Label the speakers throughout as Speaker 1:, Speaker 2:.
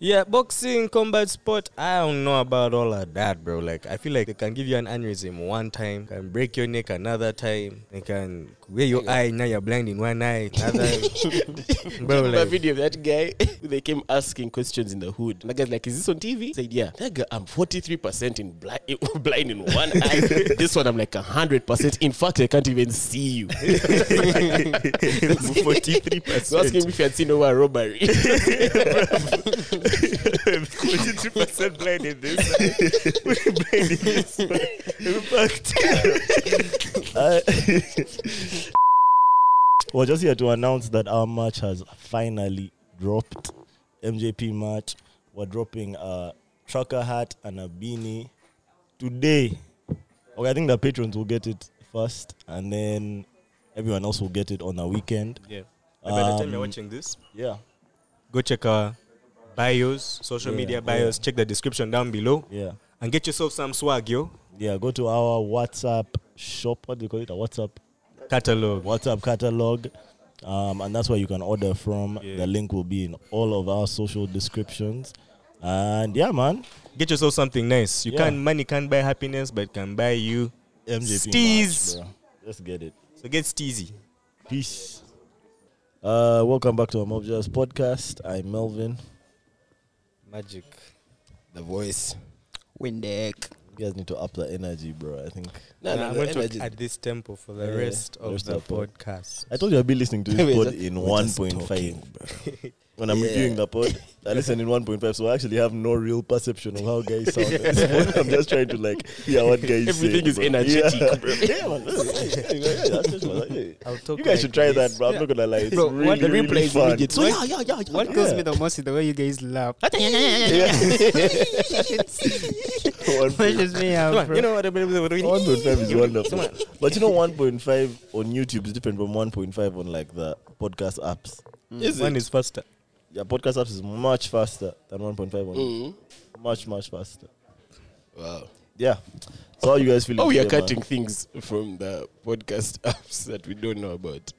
Speaker 1: Yeah, boxing, combat sport. I don't know about all of that, bro. Like, I feel like they can give you an aneurysm one time, can break your neck another time, they can wear your eye. Now you're blind in one eye. Another, bro,
Speaker 2: Remember a
Speaker 1: like,
Speaker 2: video of that guy? they came asking questions in the hood. And the guy's like, Is this on TV? said, Yeah. That guy, I'm 43% in blind, blind in one eye. this one, I'm like 100%. In fact, I can't even see you.
Speaker 3: Forty-three
Speaker 2: So ask
Speaker 3: percent.
Speaker 2: him if he had seen over a robbery.
Speaker 3: Forty-three percent blind in this. side. blind in this. side. In fact, I- Uh, we're just here to announce that our match has finally dropped. MJP match. We're dropping a trucker hat and a beanie today. Okay, I think the patrons will get it first, and then everyone else will get it on the weekend.
Speaker 1: yeah. by the time
Speaker 3: Um,
Speaker 1: you're watching this,
Speaker 3: Yeah.
Speaker 1: go check our bios, social
Speaker 3: Yeah,
Speaker 1: media bios. Check the description down below
Speaker 3: Yeah.
Speaker 1: and get yourself some swag, yo.
Speaker 3: Yeah, go to our WhatsApp shop. What do you call it? A WhatsApp
Speaker 1: Catalog.
Speaker 3: WhatsApp catalog. Um, and that's where you can order from.
Speaker 1: Yeah.
Speaker 3: The link will be in all of our social descriptions. And yeah, man.
Speaker 1: Get yourself something nice. You
Speaker 3: Yeah.
Speaker 1: can't money can't buy happiness, but it can buy you.
Speaker 3: MJP.
Speaker 1: Steez.
Speaker 3: Match, bro. Let's get it.
Speaker 1: So get steezy.
Speaker 3: Peace. Uh, welcome back to our Mob Jazz podcast. I'm Melvin.
Speaker 1: Magic.
Speaker 4: The voice. Windeck.
Speaker 3: You guys need to up the energy, bro. I think
Speaker 2: no,
Speaker 1: Nah,
Speaker 2: no,
Speaker 1: I'm
Speaker 2: no.
Speaker 1: going to
Speaker 2: energy.
Speaker 1: talk at this tempo for the
Speaker 3: Yeah,
Speaker 1: rest
Speaker 3: yeah.
Speaker 1: of
Speaker 3: Rest
Speaker 1: the
Speaker 3: of the pod.
Speaker 1: podcast.
Speaker 3: I told you I'd be listening to this
Speaker 4: We're
Speaker 3: pod
Speaker 4: just-
Speaker 3: in
Speaker 4: we're just
Speaker 3: 1.5.
Speaker 4: talking, bro.
Speaker 3: When I'm
Speaker 4: Yeah.
Speaker 3: reviewing the pod, I listen in 1.5, so I actually have no real perception of how guys sound. at this point. I'm just trying to like hear what guys
Speaker 2: Everything is
Speaker 3: say.
Speaker 2: energetic,
Speaker 3: bro. Yeah, man.
Speaker 1: I'll talk
Speaker 3: You guys should try that, bro. I'm
Speaker 4: Yeah.
Speaker 3: not gonna lie. It's
Speaker 4: Bro,
Speaker 3: really,
Speaker 4: what-
Speaker 3: really
Speaker 2: the replay is
Speaker 3: fun.
Speaker 2: immediate. So yeah, yeah, yeah. yeah.
Speaker 4: What kills me the most is the way you guys laugh.
Speaker 3: One point-
Speaker 4: Pushes me out, bro.
Speaker 1: You know what? One
Speaker 3: 1.5 is wonderful. But you know, 1.5 on YouTube is different from 1.5 on like the podcast apps.
Speaker 2: Is
Speaker 1: One
Speaker 2: it?
Speaker 1: is faster.
Speaker 3: Yeah, podcast apps is much faster than 1.5 on
Speaker 2: Mm.
Speaker 3: much much faster.
Speaker 2: Wow.
Speaker 3: Yeah. So how you guys feeling?
Speaker 2: Oh, we are
Speaker 3: today, man?
Speaker 2: cutting things from the podcast apps that we don't know about.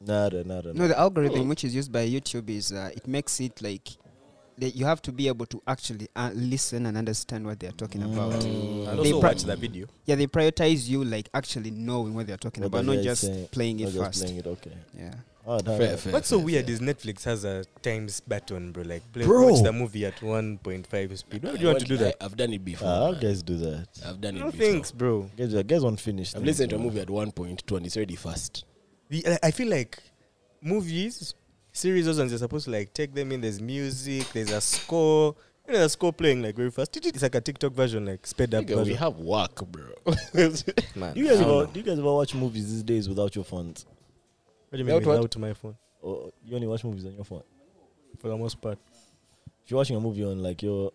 Speaker 3: Nada, nada.
Speaker 4: No,
Speaker 3: nada.
Speaker 4: the algorithm which is used by YouTube is uh, it makes it like that you have to be able to actually uh, listen and understand what they are talking about.
Speaker 1: And
Speaker 4: They
Speaker 1: also
Speaker 4: pri-
Speaker 1: watch the video.
Speaker 4: Yeah, they prioritize you like actually knowing what they are talking
Speaker 3: What
Speaker 4: about,
Speaker 3: the
Speaker 4: not
Speaker 3: guy is
Speaker 4: just
Speaker 3: saying,
Speaker 4: playing
Speaker 3: Not
Speaker 4: it
Speaker 3: just
Speaker 4: fast.
Speaker 3: playing it, okay.
Speaker 4: Yeah.
Speaker 3: Oh, nada.
Speaker 2: Fair, fair.
Speaker 1: What's so weird is Netflix has a times button, bro. Like, play,
Speaker 3: Bro.
Speaker 1: watch the movie at 1.5 speed. Why would you want to do that?
Speaker 2: I, have done it before.
Speaker 3: Ah, how guys do that?
Speaker 2: I've done it
Speaker 1: No
Speaker 2: before.
Speaker 1: thanks, bro.
Speaker 3: Guys, are- guys won't finish.
Speaker 2: I've listened to a movie at 1.2 and it's already fast.
Speaker 1: The- I- I feel like movies, series, those ones, you're supposed to like take them in. There's music, there's a score. You know, the score playing like very fast. It's like a TikTok version, like sped up
Speaker 2: Nigga, we
Speaker 1: version.
Speaker 2: have work, bro.
Speaker 1: Man,
Speaker 3: Do you guys
Speaker 1: I don't
Speaker 3: ever
Speaker 1: know.
Speaker 3: do you guys ever watch movies these days without your phones?
Speaker 1: What do you mean
Speaker 2: Without what?
Speaker 1: without my phone?
Speaker 3: Or you only watch movies on your phone?
Speaker 1: For the most part.
Speaker 3: If you're watching a movie on like your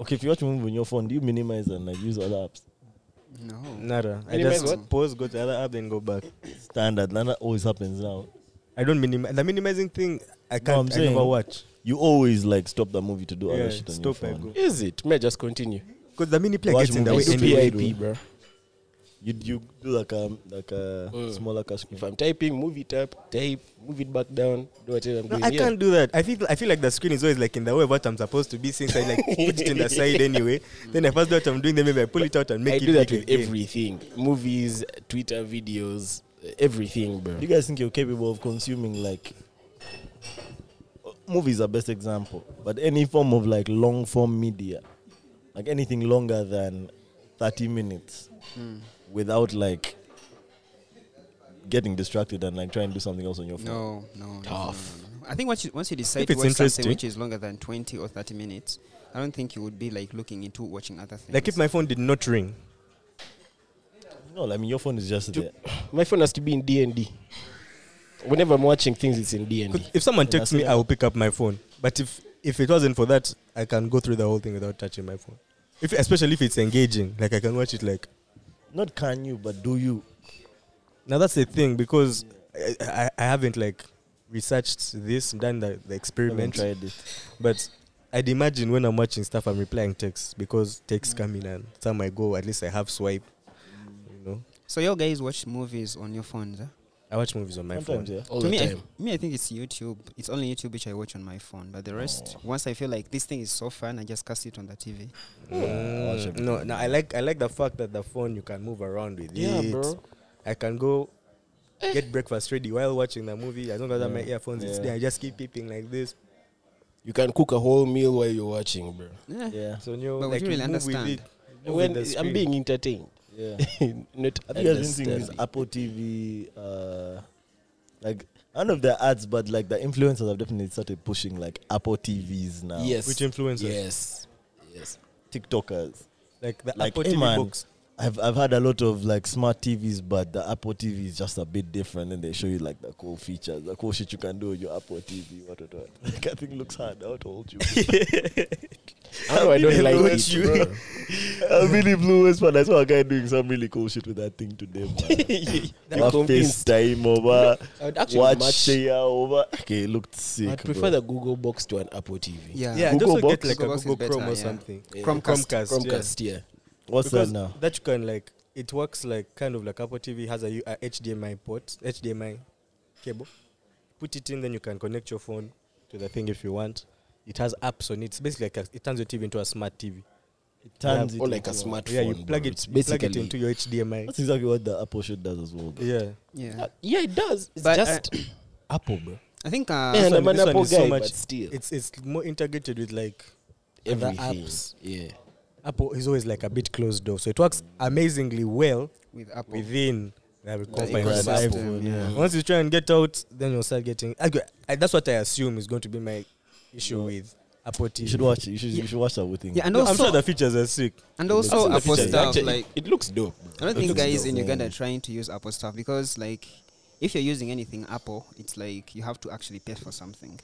Speaker 3: okay, if you watch a movie on your phone, do you minimize and like use other apps?
Speaker 4: No.
Speaker 1: Nada. I
Speaker 2: Minimize
Speaker 1: just
Speaker 2: what?
Speaker 1: pause, go to the other app, then go back.
Speaker 3: Standard. That always happens now.
Speaker 1: I don't minimize. The minimizing thing, I
Speaker 3: I'm
Speaker 1: can't. I
Speaker 3: saying-
Speaker 1: never watch.
Speaker 3: You always like stop the movie to do other shit on your
Speaker 1: stop. I go.
Speaker 3: phone.
Speaker 2: Is it? May I just continue?
Speaker 1: Because the mini player
Speaker 3: Watch
Speaker 1: gets in the way
Speaker 3: movies too.
Speaker 1: anyway.
Speaker 3: anyway.
Speaker 2: PIP, bro.
Speaker 3: You you do like a like a
Speaker 2: Mm.
Speaker 3: smaller cash screen.
Speaker 2: If I'm typing, move it up, type, move it back down, do whatever I'm
Speaker 1: No,
Speaker 2: doing.
Speaker 1: I
Speaker 2: here.
Speaker 1: can't do that. I feel I feel like the screen is always like in the way of what I'm supposed to be since I like put it in the side anyway. Then I first do what I'm doing, then maybe I pull it out and make
Speaker 2: I
Speaker 1: it
Speaker 2: do that
Speaker 1: big
Speaker 2: with
Speaker 1: again.
Speaker 2: everything. Movies, Twitter videos, everything, bro.
Speaker 3: Do you guys think you're capable of consuming like movies are best example, but any form of like long form media, like anything longer than thirty minutes,
Speaker 1: Mm.
Speaker 3: without like getting distracted and like trying to do something else on your phone.
Speaker 4: No, no, no, no,
Speaker 2: Tough.
Speaker 4: no, no. I think once you, once you decide
Speaker 1: If
Speaker 4: to
Speaker 1: it's
Speaker 4: watch something
Speaker 1: interesting.
Speaker 4: which is longer than 20 or 30 minutes, I don't think you would be like looking into watching other things.
Speaker 1: Like if my phone did not ring,
Speaker 3: No, I mean your phone is just there.
Speaker 2: My phone has to be in D and D. Whenever I'm watching things, it's in D and
Speaker 1: 'Cause
Speaker 2: D.
Speaker 1: if someone texts me,
Speaker 3: that's-
Speaker 1: I will pick up my phone. But if if it wasn't for that, I can go through the whole thing without touching my phone. If especially if it's engaging, like I can watch it like
Speaker 3: Not can you, but do you?
Speaker 1: Now that's the thing because I, I, I haven't like researched this, done the, the
Speaker 3: Haven't
Speaker 1: experiment,
Speaker 3: tried it.
Speaker 1: but I'd imagine when I'm watching stuff, I'm replying texts because texts come in and some I go. At least I have swipe, you know.
Speaker 4: so, you guys watch movies on your phones, huh?
Speaker 1: I watch movies on my
Speaker 3: Sometimes,
Speaker 1: phone.
Speaker 3: yeah.
Speaker 2: all
Speaker 4: to
Speaker 2: the
Speaker 4: me,
Speaker 2: time.
Speaker 4: I, me, I think it's YouTube. It's only YouTube which I watch on my phone. But the rest,
Speaker 2: Oh.
Speaker 4: once I feel like this thing is so fun, I just cast it on the TV.
Speaker 3: I watch
Speaker 1: Mm,
Speaker 3: everything.
Speaker 1: no, no, I like I like the fact that the phone you can move around with
Speaker 2: Yeah,
Speaker 1: it.
Speaker 2: bro.
Speaker 1: I can go get breakfast ready while watching the movie. As long as I have my earphones, it's
Speaker 3: Yeah.
Speaker 1: there. I just keep peeping like this.
Speaker 2: You can cook a whole meal while you're watching, bro.
Speaker 1: Oh.
Speaker 4: Yeah.
Speaker 3: Yeah.
Speaker 1: So you know,
Speaker 4: But would
Speaker 1: like
Speaker 4: you really
Speaker 1: move
Speaker 4: understand?
Speaker 1: with it. Move
Speaker 2: When
Speaker 1: with the
Speaker 2: I'm
Speaker 1: screen.
Speaker 2: being entertained.
Speaker 3: Yeah.
Speaker 2: Not
Speaker 3: I think I've been seeing this
Speaker 2: understand.
Speaker 3: Apple TV, uh, like I don't know if they're ads, but like the influencers have definitely started pushing like Apple TVs now.
Speaker 2: Yes.
Speaker 1: Which influencers?
Speaker 2: Yes. Yes.
Speaker 3: TikTokers.
Speaker 1: like the
Speaker 3: Like
Speaker 1: Apple
Speaker 3: hey,
Speaker 1: TV
Speaker 3: man,
Speaker 1: books.
Speaker 3: I've I've had a lot of like smart TVs, but the Apple TV is just a bit different, and they show you like the cool features, the cool shit you can do with your Apple TV. What what what? Like, I think looks hard. I'll hold you.
Speaker 2: I, I don't like
Speaker 3: Influence
Speaker 2: it,
Speaker 3: you.
Speaker 2: bro.
Speaker 3: I've been influenced, but I saw a guy doing some really cool shit with that thing today. Man.
Speaker 2: You convinced.
Speaker 3: FaceTime over,
Speaker 2: I would actually
Speaker 3: watch
Speaker 2: match-
Speaker 3: share over. Okay, it looked sick.
Speaker 2: I prefer
Speaker 3: bro.
Speaker 2: the Google Box to an Apple TV.
Speaker 4: Yeah.
Speaker 1: yeah,
Speaker 3: Google
Speaker 1: Google just
Speaker 3: Box.
Speaker 1: get like a
Speaker 4: Google Box is
Speaker 1: Google Chrome
Speaker 4: better,
Speaker 1: or
Speaker 4: yeah.
Speaker 1: something.
Speaker 2: Yeah.
Speaker 4: Chromecast.
Speaker 1: yeah.
Speaker 2: Chromecast, yeah.
Speaker 3: What's that
Speaker 1: because
Speaker 3: now?
Speaker 1: that you can like it works like kind of like Apple TV has a, U- a HDMI port, HDMI cable. Put it in, then you can connect your phone to the thing if you want. It has apps on it. It's basically like a, it turns your TV into a smart TV.
Speaker 3: It turns
Speaker 2: Or like a
Speaker 3: into
Speaker 2: smartphone.
Speaker 1: yeah, you plug
Speaker 2: bro.
Speaker 1: it,
Speaker 2: It's
Speaker 1: you plug
Speaker 2: basically
Speaker 1: it into your HDMI.
Speaker 3: That's exactly what the Apple shit does as well. Though.
Speaker 1: Yeah,
Speaker 4: Yeah.
Speaker 2: Uh, Yeah, it does. It's
Speaker 4: But, uh,
Speaker 2: just Apple, bro.
Speaker 4: I think uh,
Speaker 2: Man,
Speaker 1: one-
Speaker 2: I'm an
Speaker 1: this one
Speaker 2: Apple
Speaker 1: is so
Speaker 2: guy,
Speaker 1: much-
Speaker 2: but still,
Speaker 1: it's it's more integrated with like other
Speaker 2: everything.
Speaker 1: apps.
Speaker 2: Yeah.
Speaker 1: Apple is always like a bit closed door, so it works amazingly well
Speaker 4: with Apple.
Speaker 1: within the company.
Speaker 2: ecosystem.
Speaker 1: itself.
Speaker 3: iPhone, yeah.
Speaker 1: Once you try and get out, then you'll start getting. I, I, that's what I assume is going to be my issue with Apple TV.
Speaker 3: You should watch it. You should, you
Speaker 4: Yeah.
Speaker 3: should watch that whole thing.
Speaker 4: Yeah, and
Speaker 1: No, I'm
Speaker 4: also,
Speaker 1: sure the features are sick.
Speaker 4: and also
Speaker 2: That's the
Speaker 4: Apple
Speaker 2: feature.
Speaker 4: stuff
Speaker 2: Actually,
Speaker 4: like
Speaker 2: it looks dope. bro.
Speaker 4: I don't
Speaker 3: It
Speaker 4: think
Speaker 3: looks
Speaker 4: guys
Speaker 3: dope,
Speaker 4: in Uganda
Speaker 3: yeah.
Speaker 4: are trying to use Apple stuff because, like, if you're using anything Apple, it's like you have to actually pay for something.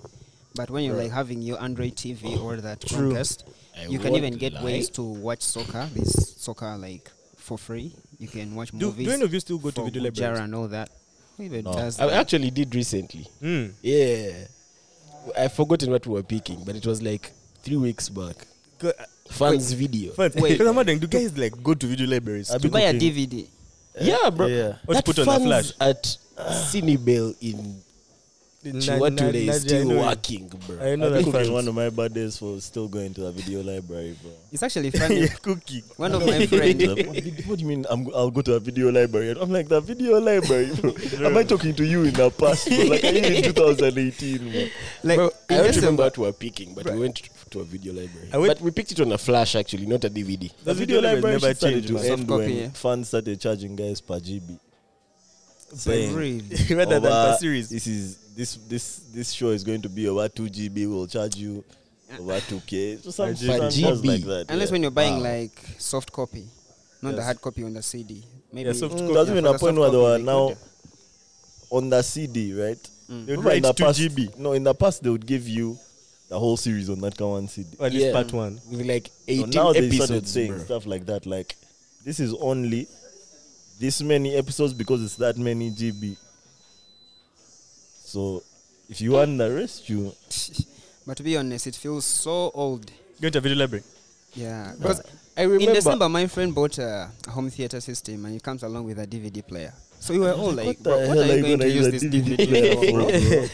Speaker 4: But when you're like having your Android TV or that
Speaker 1: True.
Speaker 4: Chromecast,
Speaker 2: I
Speaker 4: you can
Speaker 2: won't
Speaker 4: even get
Speaker 2: lie.
Speaker 4: ways to watch soccer. There's soccer like for free. You can watch
Speaker 1: Do,
Speaker 4: movies.
Speaker 1: do any of you still go to
Speaker 4: for
Speaker 1: video
Speaker 4: Gujara
Speaker 1: libraries?
Speaker 4: and all that. Who even
Speaker 3: No.
Speaker 4: does
Speaker 2: I
Speaker 4: that?
Speaker 2: actually did recently.
Speaker 1: Hmm.
Speaker 2: Yeah. I've forgotten what we were picking, but it was like three weeks back.
Speaker 1: Go-
Speaker 2: Fans video.
Speaker 1: Fun.
Speaker 4: Wait. Uh,
Speaker 1: Because I'm wondering, do guys like go to video libraries?
Speaker 3: I'll
Speaker 1: to-
Speaker 3: be
Speaker 4: You buy a
Speaker 3: cooking.
Speaker 4: DVD.
Speaker 2: Yeah, bro.
Speaker 3: Yeah.
Speaker 1: Or to
Speaker 2: That
Speaker 1: put on the
Speaker 2: fans
Speaker 1: flash.
Speaker 2: at Cinebell in
Speaker 1: Na- na-
Speaker 2: Chiwatule
Speaker 1: Nadia,
Speaker 2: is still
Speaker 1: I know it.
Speaker 2: working, bro.
Speaker 1: I know
Speaker 3: I
Speaker 1: that
Speaker 3: think
Speaker 1: fact.
Speaker 3: one of my bad days for still going to the video library, bro.
Speaker 4: It's actually funny.
Speaker 1: cooking.
Speaker 4: One of my
Speaker 3: Friends,
Speaker 4: friends.
Speaker 3: what do you mean? I'm, I'll go to a video library. I'm like the video library. Bro. Am I talking to you in the past? Bro? Like are you in 2018? Bro?
Speaker 4: Like,
Speaker 2: Bro, I
Speaker 4: in
Speaker 2: don't
Speaker 4: December-
Speaker 2: remember what we were picking, but we went to a video library.
Speaker 1: I went-
Speaker 2: but we picked it on a flash, actually, not a DVD.
Speaker 3: The video library never started to
Speaker 1: man.
Speaker 3: end
Speaker 4: Soft
Speaker 3: when
Speaker 4: copy, yeah.
Speaker 3: fans started charging guys per GB.
Speaker 4: But
Speaker 3: Saying,
Speaker 4: really,
Speaker 1: Rather than
Speaker 3: over-
Speaker 1: per series.
Speaker 3: This is this this this show is going to be over two GB. We'll charge you over two K. So some,
Speaker 1: Per
Speaker 3: some
Speaker 2: GB.
Speaker 3: shows like that.
Speaker 4: unless
Speaker 3: yeah.
Speaker 4: when you're buying like soft copy, not the
Speaker 3: Yes.
Speaker 4: hard copy on the CD. Maybe
Speaker 1: Yeah, soft
Speaker 3: Mm,
Speaker 1: copy.
Speaker 3: there was even
Speaker 4: for
Speaker 3: a
Speaker 4: the
Speaker 3: point
Speaker 4: soft
Speaker 3: where they
Speaker 4: copy,
Speaker 3: were
Speaker 4: they
Speaker 3: now
Speaker 4: couldn't.
Speaker 3: on the CD, right?
Speaker 4: Mm.
Speaker 3: They would
Speaker 1: Right,
Speaker 3: in the
Speaker 1: 2
Speaker 3: past,
Speaker 1: GB.
Speaker 3: No, in the past they would give you the whole series on that one CD.
Speaker 1: Or at least
Speaker 2: Yeah.
Speaker 1: part one.
Speaker 2: With like
Speaker 3: So
Speaker 2: 18
Speaker 3: now they started
Speaker 2: episodes,
Speaker 3: saying
Speaker 2: bro.
Speaker 3: stuff like that, like this is only this many episodes because it's that many GB. So if you want the rest, you
Speaker 4: But to be honest, it feels so old.
Speaker 1: Going to video library.
Speaker 4: Yeah, because
Speaker 2: I remember.
Speaker 4: in December my friend bought a home theater system and it comes along with a DVD player. So we were all like,
Speaker 3: the
Speaker 4: "Bro, what
Speaker 3: hell
Speaker 4: are
Speaker 3: are
Speaker 4: you
Speaker 3: you
Speaker 4: going
Speaker 3: gonna
Speaker 4: to use
Speaker 3: use
Speaker 4: this
Speaker 3: a
Speaker 4: DVD
Speaker 3: DVD
Speaker 4: player
Speaker 3: player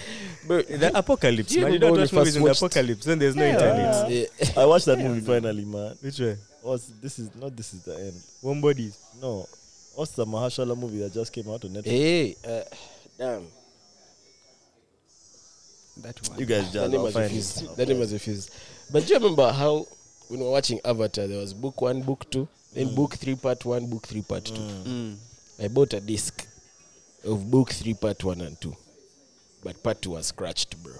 Speaker 3: for,
Speaker 4: for?"
Speaker 1: The apocalypse,
Speaker 2: Do you
Speaker 1: man. You
Speaker 2: remember
Speaker 1: don't
Speaker 2: when
Speaker 1: watch
Speaker 2: we
Speaker 1: movies
Speaker 2: first
Speaker 1: in the
Speaker 2: watched-
Speaker 1: apocalypse, then there's no
Speaker 3: Yeah.
Speaker 1: internet.
Speaker 2: Yeah.
Speaker 3: I watched that movie finally, man.
Speaker 1: Which way?
Speaker 3: What's this is not this is the end.
Speaker 1: One bodies.
Speaker 3: No. What's the Mahashala movie that just came out on Netflix?
Speaker 2: Hey, uh, damn.
Speaker 4: That
Speaker 3: You
Speaker 4: one.
Speaker 2: That
Speaker 3: guys just
Speaker 2: name
Speaker 3: I'll
Speaker 2: was
Speaker 3: find
Speaker 2: refused.
Speaker 3: it.
Speaker 2: That name was refused. But do you remember how when we were watching Avatar, there was book one, book two, then book three, part one, book three, part two.
Speaker 4: Mm.
Speaker 2: I bought a disc of book three, part one and two, but part two was scratched, bro.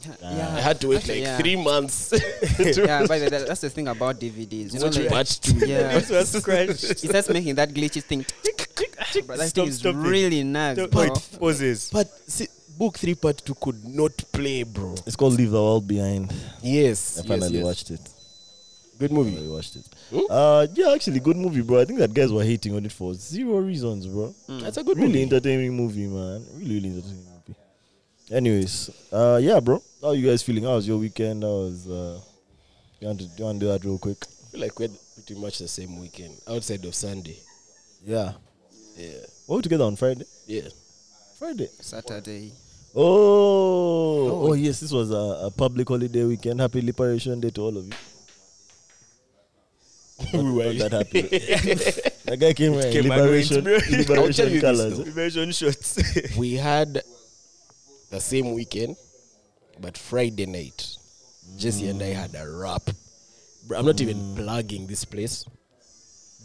Speaker 4: Yeah,
Speaker 2: I
Speaker 4: yeah.
Speaker 2: had to wait
Speaker 4: Actually,
Speaker 2: like
Speaker 4: yeah.
Speaker 2: three months to
Speaker 4: Yeah, by the way, that's the thing about DVDs. You know,
Speaker 2: watch
Speaker 4: like,
Speaker 2: part two.
Speaker 4: yeah,
Speaker 1: This was scratched.
Speaker 4: it starts making that glitchy thing. But that
Speaker 1: Stop,
Speaker 4: thing is
Speaker 1: stop it.
Speaker 4: really nice, bro.
Speaker 1: Point poses.
Speaker 2: But see, book three, part two could not play, bro.
Speaker 3: It's called Leave the World Behind.
Speaker 2: Yes,
Speaker 3: I finally
Speaker 2: yes, yes.
Speaker 3: watched it.
Speaker 2: Good
Speaker 3: I
Speaker 2: movie.
Speaker 3: watched it. Uh, yeah, actually, good movie, bro. I think that guys were hating on it for zero reasons, bro.
Speaker 2: Mm. That's a good
Speaker 3: really
Speaker 2: movie.
Speaker 3: entertaining movie, man. Really, really entertaining movie. Anyways, uh, yeah, bro. How you guys feeling? How was your weekend? How was uh, you want to you want to do that real quick?
Speaker 2: I feel like we had pretty much the same weekend outside of Sunday.
Speaker 3: Yeah,
Speaker 2: Yeah,
Speaker 3: we were together on Friday.
Speaker 2: yeah.
Speaker 3: Friday.
Speaker 4: Saturday.
Speaker 3: Oh, oh yes, this was a, a public holiday weekend. Happy Liberation Day to all of you. we were not that happy. that guy came wearing
Speaker 1: Came and went,
Speaker 3: liberation,
Speaker 1: bro.
Speaker 2: I'll tell
Speaker 3: liberation
Speaker 2: you this,
Speaker 3: colors.
Speaker 2: though.
Speaker 1: Invasion shots.
Speaker 2: we had the same weekend, but Friday night, Jesse
Speaker 3: Mm.
Speaker 2: and I had a rap. Bro, I'm not even plugging this place,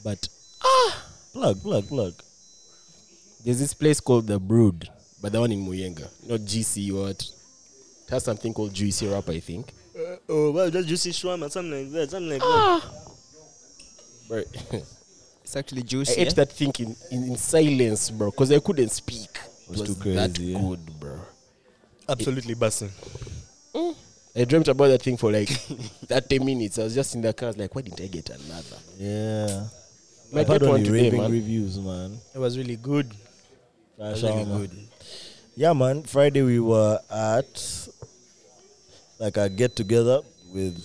Speaker 2: but
Speaker 3: plug, plug, plug.
Speaker 2: there's this place called The Brood, but the one in Muyenga, not GC or what. It has something called Juicy Rap, I think.
Speaker 1: oh, well, just juicy shawarma, something like that, something like
Speaker 3: Ah.
Speaker 2: Bro, I
Speaker 4: It's actually juicy.
Speaker 2: ate that thing in, in, in silence, bro, because I couldn't speak. It
Speaker 3: was too
Speaker 2: That
Speaker 3: crazy, eh?
Speaker 2: good, bro.
Speaker 1: that. Absolutely busting.
Speaker 2: I dreamt about that thing for like 30 minutes. I was just in the car. I was like, why didn't I get another?
Speaker 3: Yeah.
Speaker 2: Might
Speaker 3: I
Speaker 2: get
Speaker 3: had
Speaker 2: one
Speaker 3: only
Speaker 2: today,
Speaker 3: raving
Speaker 2: man.
Speaker 3: reviews, man.
Speaker 1: It was really good.
Speaker 3: Shawarma.
Speaker 1: Really good.
Speaker 3: Yeah, man. Friday we were at like a get together with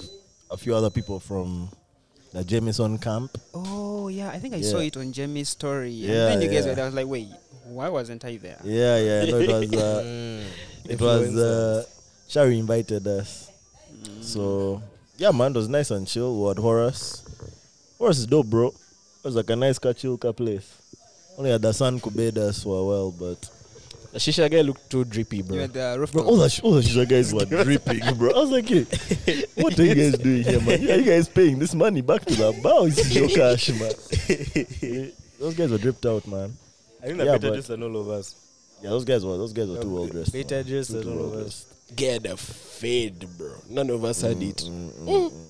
Speaker 3: a few other people from the Jameson camp.
Speaker 4: Oh yeah, I think I saw
Speaker 3: Yeah.
Speaker 4: it on Jamie's story.
Speaker 3: Yeah,
Speaker 4: and then you guys
Speaker 3: yeah.
Speaker 4: were there. I was like, wait, why wasn't I there?
Speaker 3: Yeah, yeah. No, it was. Uh, it was. Uh, Shari invited us, so yeah, man. It was nice and chill. We had Horace. Horace is dope, bro. It was like a nice ka chill ka place. Only had the sun kubed us for a while, but
Speaker 2: The shisha guy looked too drippy, bro.
Speaker 4: You uh, were at the
Speaker 3: Bro,
Speaker 4: rooftop.
Speaker 3: all the, sh- all the shisha guys were dripping, bro. I was like, hey, what are you guys doing here, man? Yeah, you guys paying this money back to the bar? This is your cash, man. those guys were dripped out, man.
Speaker 1: I think they're
Speaker 3: Yeah,
Speaker 1: better
Speaker 3: but-
Speaker 1: dressed than all of us.
Speaker 3: Yeah, those guys were those guys were too well dressed. man.
Speaker 1: Better dressed
Speaker 3: Too,
Speaker 1: than
Speaker 3: too
Speaker 1: all
Speaker 3: well
Speaker 1: of us.
Speaker 3: dressed.
Speaker 2: Get a fade, bro. None of us
Speaker 3: Mm,
Speaker 2: had it.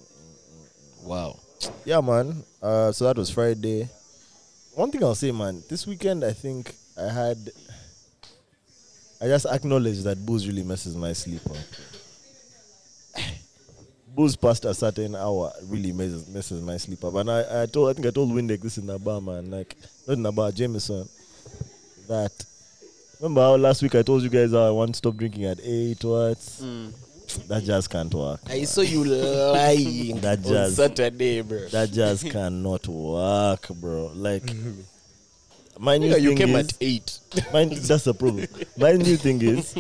Speaker 2: Wow.
Speaker 3: Yeah, man. Uh, so that was Friday. One thing I'll say, man, this weekend I think I had. I just acknowledge that booze really messes my sleep up. booze past a certain hour really messes, messes my sleep up, and I, I told I think I told Windex this in the bar, man. Like not in the bar, Jameson. That remember how last week I told you guys how I want to stop drinking at eight. What? That just can't work.
Speaker 2: I saw you lying
Speaker 3: That
Speaker 2: on
Speaker 3: jazz.
Speaker 2: Saturday, bro.
Speaker 3: that just cannot work, bro. Like my new
Speaker 2: Nigga, you
Speaker 3: thing
Speaker 2: came
Speaker 3: is,
Speaker 2: at eight.
Speaker 3: my, that's the problem. My new thing is,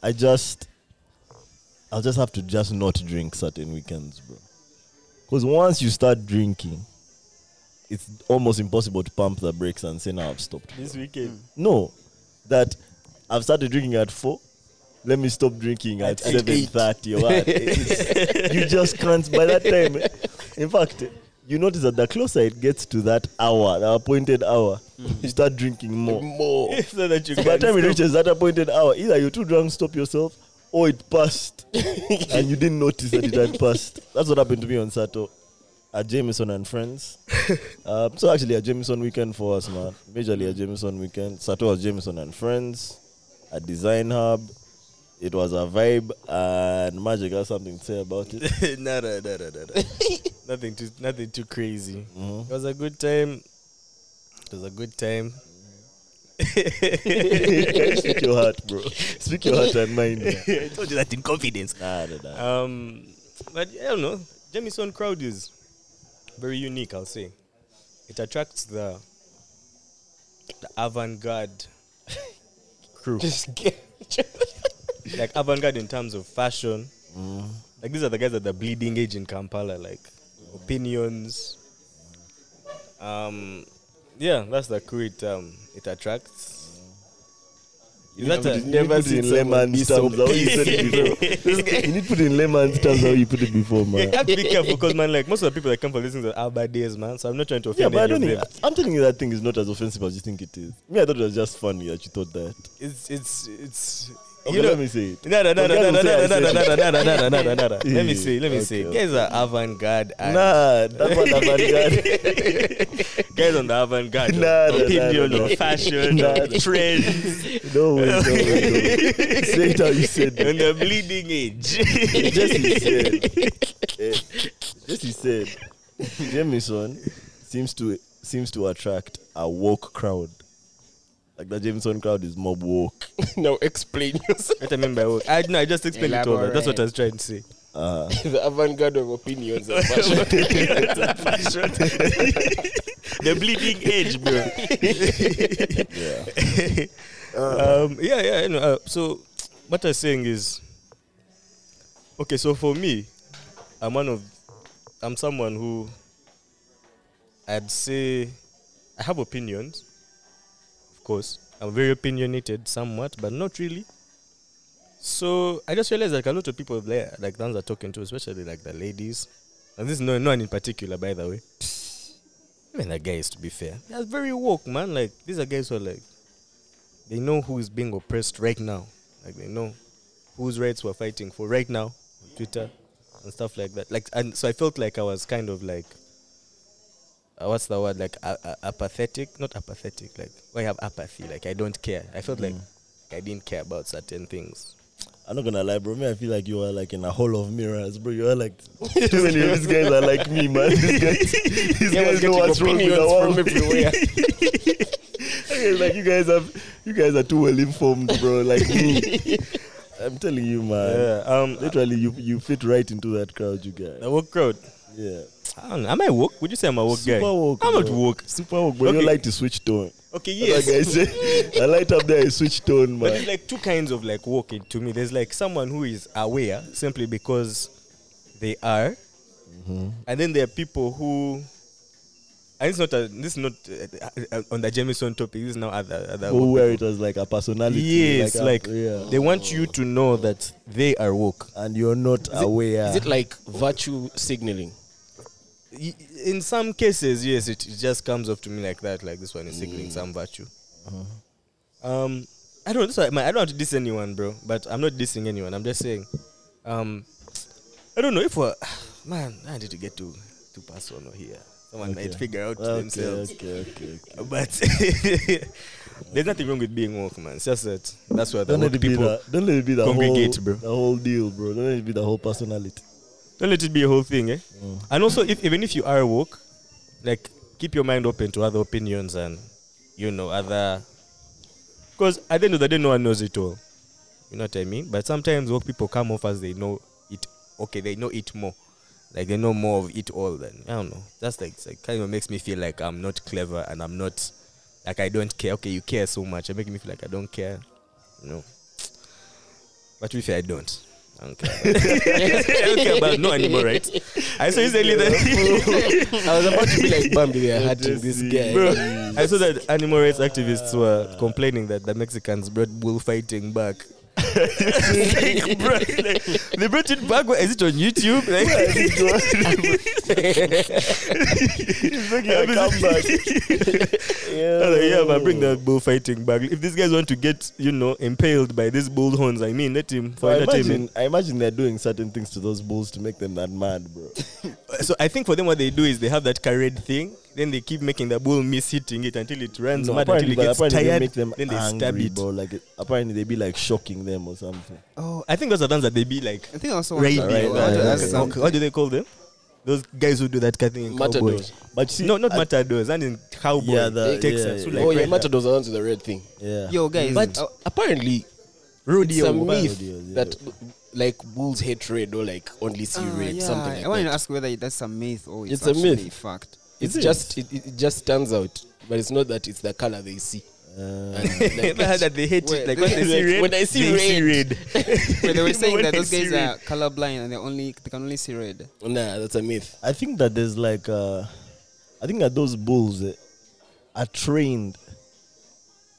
Speaker 3: I just, I'll just have to just not drink certain weekends, bro. Because once you start drinking, it's almost impossible to pump the brakes and say, "Now I've stopped."
Speaker 2: This weekend.
Speaker 3: No, that I've started drinking at four. Let me stop drinking at,
Speaker 2: At- at
Speaker 3: seven
Speaker 2: eight.
Speaker 3: thirty or at eight. you just can't. By that time, in fact, you notice that the closer it gets to that hour, the appointed hour, you start drinking more.
Speaker 2: More.
Speaker 1: so that you
Speaker 3: So by the time it
Speaker 1: can
Speaker 3: reaches that appointed hour, either you're too drunk, to stop yourself, or it passed and you didn't notice that it had passed. That's what happened to me on Sato at Jameson and friends. um, so actually, a Jameson weekend for us, man. Majorly a Jameson weekend. Sato was Jameson and friends at Design Hub. It was a vibe, and Magic has something to say about it.
Speaker 1: still- Nah, nah, nah, nah, nah, nah. nothing too nothing too crazy.
Speaker 3: Mm-hmm.
Speaker 1: It was a good time. It was a good time.
Speaker 3: Speak your heart, bro. Speak your heart and mind. man.
Speaker 1: I told you that in confidence.
Speaker 3: Nah, nah, nah.
Speaker 1: Um, but I don't know. Jamison crowd is very unique. I'll say it attracts the the avant-garde crew,
Speaker 2: Just get.
Speaker 1: like avant-garde in terms of fashion.
Speaker 3: Mm.
Speaker 1: Like these are the guys at the bleeding age in Kampala. Like opinions. Um, yeah, that's the crew it um it attracts. Is that a,
Speaker 3: You need to put it in layman's terms how you said it before. You need to put it in layman's terms how you put it before, man.
Speaker 1: You have to be careful because man, like most of the people that come for these things are our bad days, man. So I'm not trying to
Speaker 3: Yeah,
Speaker 1: offend
Speaker 3: but I
Speaker 1: any
Speaker 3: don't
Speaker 1: of
Speaker 3: think
Speaker 1: them.
Speaker 3: I'm telling you that thing is not as offensive as you think it is. Me, I thought it was just funny that you thought that.
Speaker 1: It's it's it's
Speaker 3: Okay,
Speaker 1: you know.
Speaker 3: let me say it.
Speaker 1: No, no, no,
Speaker 3: Okay,
Speaker 1: no, no,
Speaker 3: I
Speaker 1: no,
Speaker 3: will say
Speaker 1: no, no,
Speaker 3: I
Speaker 1: no,
Speaker 3: said
Speaker 1: no, no, no, no, no, no, no, no. Let me
Speaker 3: Yeah,
Speaker 1: see, let me see.
Speaker 3: okay,
Speaker 1: Guys are avant-garde and
Speaker 3: Nah, that one about God.
Speaker 1: guys on the avant-garde. of
Speaker 3: Nah, nah,
Speaker 1: opinion,
Speaker 3: nah, nah,
Speaker 1: of
Speaker 3: nah.
Speaker 1: fashion,
Speaker 3: Nah,
Speaker 1: of
Speaker 3: nah.
Speaker 1: trends,
Speaker 3: No way, no way, no way. Say it how you said
Speaker 1: and
Speaker 3: it.
Speaker 1: the bleeding age.
Speaker 3: Jesse said. eh, Jesse said. Jameson seems to seems to attract a woke crowd. Like the Jameson crowd is mob woke.
Speaker 2: now explain yourself.
Speaker 1: What I mean by work? I no, I just explained it over. That's what I was trying to say.
Speaker 3: Uh,
Speaker 2: the avant garde of opinions and fashion.
Speaker 3: the bleeding edge, bro.
Speaker 1: um, yeah, yeah. You know, uh, so what I'm saying is, okay. So for me, I'm one of, I'm someone who, I'd say, I have opinions. Of course, I'm very opinionated, somewhat, but not really. So I just realized like a lot of people there, like the ones I'm talking to, especially like the ladies, and this is no, no one in particular, by the way. Even the guys, to be fair, they're very woke, man. Like these are guys who are like, they know who is being oppressed right now. Like they know whose rights we're fighting for right now on Twitter and stuff like that. Like and so I felt like I was kind of like uh, what's the word like a- a- apathetic? Not apathetic. Like why have apathy? Like I don't care. I felt like I didn't care about certain things.
Speaker 3: I'm not gonna lie, bro. Me, I feel like you are like in a hall of mirrors, bro. You are like too many of these guys are like me, man. These guys, these
Speaker 2: Yeah, I was
Speaker 3: guys know what's wrong
Speaker 2: getting
Speaker 3: with the
Speaker 2: opinions
Speaker 3: world.
Speaker 2: from everywhere.
Speaker 3: Okay, like you guys have, you guys are too well informed, bro. Like me, I'm telling you, man.
Speaker 1: um,
Speaker 3: Literally, you you fit right into that crowd, you
Speaker 1: the
Speaker 3: guys.
Speaker 1: woke crowd.
Speaker 3: Yeah.
Speaker 1: I don't know. Am I woke? Would you say I'm a woke guy?
Speaker 3: Super woke,
Speaker 1: I'm not
Speaker 3: bro.
Speaker 1: woke.
Speaker 3: Super woke, but you
Speaker 1: Okay.
Speaker 3: like to switch tone.
Speaker 1: Okay,
Speaker 3: That's what I say. I light up there, I switch tone,
Speaker 1: But
Speaker 3: man.
Speaker 1: there's like two kinds of like walking to me. There's like someone who is aware simply because they are,
Speaker 3: Mm-hmm.
Speaker 1: and then there are people who. And it's not a, this is not uh, uh, uh, on the Jameson topic. This is now other other.
Speaker 3: Who wear it as like a personality.
Speaker 1: yes,
Speaker 3: a-
Speaker 1: like,
Speaker 3: yeah.
Speaker 1: they want you to know that they are woke.
Speaker 3: and you're not aware.
Speaker 2: Is it like virtue signaling?
Speaker 1: Y- In some cases, yes, it it just comes off to me like that. Like this one is
Speaker 3: Mm.
Speaker 1: signaling some virtue.
Speaker 3: Uh-huh.
Speaker 1: Um, I don't. That's why my, I don't have to diss anyone, bro. But I'm not dissing anyone. I'm just saying. Um, I don't know if we're man. I need to get to to personal here. Someone might figure out to
Speaker 3: okay,
Speaker 1: themselves.
Speaker 3: okay, okay. okay.
Speaker 1: But there's nothing wrong with being woke, man. It's just that that's where the
Speaker 3: Don't let
Speaker 1: woke
Speaker 3: it be
Speaker 1: people.
Speaker 3: the don't let it be the
Speaker 1: congregate,
Speaker 3: whole
Speaker 1: bro.
Speaker 3: the whole deal, bro. Don't let it be the whole personality.
Speaker 1: Don't let it be a whole thing, eh? And also, if even if you are woke, like keep your mind open to other opinions and you know other. Because at the end of the day, no one knows it all. You know what I mean? But sometimes woke people come off as they know it. Okay, they know it more. Like they know more of it all than I don't know. That's like, it's like kind of makes me feel like I'm not clever and I'm not like I don't care. Okay, you care so much. It making me feel like I don't care. You know. But if I don't, I don't care. I don't care about no animal rights. I saw recently that
Speaker 2: I was about to be like Bambi, they are hurting this guy.
Speaker 1: bro, I saw that animal rights activists were complaining that the Mexicans brought bullfighting back. Like, bro, like, they brought it back. Is it on YouTube? Like,
Speaker 3: It's like a comeback.
Speaker 1: I was like, yeah, man, bring that bullfighting back. If these guys want to get, you know, impaled by these bull horns, I mean, let him for
Speaker 3: I
Speaker 1: entertainment.
Speaker 3: imagine, I imagine they're doing certain things to those bulls to make them that mad, bro.
Speaker 1: So I think for them, what they do is they have that carried thing. Then they keep making the bull miss hitting it until it runs mad until
Speaker 3: apparently,
Speaker 1: it
Speaker 3: but
Speaker 1: gets
Speaker 3: apparently they
Speaker 1: tired.
Speaker 3: make them
Speaker 1: then they
Speaker 3: angry,
Speaker 1: stab it.
Speaker 3: bro. Like apparently they be like shocking them or something.
Speaker 4: Oh,
Speaker 1: I think those are the ones that they be like
Speaker 4: I think I also want
Speaker 1: radio.
Speaker 4: to,
Speaker 3: Right,
Speaker 4: I want
Speaker 3: right,
Speaker 4: to
Speaker 3: right,
Speaker 4: ask
Speaker 3: right.
Speaker 4: some-
Speaker 1: What do they call them? Those guys who do that kind of thing in
Speaker 2: Matadors.
Speaker 1: cowboys.
Speaker 3: But you see,
Speaker 1: No, not
Speaker 3: I-
Speaker 1: matadors. And in cowboy
Speaker 3: Yeah, the-
Speaker 1: Texas,
Speaker 3: yeah,
Speaker 1: who
Speaker 3: yeah.
Speaker 2: oh,
Speaker 1: like
Speaker 2: yeah,
Speaker 1: red-
Speaker 2: Matadors are the ones with the red thing.
Speaker 3: Yeah.
Speaker 4: Yo, guys,
Speaker 2: But
Speaker 4: uh,
Speaker 2: apparently, it's
Speaker 1: rodeo.
Speaker 2: a
Speaker 1: man.
Speaker 2: myth
Speaker 3: rodeos, yeah.
Speaker 2: that like bulls hate red or like only see
Speaker 4: ah,
Speaker 2: red,
Speaker 4: yeah,
Speaker 2: something like
Speaker 4: I wanted
Speaker 2: that.
Speaker 4: to ask whether that's a myth or it's,
Speaker 2: It's a
Speaker 4: actually
Speaker 2: myth.
Speaker 4: fact.
Speaker 2: It's
Speaker 3: Is it?
Speaker 2: just it, it just stands out, but it's not that it's the color they see.
Speaker 3: Uh,
Speaker 2: And, like,
Speaker 1: That- that they hate it.
Speaker 4: Wait,
Speaker 1: Like when they see red,
Speaker 2: when I see
Speaker 1: they see red.
Speaker 4: Wait, they were
Speaker 1: Even
Speaker 4: saying
Speaker 1: when
Speaker 4: that
Speaker 1: they
Speaker 4: those
Speaker 1: see
Speaker 4: guys
Speaker 1: red.
Speaker 4: are colorblind and they only they can only see red.
Speaker 2: nah, that's a myth.
Speaker 3: I think that there's like, uh, I think that those bulls eh, are trained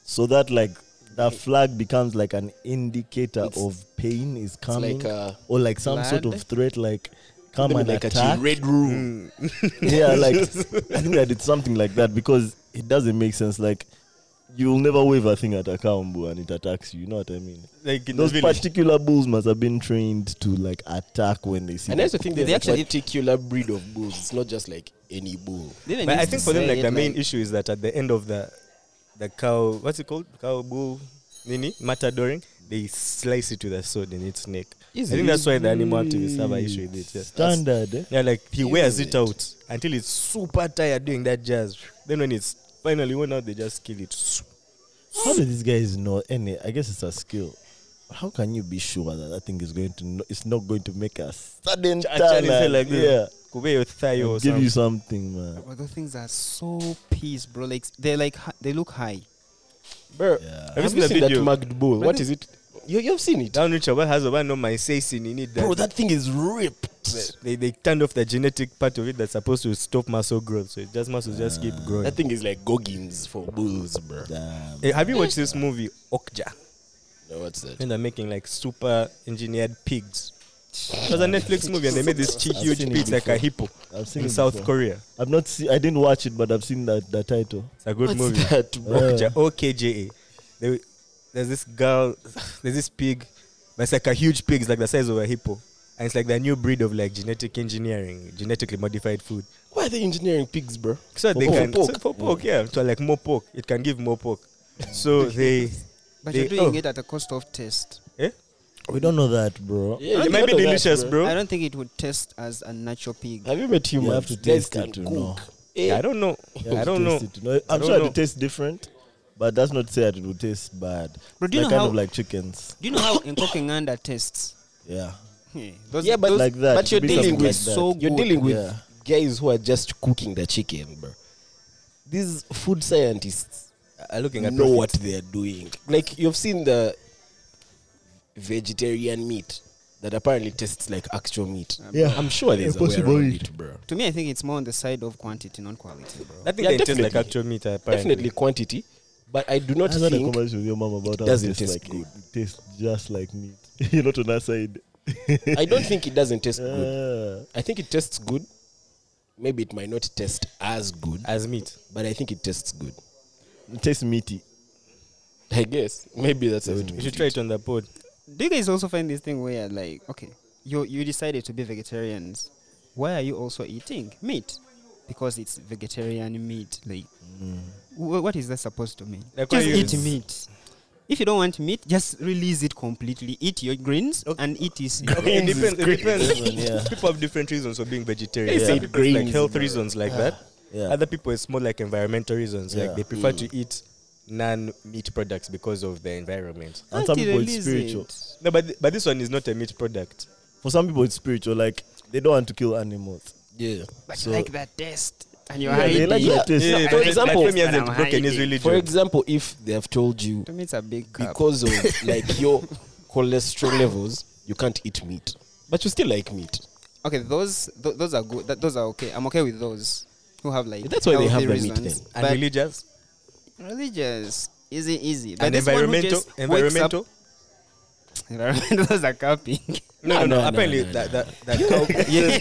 Speaker 3: so that like that flag becomes like an indicator
Speaker 2: It's-
Speaker 3: of pain is coming
Speaker 2: It's like a
Speaker 3: or like some sort
Speaker 4: blood.
Speaker 3: of threat like come and
Speaker 2: like
Speaker 3: attack.
Speaker 2: a red room.
Speaker 3: yeah, like I think that it's something like that because it doesn't make sense. Like you'll never wave a thing at a cow bull and it attacks you. You know what I mean?
Speaker 1: Like in
Speaker 3: Those
Speaker 1: the village.
Speaker 3: particular bulls must have been trained to like attack when they see.
Speaker 2: And I also think
Speaker 4: They
Speaker 2: there's a
Speaker 4: actually-
Speaker 2: particular breed of bulls. It's not just like any bull.
Speaker 1: But I think for them, like the main issue is that at the end of the the cow, what's it called? Cow bull, nini matadoring. They slice it with a sword in its neck. I think that's why the animal activists have an issue with it. yeah. That's-
Speaker 3: Standard. eh?
Speaker 1: Yeah, like he
Speaker 2: Is
Speaker 1: wears
Speaker 2: it?
Speaker 1: it out until it's super tired doing that jazz. Then when it's finally worn out, they just kill it.
Speaker 3: How do these guys know any? I guess it's a skill. how can you be sure that that thing is going to no, it's not going to make a sudden
Speaker 1: Ch- actually say
Speaker 3: turn
Speaker 1: like
Speaker 3: and-
Speaker 1: this. Could be your thigh
Speaker 3: yeah
Speaker 1: or
Speaker 3: give you
Speaker 1: something.
Speaker 3: something man
Speaker 4: But those things are so peace, bro. Like they're like hi- they look high.
Speaker 1: Bro,
Speaker 3: yeah
Speaker 1: have you
Speaker 2: Have
Speaker 1: seen the
Speaker 2: that
Speaker 1: video?
Speaker 2: mugged bull?
Speaker 1: But
Speaker 2: What
Speaker 1: thi-
Speaker 2: is it? You, you've seen it.
Speaker 1: Down which has a no my say sin in it.
Speaker 2: Bro, that thing is ripped.
Speaker 1: they, they turned off the genetic part of it that's supposed to stop muscle growth. So it just muscles just keep growing.
Speaker 2: That thing is like Goggins for bulls, bro.
Speaker 3: damn
Speaker 1: Eh, have you watched this movie, Okja?
Speaker 2: No, what's that?
Speaker 1: When they're making like super engineered pigs. It was a Netflix movie and they made this chi-
Speaker 3: I've
Speaker 1: huge
Speaker 3: seen it
Speaker 1: pig like a hippo
Speaker 3: I've seen
Speaker 1: in
Speaker 3: it
Speaker 1: South
Speaker 3: before.
Speaker 1: Korea.
Speaker 3: I've not seen I didn't watch it but I've seen that the title
Speaker 1: It's a good movie.
Speaker 2: that, bro?
Speaker 1: Okja, OKJA. They, there's this girl, there's this pig, but it's like a huge pig, it's like the size of a hippo. And it's like the new breed of like genetic engineering, genetically modified food.
Speaker 2: Why are they engineering pigs, bro?
Speaker 1: So
Speaker 2: For
Speaker 1: they
Speaker 2: pork.
Speaker 1: can
Speaker 2: Pork.
Speaker 1: so for pork, yeah. So like more pork, it can give more pork. So they,
Speaker 4: But
Speaker 1: They-
Speaker 4: you're doing
Speaker 1: oh.
Speaker 4: it at the cost of taste.
Speaker 1: eh?
Speaker 3: we don't know that bro
Speaker 2: Yeah,
Speaker 1: it
Speaker 2: you
Speaker 1: might be
Speaker 2: know that,
Speaker 1: delicious,
Speaker 2: bro.
Speaker 1: bro.
Speaker 4: I don't think it would taste as a natural pig.
Speaker 2: Have you met humans?
Speaker 3: You have to
Speaker 2: Guys
Speaker 3: taste
Speaker 2: can
Speaker 3: it to
Speaker 2: cook.
Speaker 3: know.
Speaker 2: Eh,
Speaker 1: Yeah, I don't know.
Speaker 3: You have
Speaker 1: I
Speaker 3: to
Speaker 1: don't know.
Speaker 3: taste it, you know. I'm
Speaker 1: I don't
Speaker 3: sure
Speaker 1: know.
Speaker 3: it tastes different but that's not say that it would taste bad
Speaker 4: Bro, do you
Speaker 3: like
Speaker 4: know
Speaker 3: kind
Speaker 4: how-
Speaker 3: of like chickens
Speaker 4: Do you know how Nkokenganda tastes?
Speaker 3: yeah
Speaker 4: Yeah, those,
Speaker 2: yeah, but
Speaker 4: those-
Speaker 3: like that.
Speaker 2: But you're
Speaker 3: Be something
Speaker 2: dealing with
Speaker 3: like that.
Speaker 2: so you're
Speaker 4: good.
Speaker 2: dealing with
Speaker 3: Yeah.
Speaker 2: guys who are just cooking the chicken, bro. These food scientists
Speaker 1: Are looking at
Speaker 2: know
Speaker 1: profit.
Speaker 2: what they are doing. Like you've seen the vegetarian meat that apparently tastes like actual meat.
Speaker 3: Yeah.
Speaker 2: I'm sure there's a way
Speaker 3: Impossible
Speaker 2: around
Speaker 3: meat.
Speaker 2: it, bro.
Speaker 4: to me, I think it's more on the side of quantity, not quality, bro.
Speaker 1: I think
Speaker 2: Yeah,
Speaker 1: they taste like
Speaker 2: definitely.
Speaker 1: actual meat. Apparently.
Speaker 2: Definitely quantity, but I do not
Speaker 3: I had a
Speaker 2: think
Speaker 3: conversation with your mom about how
Speaker 2: doesn't
Speaker 3: it tastes
Speaker 2: taste
Speaker 3: like
Speaker 2: good.
Speaker 3: It tastes just like meat. You're not on that side.
Speaker 2: I don't think it doesn't taste good.
Speaker 3: Yeah.
Speaker 2: I think it tastes good. Maybe it might not taste as good,
Speaker 1: as meat.
Speaker 2: but I think it tastes good.
Speaker 3: It tastes meaty.
Speaker 2: I guess maybe that's a way to
Speaker 1: You
Speaker 2: put
Speaker 1: should
Speaker 2: it.
Speaker 1: try it on the pod.
Speaker 4: Do you guys also find this thing where, like, okay, you you decided to be vegetarians. Why are you also eating meat? Because it's vegetarian meat. Like, Mm. wh- what is that supposed to mean?
Speaker 1: Like, why
Speaker 4: just
Speaker 1: you-
Speaker 4: eat meat. If you don't want meat, just release it completely. Eat your greens and eat it.
Speaker 1: Okay, it depends. It depends.
Speaker 3: Yeah.
Speaker 1: People have different reasons for being vegetarian.
Speaker 2: They
Speaker 1: Some
Speaker 2: said
Speaker 1: people it's like
Speaker 2: greens,
Speaker 1: health
Speaker 2: bro.
Speaker 1: reasons like that.
Speaker 3: Yeah.
Speaker 1: Other people it's more like environmental reasons.
Speaker 3: Yeah.
Speaker 1: Like they prefer to eat non-meat products because of the environment.
Speaker 3: And some people it's spiritual.
Speaker 1: No, but th- but this one is not a meat product.
Speaker 3: For some people, it's spiritual. Like they don't want to kill animals.
Speaker 2: Yeah.
Speaker 4: But
Speaker 3: So-
Speaker 4: you like that taste, and you're
Speaker 3: Yeah,
Speaker 4: hiding.
Speaker 3: they like
Speaker 2: Yeah.
Speaker 3: that taste.
Speaker 2: Yeah.
Speaker 1: like-
Speaker 2: for
Speaker 1: like
Speaker 2: example-
Speaker 1: Femi hasn't
Speaker 4: But I'm
Speaker 1: broken his
Speaker 4: hiding.
Speaker 1: religion.
Speaker 2: For example, if they have told you
Speaker 4: To me, it's a big cup.
Speaker 2: because of like your cholesterol levels, you can't eat meat, but you still like meat.
Speaker 4: okay, those th- those are good. That, those are okay. I'm okay with those who have like
Speaker 2: That's why they have
Speaker 4: healthy
Speaker 2: the meat
Speaker 4: reasons.
Speaker 2: then.
Speaker 1: and
Speaker 4: But
Speaker 1: religious
Speaker 4: religious easy easy. But
Speaker 1: and
Speaker 4: this one who
Speaker 1: environmental
Speaker 4: just wakes up-
Speaker 1: environmental.
Speaker 4: environmental those are capping.
Speaker 1: No, no,
Speaker 2: No,
Speaker 1: Ah, no.
Speaker 2: no,
Speaker 1: apparently,
Speaker 2: no, no,
Speaker 1: that that that cow. yes,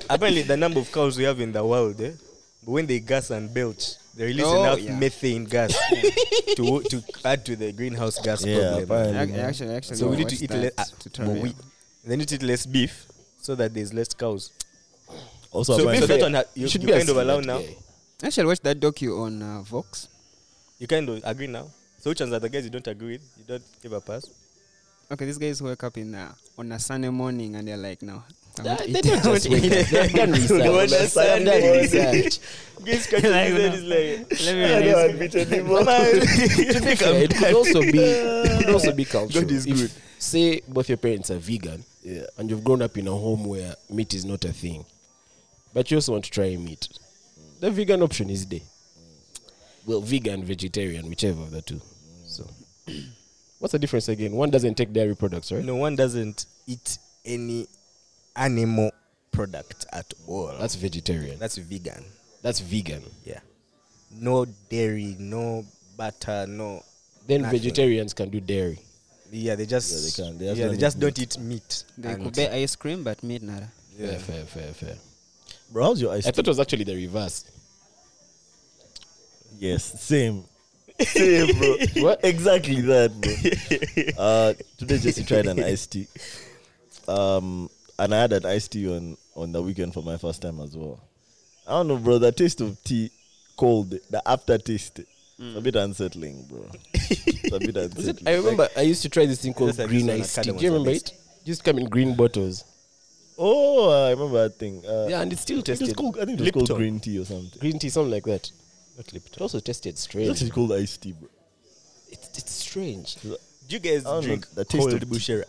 Speaker 1: the- apparently, the number of cows we have in the world, eh? but when they gas and belch, they release
Speaker 4: Oh,
Speaker 1: enough
Speaker 4: yeah.
Speaker 1: methane gas to to add to the greenhouse gas
Speaker 3: Yeah,
Speaker 1: problem.
Speaker 3: apparently.
Speaker 4: Ac- actually, actually,
Speaker 1: So we need
Speaker 4: watched
Speaker 1: to eat
Speaker 4: that
Speaker 1: less. Uh, but
Speaker 4: tutorial.
Speaker 1: we, they need to eat less beef so that there's less cows.
Speaker 3: Also,
Speaker 1: So,
Speaker 3: apparently-
Speaker 1: so that one ha- you, you,
Speaker 2: be
Speaker 1: kind of
Speaker 2: asking
Speaker 1: allow
Speaker 2: that
Speaker 1: now.
Speaker 2: guy.
Speaker 4: Actually, I watched that docu on uh, Vox.
Speaker 1: You kind of agree now. So which ones are the guys you don't agree with? You don't give a pass.
Speaker 4: Okay, these guys wake up in uh, on a Sunday morning and they're like, no. I
Speaker 2: Nah,
Speaker 4: won't
Speaker 2: They
Speaker 4: eat-
Speaker 2: don't
Speaker 4: I won't
Speaker 2: just wake
Speaker 4: eat."
Speaker 2: up. They've done research. They've done research.
Speaker 1: Guys, catch
Speaker 4: Like, no.
Speaker 1: like,
Speaker 4: Let me
Speaker 3: I
Speaker 4: release-
Speaker 3: don't admit anymore.
Speaker 2: To be fair, It could also be it could also be cultural.
Speaker 1: God is
Speaker 2: If,
Speaker 1: good.
Speaker 2: Say both your parents are vegan, and you've grown up in a home where meat is not a thing, but you also want to try meat. The vegan option is there. Well, vegan, vegetarian, whichever of the two. So, what's the difference again? One doesn't take dairy products, right?
Speaker 1: No one doesn't eat any animal product at all.
Speaker 2: That's vegetarian.
Speaker 1: that's vegan.
Speaker 2: That's vegan.
Speaker 1: Yeah. No dairy, no butter, no.
Speaker 2: Then
Speaker 1: Natural.
Speaker 2: vegetarians can do dairy.
Speaker 1: Yeah, they just
Speaker 3: Yeah, they can. They just
Speaker 1: yeah,
Speaker 3: don't
Speaker 1: they
Speaker 3: eat
Speaker 1: just don't eat meat.
Speaker 4: They
Speaker 1: And
Speaker 4: could buy ice cream, but meat nada.
Speaker 2: Fair, fair, fair, fair.
Speaker 3: Bro, how's your ice?
Speaker 2: I thought it was actually the reverse.
Speaker 3: Yes, same. Same, bro.
Speaker 2: What?
Speaker 3: Exactly that, bro. uh, today, Jesse tried an iced tea. Um, and I had an iced tea on, on the weekend for my first time as well. I don't know, bro. The taste of tea, cold, the aftertaste, it's a bit unsettling, bro. it's a bit
Speaker 2: Was it?
Speaker 3: unsettling.
Speaker 2: I remember I used to try this thing called
Speaker 1: Just like
Speaker 2: green
Speaker 1: this one,
Speaker 2: ice
Speaker 1: I
Speaker 2: tea.
Speaker 1: kinda
Speaker 2: Do you
Speaker 1: want
Speaker 2: remember
Speaker 1: some
Speaker 2: it? Used to come in green bottles.
Speaker 3: Oh, I remember that thing. Uh,
Speaker 2: Yeah, and it still
Speaker 3: it was
Speaker 2: tasted
Speaker 3: called, I think it was called
Speaker 1: Lipton.
Speaker 3: green tea or something.
Speaker 2: green tea, something like that. It also tasted
Speaker 3: It's
Speaker 2: strange.
Speaker 3: actually called iced tea, bro.
Speaker 2: It's, it's strange.
Speaker 1: Do you guys
Speaker 3: I don't know,
Speaker 1: drink
Speaker 3: the taste
Speaker 1: cold
Speaker 3: of-
Speaker 1: bushera?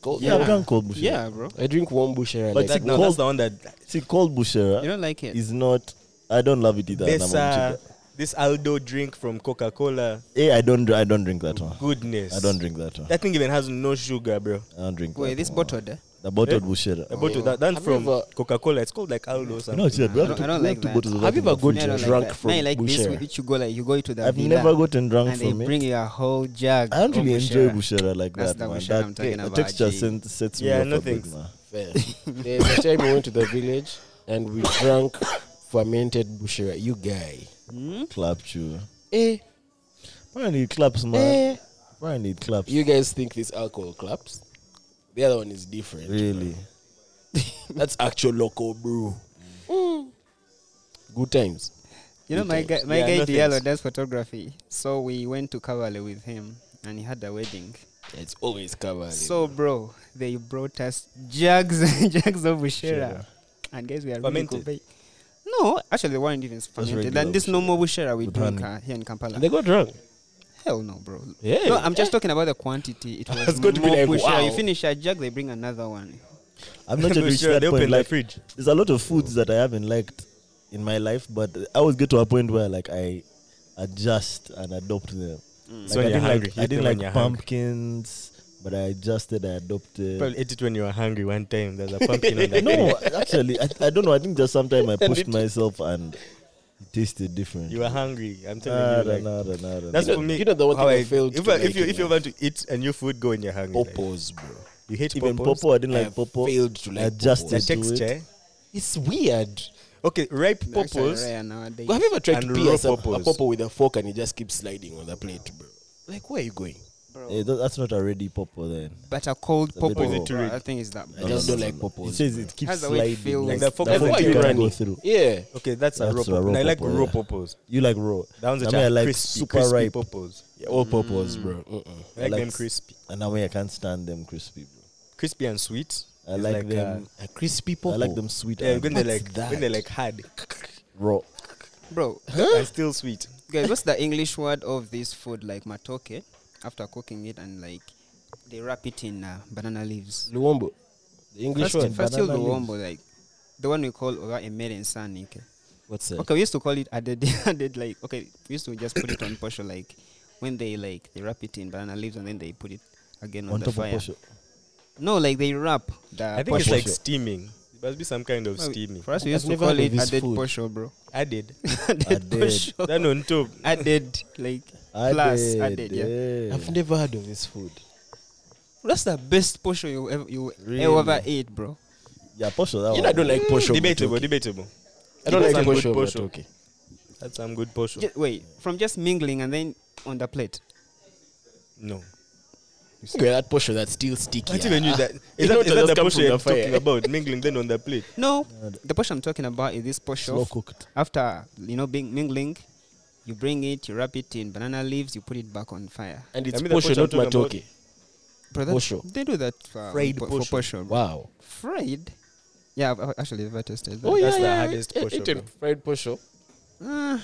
Speaker 2: Cold,
Speaker 3: Yeah,
Speaker 4: Yeah.
Speaker 3: I've done cold bushera.
Speaker 4: Yeah, bro.
Speaker 2: I drink warm bushera.
Speaker 3: But
Speaker 2: Like,
Speaker 3: It's
Speaker 1: That, no,
Speaker 3: cold.
Speaker 1: that's the one that
Speaker 3: See, cold bushera
Speaker 4: You don't like it.
Speaker 3: is not. I don't love it either.
Speaker 1: this
Speaker 3: and I'm
Speaker 1: uh,
Speaker 3: a chicken.
Speaker 1: this Aldo drink from Coca Cola.
Speaker 3: Eh, I don't. dr- I don't drink that one.
Speaker 1: Goodness,
Speaker 3: I don't drink that one.
Speaker 1: That thing even has no sugar, bro.
Speaker 3: I don't drink.
Speaker 4: Wait,
Speaker 3: that
Speaker 4: this
Speaker 3: one.
Speaker 4: bottled. Eh?
Speaker 3: The bottled bushera.
Speaker 1: I bought that. That's
Speaker 2: Have
Speaker 1: from
Speaker 2: you ever-
Speaker 1: Coca Cola. It's called like Aldo. or
Speaker 3: Oh, You
Speaker 1: Something.
Speaker 3: know, see, we
Speaker 4: I
Speaker 3: have
Speaker 4: don't-
Speaker 3: to,
Speaker 4: I don't
Speaker 3: we have
Speaker 4: like
Speaker 3: to
Speaker 4: that.
Speaker 3: go to the
Speaker 2: Have you
Speaker 3: bathroom
Speaker 2: ever good
Speaker 3: to
Speaker 4: Me, I don't
Speaker 3: drink?
Speaker 2: drunk
Speaker 4: that.
Speaker 2: from
Speaker 4: Me, I like this,
Speaker 2: Bushera?
Speaker 4: which you go like you go to the
Speaker 3: I've
Speaker 4: villa
Speaker 3: never gotten drunk
Speaker 4: and they
Speaker 3: from it.
Speaker 4: bring you a whole jug.
Speaker 3: I don't
Speaker 4: of
Speaker 3: really enjoy
Speaker 4: Bushera.
Speaker 3: bushera like
Speaker 4: That's
Speaker 3: that,
Speaker 4: the
Speaker 3: man.
Speaker 4: Bushera
Speaker 3: That- eh,
Speaker 4: I'm talking
Speaker 3: the
Speaker 4: about,
Speaker 3: texture
Speaker 4: G.
Speaker 3: sen- sets me
Speaker 1: Yeah,
Speaker 3: off
Speaker 1: no
Speaker 3: a bit,
Speaker 1: thanks.
Speaker 3: man.
Speaker 2: Fair. There's a time we went to the village and we drank fermented bushera. You guy.
Speaker 4: Hmm?
Speaker 3: Clap you.
Speaker 2: Eh,
Speaker 3: Apparently it claps, man.
Speaker 2: eh.
Speaker 3: Apparently it claps.
Speaker 2: You guys think this alcohol claps? The other one is different.
Speaker 3: really?
Speaker 2: That's actual local brew. Good times.
Speaker 4: You know, my guy, my
Speaker 1: Yeah,
Speaker 4: guy
Speaker 1: nothing.
Speaker 4: Diallo does photography. So we went to Kavale with him, and he had a wedding.
Speaker 2: It's always covered.
Speaker 4: So, bro, they brought us jugs and jugs of bushera,
Speaker 3: Bushera.
Speaker 4: and guys, we are
Speaker 1: Fermented.
Speaker 4: Really conve- no, actually, they weren't even fermented.
Speaker 3: regular
Speaker 4: And this normal bushera we
Speaker 3: With
Speaker 4: drink
Speaker 3: honey.
Speaker 4: uh, here in Kampala.
Speaker 2: and they got drunk.
Speaker 4: Hell no, bro.
Speaker 2: Yeah.
Speaker 4: No, I'm just talking about the quantity. It was
Speaker 2: was going to be
Speaker 4: more
Speaker 2: like,
Speaker 4: bushera. You
Speaker 2: wow.
Speaker 4: finish a jug, they bring another one.
Speaker 3: I've not yet
Speaker 1: Bushera,
Speaker 3: reached that
Speaker 1: they
Speaker 3: point.
Speaker 1: open the
Speaker 3: Like,
Speaker 1: fridge.
Speaker 3: there's a lot of foods that I haven't liked in my life, but I always get to a point where like I adjust and adopt them. Like,
Speaker 1: Mm. So
Speaker 3: I
Speaker 1: when you're
Speaker 3: didn't
Speaker 1: hungry,
Speaker 3: like,
Speaker 1: you
Speaker 3: I
Speaker 1: eat
Speaker 3: didn't
Speaker 1: them when
Speaker 3: like
Speaker 1: you're hungry.
Speaker 3: pumpkins, but I adjusted. I adopted.
Speaker 1: Probably ate it when you were hungry one time. There's a pumpkin on that.
Speaker 3: no, actually, I, I don't know. I think just sometimes I pushed myself and it tasted different.
Speaker 1: You were hungry. I'm
Speaker 3: Nada,
Speaker 1: telling you. Like,
Speaker 3: nada, nada,
Speaker 1: That's
Speaker 3: nada.
Speaker 2: You
Speaker 1: for
Speaker 2: know-
Speaker 1: me.
Speaker 2: you know the one
Speaker 1: how
Speaker 2: thing I
Speaker 1: I-
Speaker 2: failed
Speaker 1: If,
Speaker 2: to
Speaker 1: I-
Speaker 2: like
Speaker 1: if you
Speaker 2: in
Speaker 1: if you
Speaker 2: life.
Speaker 1: want to eat a new food, go when you're hungry. Like,
Speaker 2: Popos, Oh, bro.
Speaker 1: you hate
Speaker 3: even
Speaker 1: popos?
Speaker 3: popo. I didn't
Speaker 2: I
Speaker 3: like popo.
Speaker 2: failed to like
Speaker 3: adjusted
Speaker 1: The
Speaker 2: popos.
Speaker 3: to it.
Speaker 1: texture.
Speaker 2: It's weird.
Speaker 1: Okay, ripe
Speaker 4: They're actually
Speaker 1: popos.
Speaker 4: rare nowadays.
Speaker 2: Have you ever tried
Speaker 1: And
Speaker 2: to pierce
Speaker 1: raw
Speaker 2: a, a
Speaker 1: popos.
Speaker 2: popo with a fork and it just keeps sliding on the plate, bro? Like, where are you going?
Speaker 3: Eh, tha- that's not a ready popo then.
Speaker 4: But a cold
Speaker 3: a bit
Speaker 4: popo,
Speaker 1: raw.
Speaker 4: bro, I think it's that.
Speaker 2: I just don't like popos.
Speaker 3: It says it keeps
Speaker 4: How's the way it
Speaker 3: sliding.
Speaker 4: feels?
Speaker 1: Like the fork
Speaker 2: That's
Speaker 1: That's
Speaker 2: why
Speaker 1: what
Speaker 2: you
Speaker 1: you
Speaker 2: run
Speaker 3: go through.
Speaker 2: Yeah.
Speaker 1: Okay, that's, a
Speaker 3: That's
Speaker 1: raw
Speaker 3: a raw
Speaker 1: popo. And I like
Speaker 3: popo,
Speaker 1: raw
Speaker 3: yeah.
Speaker 1: popos.
Speaker 3: You like raw.
Speaker 1: The ones that
Speaker 3: I mean, I
Speaker 1: are
Speaker 3: like
Speaker 1: crispy,
Speaker 3: super
Speaker 1: crispy
Speaker 3: ripe.
Speaker 1: popos.
Speaker 2: yeah all popos, bro. Mm-mm.
Speaker 1: I like,
Speaker 3: like
Speaker 1: them
Speaker 3: s-
Speaker 1: crispy,
Speaker 3: And I mean, I can't stand them crispy, bro.
Speaker 1: crispy and sweet.
Speaker 3: I
Speaker 1: It's
Speaker 3: like,
Speaker 1: uh,
Speaker 3: them.
Speaker 2: A crispy
Speaker 3: I
Speaker 2: popo.
Speaker 3: like them sweet.
Speaker 1: yeah,
Speaker 3: and
Speaker 1: when they
Speaker 2: What's
Speaker 1: like when they
Speaker 2: that?
Speaker 1: like hard
Speaker 3: raw.
Speaker 4: Bro,
Speaker 1: and still sweet.
Speaker 4: guys, what's the English word of this food like matoke? After cooking it and like they wrap it in uh, banana leaves.
Speaker 2: Luombo. The English
Speaker 4: First,
Speaker 2: one.
Speaker 4: first you
Speaker 3: banana
Speaker 4: luombo, like the one we call oga emere and sanike.
Speaker 2: What's that?
Speaker 4: Okay, we used to call it added, added like okay, we used to just put it on posho like when they like they wrap it in banana leaves and then they put it again on,
Speaker 3: On
Speaker 4: the
Speaker 3: top of
Speaker 4: fire.
Speaker 3: posho.
Speaker 4: No, like they wrap the.
Speaker 1: I think it's
Speaker 4: posho.
Speaker 1: like steaming. It must be some kind of
Speaker 4: Well,
Speaker 1: steaming.
Speaker 4: For us, we
Speaker 2: I've
Speaker 4: used to
Speaker 2: never
Speaker 4: call
Speaker 2: heard of
Speaker 4: it
Speaker 2: this
Speaker 4: added
Speaker 2: food.
Speaker 4: posho, bro.
Speaker 1: Added.
Speaker 4: added
Speaker 3: Added.
Speaker 4: posho.
Speaker 1: Then on top.
Speaker 4: added like
Speaker 3: I
Speaker 4: plus
Speaker 3: did,
Speaker 4: added, yeah.
Speaker 3: yeah.
Speaker 2: I've never heard of this food.
Speaker 4: That's the best posho you ever you e-,
Speaker 3: Really?
Speaker 4: ever ate, bro.
Speaker 3: Yeah, posho. That
Speaker 2: You know, I
Speaker 3: one.
Speaker 2: don't like posho.
Speaker 1: Oh. Mm, Debatable,
Speaker 2: matoke.
Speaker 1: debatable.
Speaker 2: Mm. I don't like
Speaker 1: That's a
Speaker 2: posho.
Speaker 1: good posho.
Speaker 2: matoke.
Speaker 1: That's some good portion.
Speaker 4: Ju- wait, from just mingling and then on the plate.
Speaker 1: No.
Speaker 2: Okay, that posho that's still sticky.
Speaker 1: I didn't even knew
Speaker 2: ah.
Speaker 1: that.
Speaker 2: You
Speaker 1: Is
Speaker 2: know
Speaker 1: that,
Speaker 2: it
Speaker 1: is that
Speaker 2: just
Speaker 1: the
Speaker 2: come
Speaker 1: portion
Speaker 2: from the
Speaker 1: you're
Speaker 2: fire.
Speaker 1: talking about? Mingling then on the plate.
Speaker 4: No,
Speaker 3: Yeah, the-
Speaker 4: the posho I'm talking about is this posho.
Speaker 3: Uh, Slow
Speaker 4: of-
Speaker 3: cooked.
Speaker 4: After you know being mingling, you bring it, you wrap it in banana leaves, you put it back on fire.
Speaker 2: And it's
Speaker 1: I mean, the
Speaker 2: posho,
Speaker 1: posho
Speaker 2: not
Speaker 1: I'm talking
Speaker 2: matoke.
Speaker 4: Bro, that's-
Speaker 2: Posho.
Speaker 4: They do that for
Speaker 1: Fried
Speaker 4: for- for
Speaker 1: posho.
Speaker 4: posho. bro.
Speaker 2: Wow.
Speaker 4: Fried. Yeah, I've I've actually never tasted that.
Speaker 1: Oh, yeah, That's the yeah, hardest yeah, posho, eaten
Speaker 2: Eaten
Speaker 1: bro.
Speaker 2: fried posho.
Speaker 4: Ah.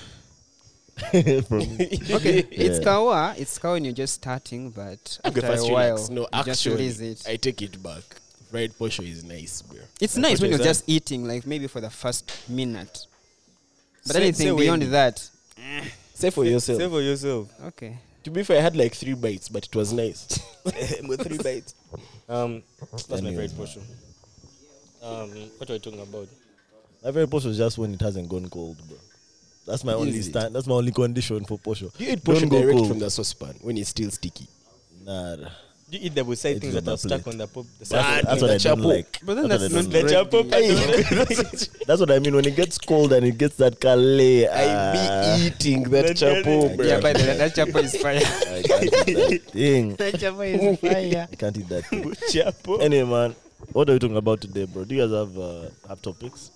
Speaker 3: From-
Speaker 4: Okay, it's
Speaker 3: Yeah.
Speaker 4: kawa. It's kawa when you're just starting, but after a while,
Speaker 2: No,
Speaker 4: you just
Speaker 2: actually,
Speaker 4: release it.
Speaker 2: I take it back. Fried posho is nice, bro.
Speaker 4: it's nice when
Speaker 1: what
Speaker 4: you're
Speaker 1: is
Speaker 4: just eating, like maybe for the first minute. But
Speaker 1: Say-
Speaker 4: anything
Speaker 1: say when-
Speaker 4: beyond that,
Speaker 2: Say for yourself.
Speaker 1: Say for yourself.
Speaker 4: okay.
Speaker 2: to be fair, I had like three bites, but it was nice.
Speaker 1: With three bites. Um, that's my
Speaker 3: Anyways,
Speaker 1: favorite portion. Um, what are we talking about?
Speaker 3: My favorite posho is just when it hasn't gone cold, bro. That's my only
Speaker 2: it?
Speaker 3: stand. That's my only condition for posho.
Speaker 2: You eat
Speaker 3: Don't
Speaker 2: posho
Speaker 3: go
Speaker 2: direct
Speaker 3: cold.
Speaker 2: from the saucepan when it's still sticky.
Speaker 3: Nah.
Speaker 1: Do you eat the side
Speaker 3: It's
Speaker 1: things
Speaker 3: on
Speaker 1: that
Speaker 3: the
Speaker 1: are stuck
Speaker 3: plate.
Speaker 1: on the pop? The
Speaker 2: Bad.
Speaker 1: side-
Speaker 3: That's what I
Speaker 2: Chapo.
Speaker 3: don't like.
Speaker 4: But then
Speaker 3: That's
Speaker 4: that's
Speaker 3: what I don't
Speaker 4: not
Speaker 1: The
Speaker 3: like.
Speaker 4: ready.
Speaker 1: chapo.
Speaker 3: That's what I mean. When it gets cold and it gets that ah, kale,
Speaker 2: I be eating that
Speaker 1: Let me-
Speaker 2: chapo, bro.
Speaker 4: Yeah, but that, that chapa is fire.
Speaker 3: I can't eat that thing.
Speaker 4: that chapa is fire.
Speaker 3: I can't eat that thing.
Speaker 1: Chapo.
Speaker 3: Anyway, man, what are we talking about today, bro? Do you guys have uh, have topics?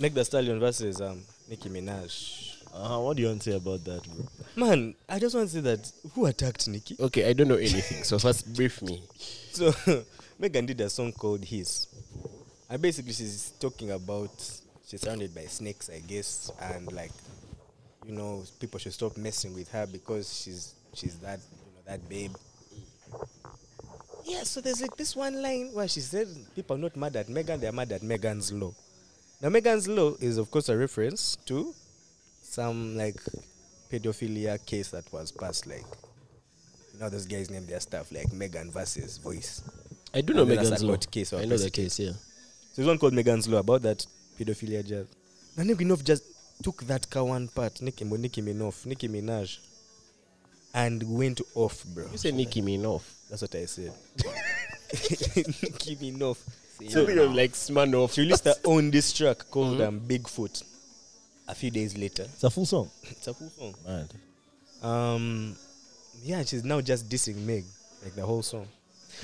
Speaker 1: Make the Stallion versus um Nicki Minaj.
Speaker 3: Uh, what do you want to say about that, bro?
Speaker 1: Man, I just want to say that who attacked Nicki?
Speaker 2: Okay, I don't know anything, so first brief me.
Speaker 1: So Megan did a song called His. And basically she's talking about she's surrounded by snakes, I guess, and like you know, people should stop messing with her because she's she's that you know, that babe. Yeah, so there's like this one line where she said people are not mad at Megan, they're mad at Megan's law. Now Megan's law is of course a reference to some like pedophilia case that was passed like you know those guys name their stuff like Megan versus Voice.
Speaker 2: I do know
Speaker 1: And then that's
Speaker 2: Megan's
Speaker 1: a
Speaker 2: law.
Speaker 1: court case or
Speaker 2: I know the
Speaker 1: prosecution.
Speaker 2: case. Yeah.
Speaker 1: So there's one called Megan's Law about that pedophilia jazz. Na Nicki Minaj just took that car one part, Nicki, Nicki Minaj, Nicki Minaj, and went off, bro.
Speaker 2: You say Nicki Minaj.
Speaker 1: That's what I said. Nicki Minaj.
Speaker 2: So like Smirnoff.
Speaker 1: She released her own diss track called um, Bigfoot a few days later.
Speaker 3: It's a full song.
Speaker 1: It's a cool song.
Speaker 3: Mad.
Speaker 1: Um, yeah, she's now just dissing Meg, like the whole song.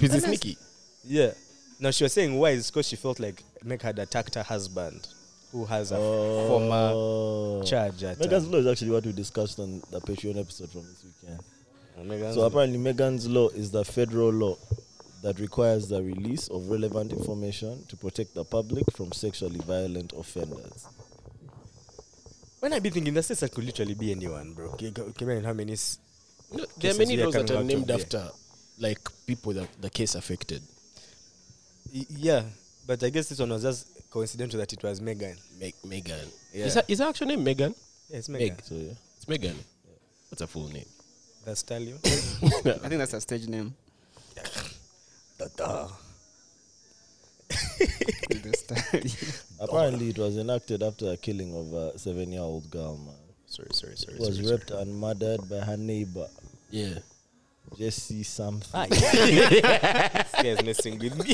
Speaker 2: Is this Nicki?
Speaker 1: Yeah. Now she was saying why is because she felt like Meg had attacked her husband, who has a former
Speaker 3: Oh.
Speaker 1: charge at
Speaker 3: Uh, Megan's
Speaker 1: um,
Speaker 3: Law is actually what we discussed on the Patreon episode from this weekend.
Speaker 1: Megan's
Speaker 3: So
Speaker 1: Law.
Speaker 3: apparently, Megan's Law is the federal law that requires the release of relevant information to protect the public from sexually violent offenders.
Speaker 1: When I be thinking, the states that could literally be anyone, bro. Can you imagine how many? s-
Speaker 2: No, there are
Speaker 1: Cases
Speaker 2: many
Speaker 1: here
Speaker 2: laws that
Speaker 1: coming
Speaker 2: are
Speaker 1: out
Speaker 2: named
Speaker 1: of here.
Speaker 2: after like people that the case affected.
Speaker 1: Y- Yeah, but I guess this one was just coincidental that it was Megan.
Speaker 2: Meg- Megan.
Speaker 1: Yeah.
Speaker 2: Is, her, is her actual name Megan?
Speaker 1: Yeah, it's
Speaker 2: Meg.
Speaker 1: Megan.
Speaker 3: So yeah,
Speaker 2: It's Megan. What's her full name?
Speaker 1: That's Stallion.
Speaker 4: I think that's a stage name. The star-
Speaker 3: apparently it was enacted after the killing of a seven-year-old girl. Man,
Speaker 1: sorry, sorry, sorry.
Speaker 3: who was
Speaker 1: sorry,
Speaker 3: raped and murdered by her neighbor
Speaker 2: Yeah.
Speaker 3: Jesse something.
Speaker 1: Sorry. this guy's messing with me.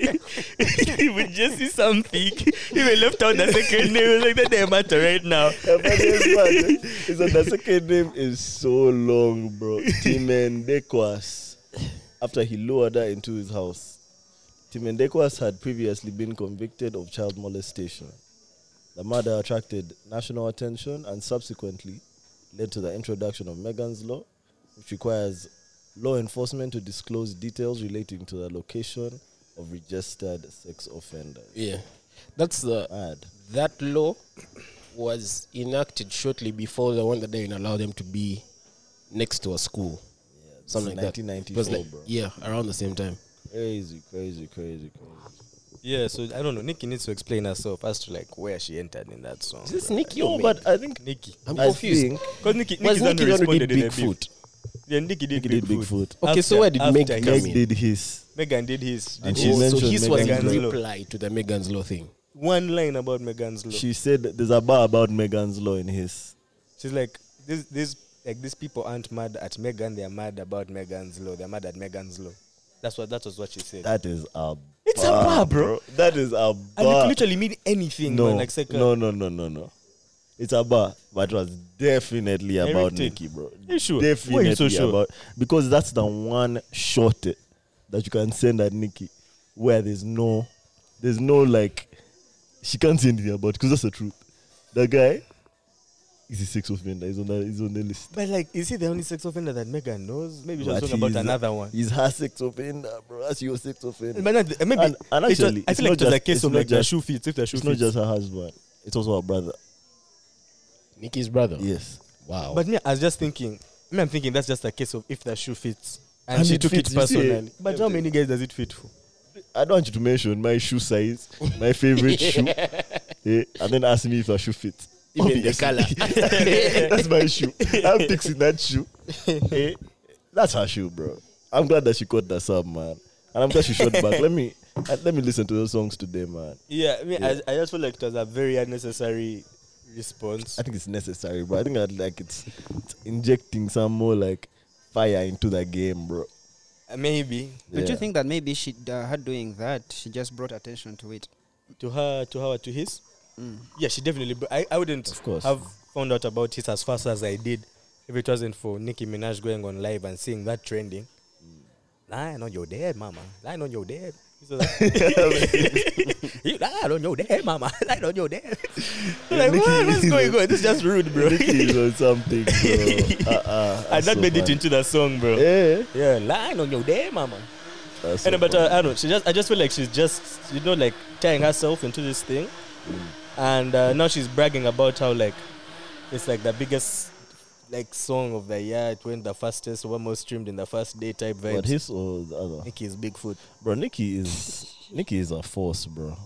Speaker 1: he would just see something. He will left out the second name. Like that doesn't matter right now.
Speaker 3: The funniest part is that the second name is so long, bro. Timendekwas. After he lured her into his house, Timendekwas had previously been convicted of child molestation. The murder attracted national attention and subsequently led to the introduction of Megan's Law, which requires law enforcement to disclose details relating to the location of registered sex offenders.
Speaker 2: Yeah. That's the
Speaker 3: Mad.
Speaker 2: that law was enacted shortly before the one that didn't allow them to be next to a school. Yeah, Something like that. It was
Speaker 3: 1994,
Speaker 2: like-
Speaker 3: bro.
Speaker 2: Yeah, around the same time.
Speaker 3: Crazy, crazy, crazy, crazy.
Speaker 1: Yeah, so I don't know. Nikki needs to explain herself as to like where she entered in that song.
Speaker 2: Is this Nikki
Speaker 3: No,
Speaker 2: or
Speaker 3: but I think
Speaker 1: Nikki.
Speaker 2: I'm
Speaker 3: I
Speaker 2: confused.
Speaker 3: think
Speaker 1: Because Nikki, Nikki's
Speaker 2: was
Speaker 1: the one
Speaker 2: Nikki
Speaker 1: who
Speaker 2: the one who
Speaker 1: responded
Speaker 2: did
Speaker 1: in a beef.
Speaker 2: Bigfoot?
Speaker 1: Yeah, Nikki did
Speaker 3: Nikki did
Speaker 1: Bigfoot.
Speaker 3: Bigfoot.
Speaker 2: Okay, so where did Meg
Speaker 1: after
Speaker 2: come
Speaker 1: him.
Speaker 2: in?
Speaker 3: Meg did his.
Speaker 1: Megan did his. Did
Speaker 3: And
Speaker 1: his.
Speaker 3: she
Speaker 2: Oh, so
Speaker 3: mentioned
Speaker 2: his was
Speaker 1: Megan's
Speaker 2: a
Speaker 1: law.
Speaker 2: reply to the Megan's Law thing.
Speaker 1: one line about Megan's law.
Speaker 3: She said there's a bar about Megan's law in his.
Speaker 1: She's like, this, this, like these people aren't mad at Megan. They're mad about Megan's law. They're mad at Megan's law. That's what that was what she said.
Speaker 3: That is a.
Speaker 1: It's a bar, bro.
Speaker 3: That is a
Speaker 1: and it
Speaker 3: bar.
Speaker 1: could literally mean anything,
Speaker 3: no,
Speaker 1: man. Like second,
Speaker 3: no, no, no, no, no. It's a bar, but it was definitely about
Speaker 1: Everything.
Speaker 3: Nikki, bro.
Speaker 1: You sure? Why you so
Speaker 3: Definitely
Speaker 1: sure?
Speaker 3: about because that's the one shot that you can send at Nikki, where there's no, there's no like, she can't say anything about because that's the truth. That guy is a sex offender. He's on the he's on the list.
Speaker 1: But like, is he the only sex offender that Megan knows? Maybe she was
Speaker 3: But
Speaker 1: talking about
Speaker 3: he's-
Speaker 1: another one.
Speaker 3: He's her sex offender, bro. That's your sex offender.
Speaker 1: But not- uh, maybe
Speaker 3: And- and
Speaker 1: it was-
Speaker 3: actually,
Speaker 1: I
Speaker 3: it's
Speaker 1: feel like
Speaker 3: not
Speaker 1: it was a
Speaker 3: just-
Speaker 1: case
Speaker 3: it's
Speaker 1: of
Speaker 3: not
Speaker 1: like the
Speaker 3: just-
Speaker 1: shoe fits. If the shoe
Speaker 3: It's not
Speaker 1: fits,
Speaker 3: just her husband. It's also her brother.
Speaker 2: Nikki's brother.
Speaker 3: Yes.
Speaker 2: Wow.
Speaker 1: But me, I was just thinking. Me, I'm thinking that's just a case of if the shoe fits, and,
Speaker 3: And
Speaker 1: she
Speaker 3: it
Speaker 1: took
Speaker 3: fits,
Speaker 1: it
Speaker 3: you see.
Speaker 1: personally. But how many guys does it fit for?
Speaker 3: I don't want you to mention my shoe size, my favorite shoe, eh, and then ask me if a shoe fits.
Speaker 2: Even the
Speaker 3: Obviously.
Speaker 2: color.
Speaker 3: That's my shoe. I'm fixing that shoe. Eh, That's her shoe, bro. I'm glad that she caught that sub, man. And I'm glad she shot back. Let me uh, let me listen to those songs today, man.
Speaker 1: Yeah, I mean, I, I just feel like it was a very unnecessary response.
Speaker 3: I think it's necessary, bro. I think I'd like it's, it's injecting some more like fire into the game, bro.
Speaker 1: Uh, Maybe
Speaker 4: Don't
Speaker 3: Yeah.
Speaker 4: you think that maybe she uh, her doing that she just brought attention to it?
Speaker 1: to her, to her, or to his. Yeah, she definitely. But I, I wouldn't
Speaker 3: Of course.
Speaker 1: have found out about his as fast as I did if it wasn't for Nicki Minaj going on live and seeing that trending. Lying on your dead, mama. Lying on your dead. He's just like, "You Lying on your dead, mama. Lying on your dead. like,
Speaker 3: Nicki
Speaker 1: what, what's
Speaker 3: is-
Speaker 1: going on? This is just rude, bro.
Speaker 3: Nikki is on something, bro. Uh-uh,
Speaker 1: and
Speaker 3: that's
Speaker 1: that
Speaker 3: so
Speaker 1: made it
Speaker 3: funny.
Speaker 1: into the song, bro.
Speaker 3: Eh,
Speaker 1: Yeah, lying on your day, mama.
Speaker 3: that's so
Speaker 1: And but uh,
Speaker 3: funny.
Speaker 1: I don't. know, She just. I just feel like she's just, you know, like tying herself into this thing, and uh, now she's bragging about how like it's like the biggest like song of the year. It went the fastest, one most streamed in the first day type
Speaker 3: But
Speaker 1: vibes.
Speaker 3: his or the other?
Speaker 1: Nicki is Bigfoot.
Speaker 3: Bro, Nikki is Nikki is a force, bro.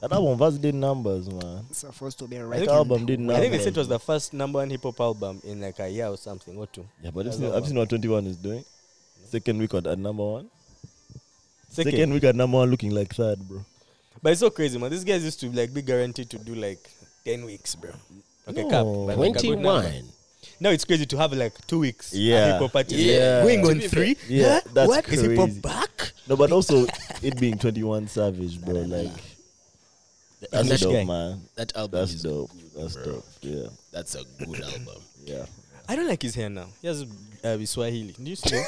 Speaker 3: That album first did numbers, man.
Speaker 4: supposed to be a
Speaker 3: That
Speaker 4: record.
Speaker 3: album did numbers.
Speaker 1: I think they said it was the first number one hip hop album in like a year or something or two.
Speaker 3: Yeah, but I've
Speaker 1: That's
Speaker 3: seen,
Speaker 1: all
Speaker 3: I've seen what 21 is doing. Second week at, at number one.
Speaker 1: Second,
Speaker 3: Second week at number one looking like third, bro.
Speaker 1: but it's so crazy, man. These guys used to like be guaranteed to do like ten weeks, bro. Okay, cap.
Speaker 3: No.
Speaker 1: but, like, a good number.
Speaker 2: 21.
Speaker 1: Now it's crazy to have like two weeks.
Speaker 3: Yeah.
Speaker 1: Hip hop party.
Speaker 3: Yeah.
Speaker 1: Going
Speaker 3: To
Speaker 1: on three.
Speaker 3: Yeah,
Speaker 1: Huh?
Speaker 3: that's
Speaker 1: What? Is hip hop
Speaker 3: crazy.
Speaker 1: back?
Speaker 3: No, but also it being 21 Savage, bro. Like, that's
Speaker 2: That-
Speaker 3: dope,
Speaker 1: gang.
Speaker 3: man.
Speaker 2: That album
Speaker 3: That's
Speaker 2: is
Speaker 3: dope.
Speaker 2: good,
Speaker 3: That's
Speaker 2: bro.
Speaker 3: dope. Yeah,
Speaker 2: That's a good album.
Speaker 3: yeah.
Speaker 1: I don't like his hair now. He has uh, Swahili. Do you still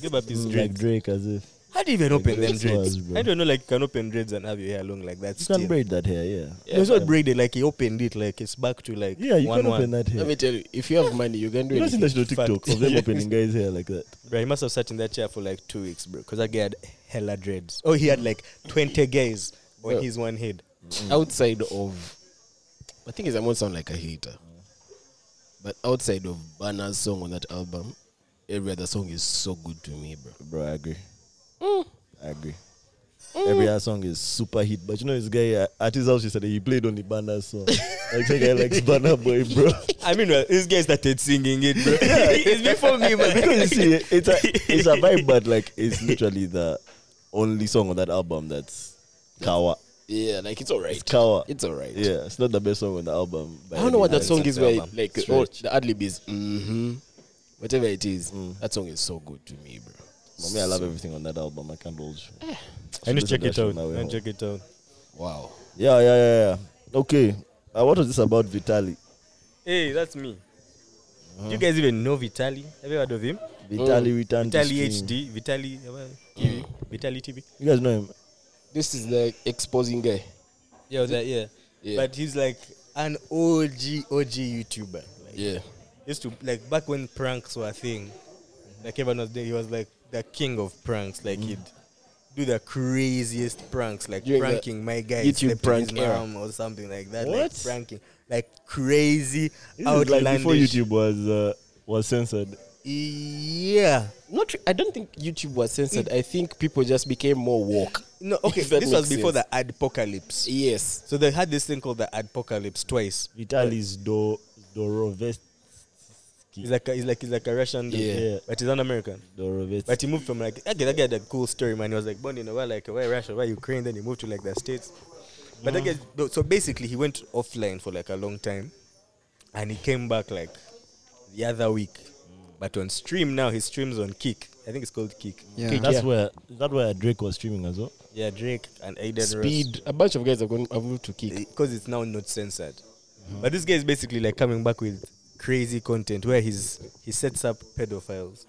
Speaker 1: give up his
Speaker 3: Mm, Like
Speaker 1: dreads?
Speaker 3: Drake, as if
Speaker 1: How do you even open them
Speaker 3: dreads
Speaker 1: dreads?
Speaker 3: was, bro.
Speaker 1: I don't know. Like you can open dreads and have your hair long like that.
Speaker 3: you
Speaker 1: Still.
Speaker 3: can braid that hair. Yeah,
Speaker 1: No, it's not braided. Like he opened it. Like it's back to like
Speaker 3: yeah. You
Speaker 1: one
Speaker 3: can open
Speaker 1: one.
Speaker 3: that hair.
Speaker 2: Let me tell you, if you have money, you can do
Speaker 3: You don't see
Speaker 2: anything.
Speaker 3: national TikTok of them opening guys' hair like that.
Speaker 1: Bro, he must have sat in that chair for like two weeks, bro. Because that guy had hella dreads. Oh, he had like twenty guys on
Speaker 2: Yeah.
Speaker 1: his one head.
Speaker 2: outside of I think is I won't sound like a hater. But outside of Banner's song on that album, every other song is so good to me, bro.
Speaker 3: Bro, I agree. I agree. Every other song is super hit, but you know this guy uh, at his house. He said he played only Banner song. like that guy likes Banner Boy, bro.
Speaker 1: I mean, well, this guy started singing it, bro. it's before me, man.
Speaker 3: because you see, it's a it's a vibe, but like it's literally the only song on that album that's kawa.
Speaker 2: Yeah, like it's alright.
Speaker 3: It's kawa.
Speaker 2: It's alright.
Speaker 3: yeah, it's not the best song on the album. by
Speaker 2: I don't know what
Speaker 3: any
Speaker 2: that
Speaker 1: it's
Speaker 2: song
Speaker 1: an
Speaker 2: is where
Speaker 1: album.
Speaker 2: like
Speaker 3: Stretch.
Speaker 2: oh, the ad lib is mm-hmm. Whatever it is, that song is so good to me, bro.
Speaker 3: For me, Mm. I love everything on that album. I can't bulge.
Speaker 1: Eh. I need to check
Speaker 3: Should listen
Speaker 1: it
Speaker 3: to that
Speaker 1: out.
Speaker 3: shit on my way
Speaker 1: I
Speaker 3: home.
Speaker 1: need to check it out.
Speaker 2: Wow.
Speaker 3: Yeah, yeah, yeah, yeah. Okay. Uh, what was this about Vitali?
Speaker 1: Hey, that's me.
Speaker 3: Uh-huh.
Speaker 1: Do you guys even know Vitali? Have you heard of him?
Speaker 3: Vitali returned to
Speaker 1: Oh, Vitali
Speaker 3: stream.
Speaker 1: HD, Vitali, uh, TV,
Speaker 3: Hmm.
Speaker 1: Vitali TV.
Speaker 3: You guys know him?
Speaker 2: This is the exposing guy.
Speaker 1: Yeah, that, yeah.
Speaker 2: Yeah.
Speaker 1: But he's like an OG, OG YouTuber. Like,
Speaker 2: Yeah.
Speaker 1: Used to like back when pranks were a thing. Like everyone was doing, he was like the king of pranks.
Speaker 3: Hmm.
Speaker 1: Like he'd do the craziest pranks, like
Speaker 2: During the
Speaker 1: pranking my guy,
Speaker 2: YouTube
Speaker 1: slept with
Speaker 2: prank
Speaker 1: his
Speaker 2: era.
Speaker 1: mom or something like that.
Speaker 3: What?
Speaker 1: Like pranking, like crazy,
Speaker 3: This is
Speaker 1: outlandish.
Speaker 3: like before YouTube was uh, was censored.
Speaker 1: Yeah.
Speaker 2: Not re- I don't think YouTube was censored. I think people just became more woke.
Speaker 1: No, okay.
Speaker 2: If that
Speaker 1: this was
Speaker 2: makes
Speaker 1: before
Speaker 2: sense.
Speaker 1: the apocalypse.
Speaker 2: Yes.
Speaker 1: So they had this thing called the adpocalypse twice.
Speaker 3: Vitali's Do Dorovetsky.
Speaker 1: He's like a, he's like he's like a Russian dude,
Speaker 2: Yeah.
Speaker 3: Yeah.
Speaker 1: but he's an American.
Speaker 3: Dorovetsky.
Speaker 1: But he moved from like okay, that guy had a cool story, man. He was like born in why like why Russia, why Ukraine, then he moved to like the states. But that guy, no, so basically he went offline for like a long time, and he came back like the other week. But on stream now, he streams on Kick. I think it's called Kick.
Speaker 4: Yeah.
Speaker 3: That's
Speaker 2: Yeah.
Speaker 3: where that where Drake was streaming as well.
Speaker 1: Yeah, Drake and Aiden
Speaker 2: Speed. A bunch of guys have gone have moved to kick.
Speaker 1: because it's now not censored. But this guy is basically like coming back with crazy content where he's he sets up pedophiles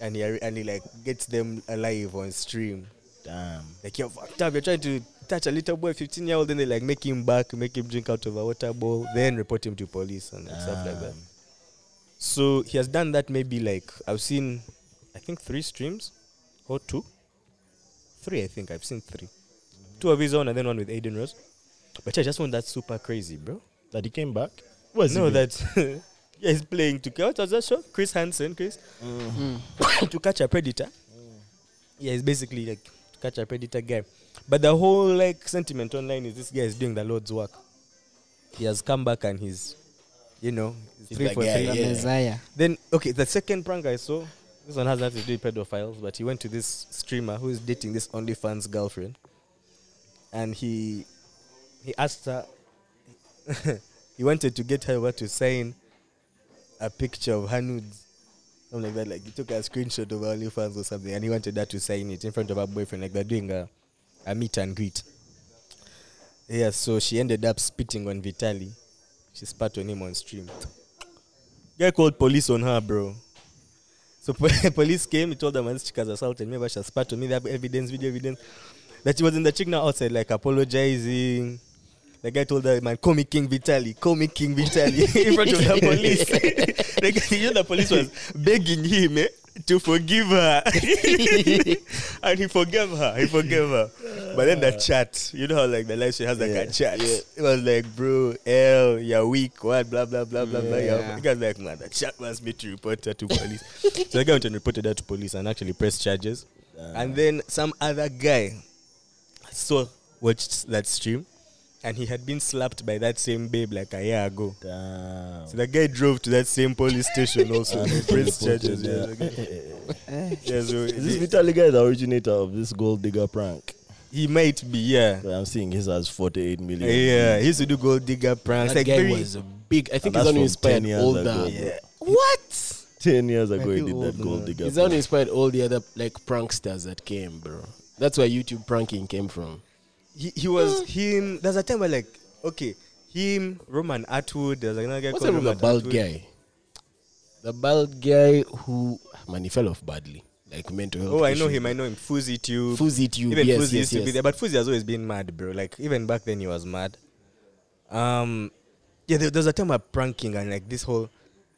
Speaker 1: and he ar- and he like gets them alive on stream.
Speaker 3: Damn.
Speaker 1: Like you're fucked up. You're trying to touch a little boy, 15 year old, then they like make him back, make him drink out of a water bowl, then report him to police and like, stuff like that. So he has done that maybe like I've seen, I think three streams, or two, three I think I've seen 3 two of his own and then one with Aiden Rose. But yeah, I just want that super crazy, bro.
Speaker 3: That he came back. Was
Speaker 1: No, that yeah, he's playing to what was that show? Chris Hansen, Chris to catch a predator. Yeah, it's basically like to catch a predator guy. But the whole like sentiment online is this guy is doing the Lord's work. He has come back and he's, you know, he's
Speaker 2: He's
Speaker 1: three
Speaker 2: the
Speaker 1: for
Speaker 2: guy,
Speaker 1: three.
Speaker 2: yeah.
Speaker 4: The Messiah.
Speaker 1: Then okay, the second prank I saw. This one has nothing to do with pedophiles, but he went to this streamer who is dating this OnlyFans girlfriend, and he he asked her. he wanted to get her over to sign a picture of her nudes, something like that. Like he took a screenshot of her OnlyFans or something, and he wanted her to sign it in front of her boyfriend, like they're doing a a meet and greet. Yeah, so she ended up spitting on Vitali. She spat on him on stream. Guy called police on her, bro. So po- police came, he told them "Man, this chick has assaulted me, but she has spat on me. They have evidence, video evidence. That she was in the chick now outside, like apologizing. The guy told her, man, call me King Vitali, call me King Vitali in front of the police. the, guy, you know, the police was begging him, eh? to forgive her. and he forgave her. He forgave her. But then the chat, you know how like the live she has like a chat. It was like, bro, L, you're weak, what, blah, blah, blah, blah, blah.
Speaker 4: Yeah.
Speaker 1: The guy's like, man, the chat wants me to report her to police. so the guy went and reported her to police and actually pressed charges. and then some other guy saw, watched that stream and he had been slapped by that same babe like a year ago.
Speaker 3: Damn.
Speaker 1: So the guy drove to that same police station also. and pressed charges. Yeah.
Speaker 4: Eh.
Speaker 1: Yeah, so
Speaker 3: Is this
Speaker 1: he-
Speaker 3: Vitaly guy the originator of this gold digger prank?
Speaker 1: he might be, yeah.
Speaker 3: I'm seeing his has 48 million.
Speaker 1: Yeah, he used to do gold digger pranks.
Speaker 2: That
Speaker 1: Like
Speaker 2: guy
Speaker 1: very,
Speaker 2: was a big. I think
Speaker 3: that's
Speaker 2: he's only
Speaker 3: from
Speaker 2: inspired
Speaker 3: 10 years
Speaker 2: all
Speaker 3: ago.
Speaker 2: the.
Speaker 1: yeah.
Speaker 2: What?
Speaker 3: 10 years ago, he
Speaker 4: feel
Speaker 3: did
Speaker 4: old
Speaker 3: that gold digger
Speaker 2: He's
Speaker 3: prank.
Speaker 2: only inspired all the other like pranksters that came, bro. That's where YouTube pranking came from.
Speaker 1: He, he was him. There's a time where like okay, him Roman Atwood. There's another guy
Speaker 2: What's the
Speaker 1: called
Speaker 2: name of
Speaker 1: Roman
Speaker 2: the
Speaker 1: Atwood.
Speaker 2: bald guy? The bald guy who man he fell off badly, like mental health.
Speaker 1: Oh, I know
Speaker 2: issues.
Speaker 1: him. I know him. Fuzzy Tube.
Speaker 2: Fuzzy Tube.
Speaker 1: Even
Speaker 2: yes,
Speaker 1: Fuzzy
Speaker 2: yes,
Speaker 1: used to be
Speaker 2: yes.
Speaker 1: there, but Fuzzy has always been mad, bro. Like even back then, he was mad. Um, yeah, there, there was a time of pranking and like this whole.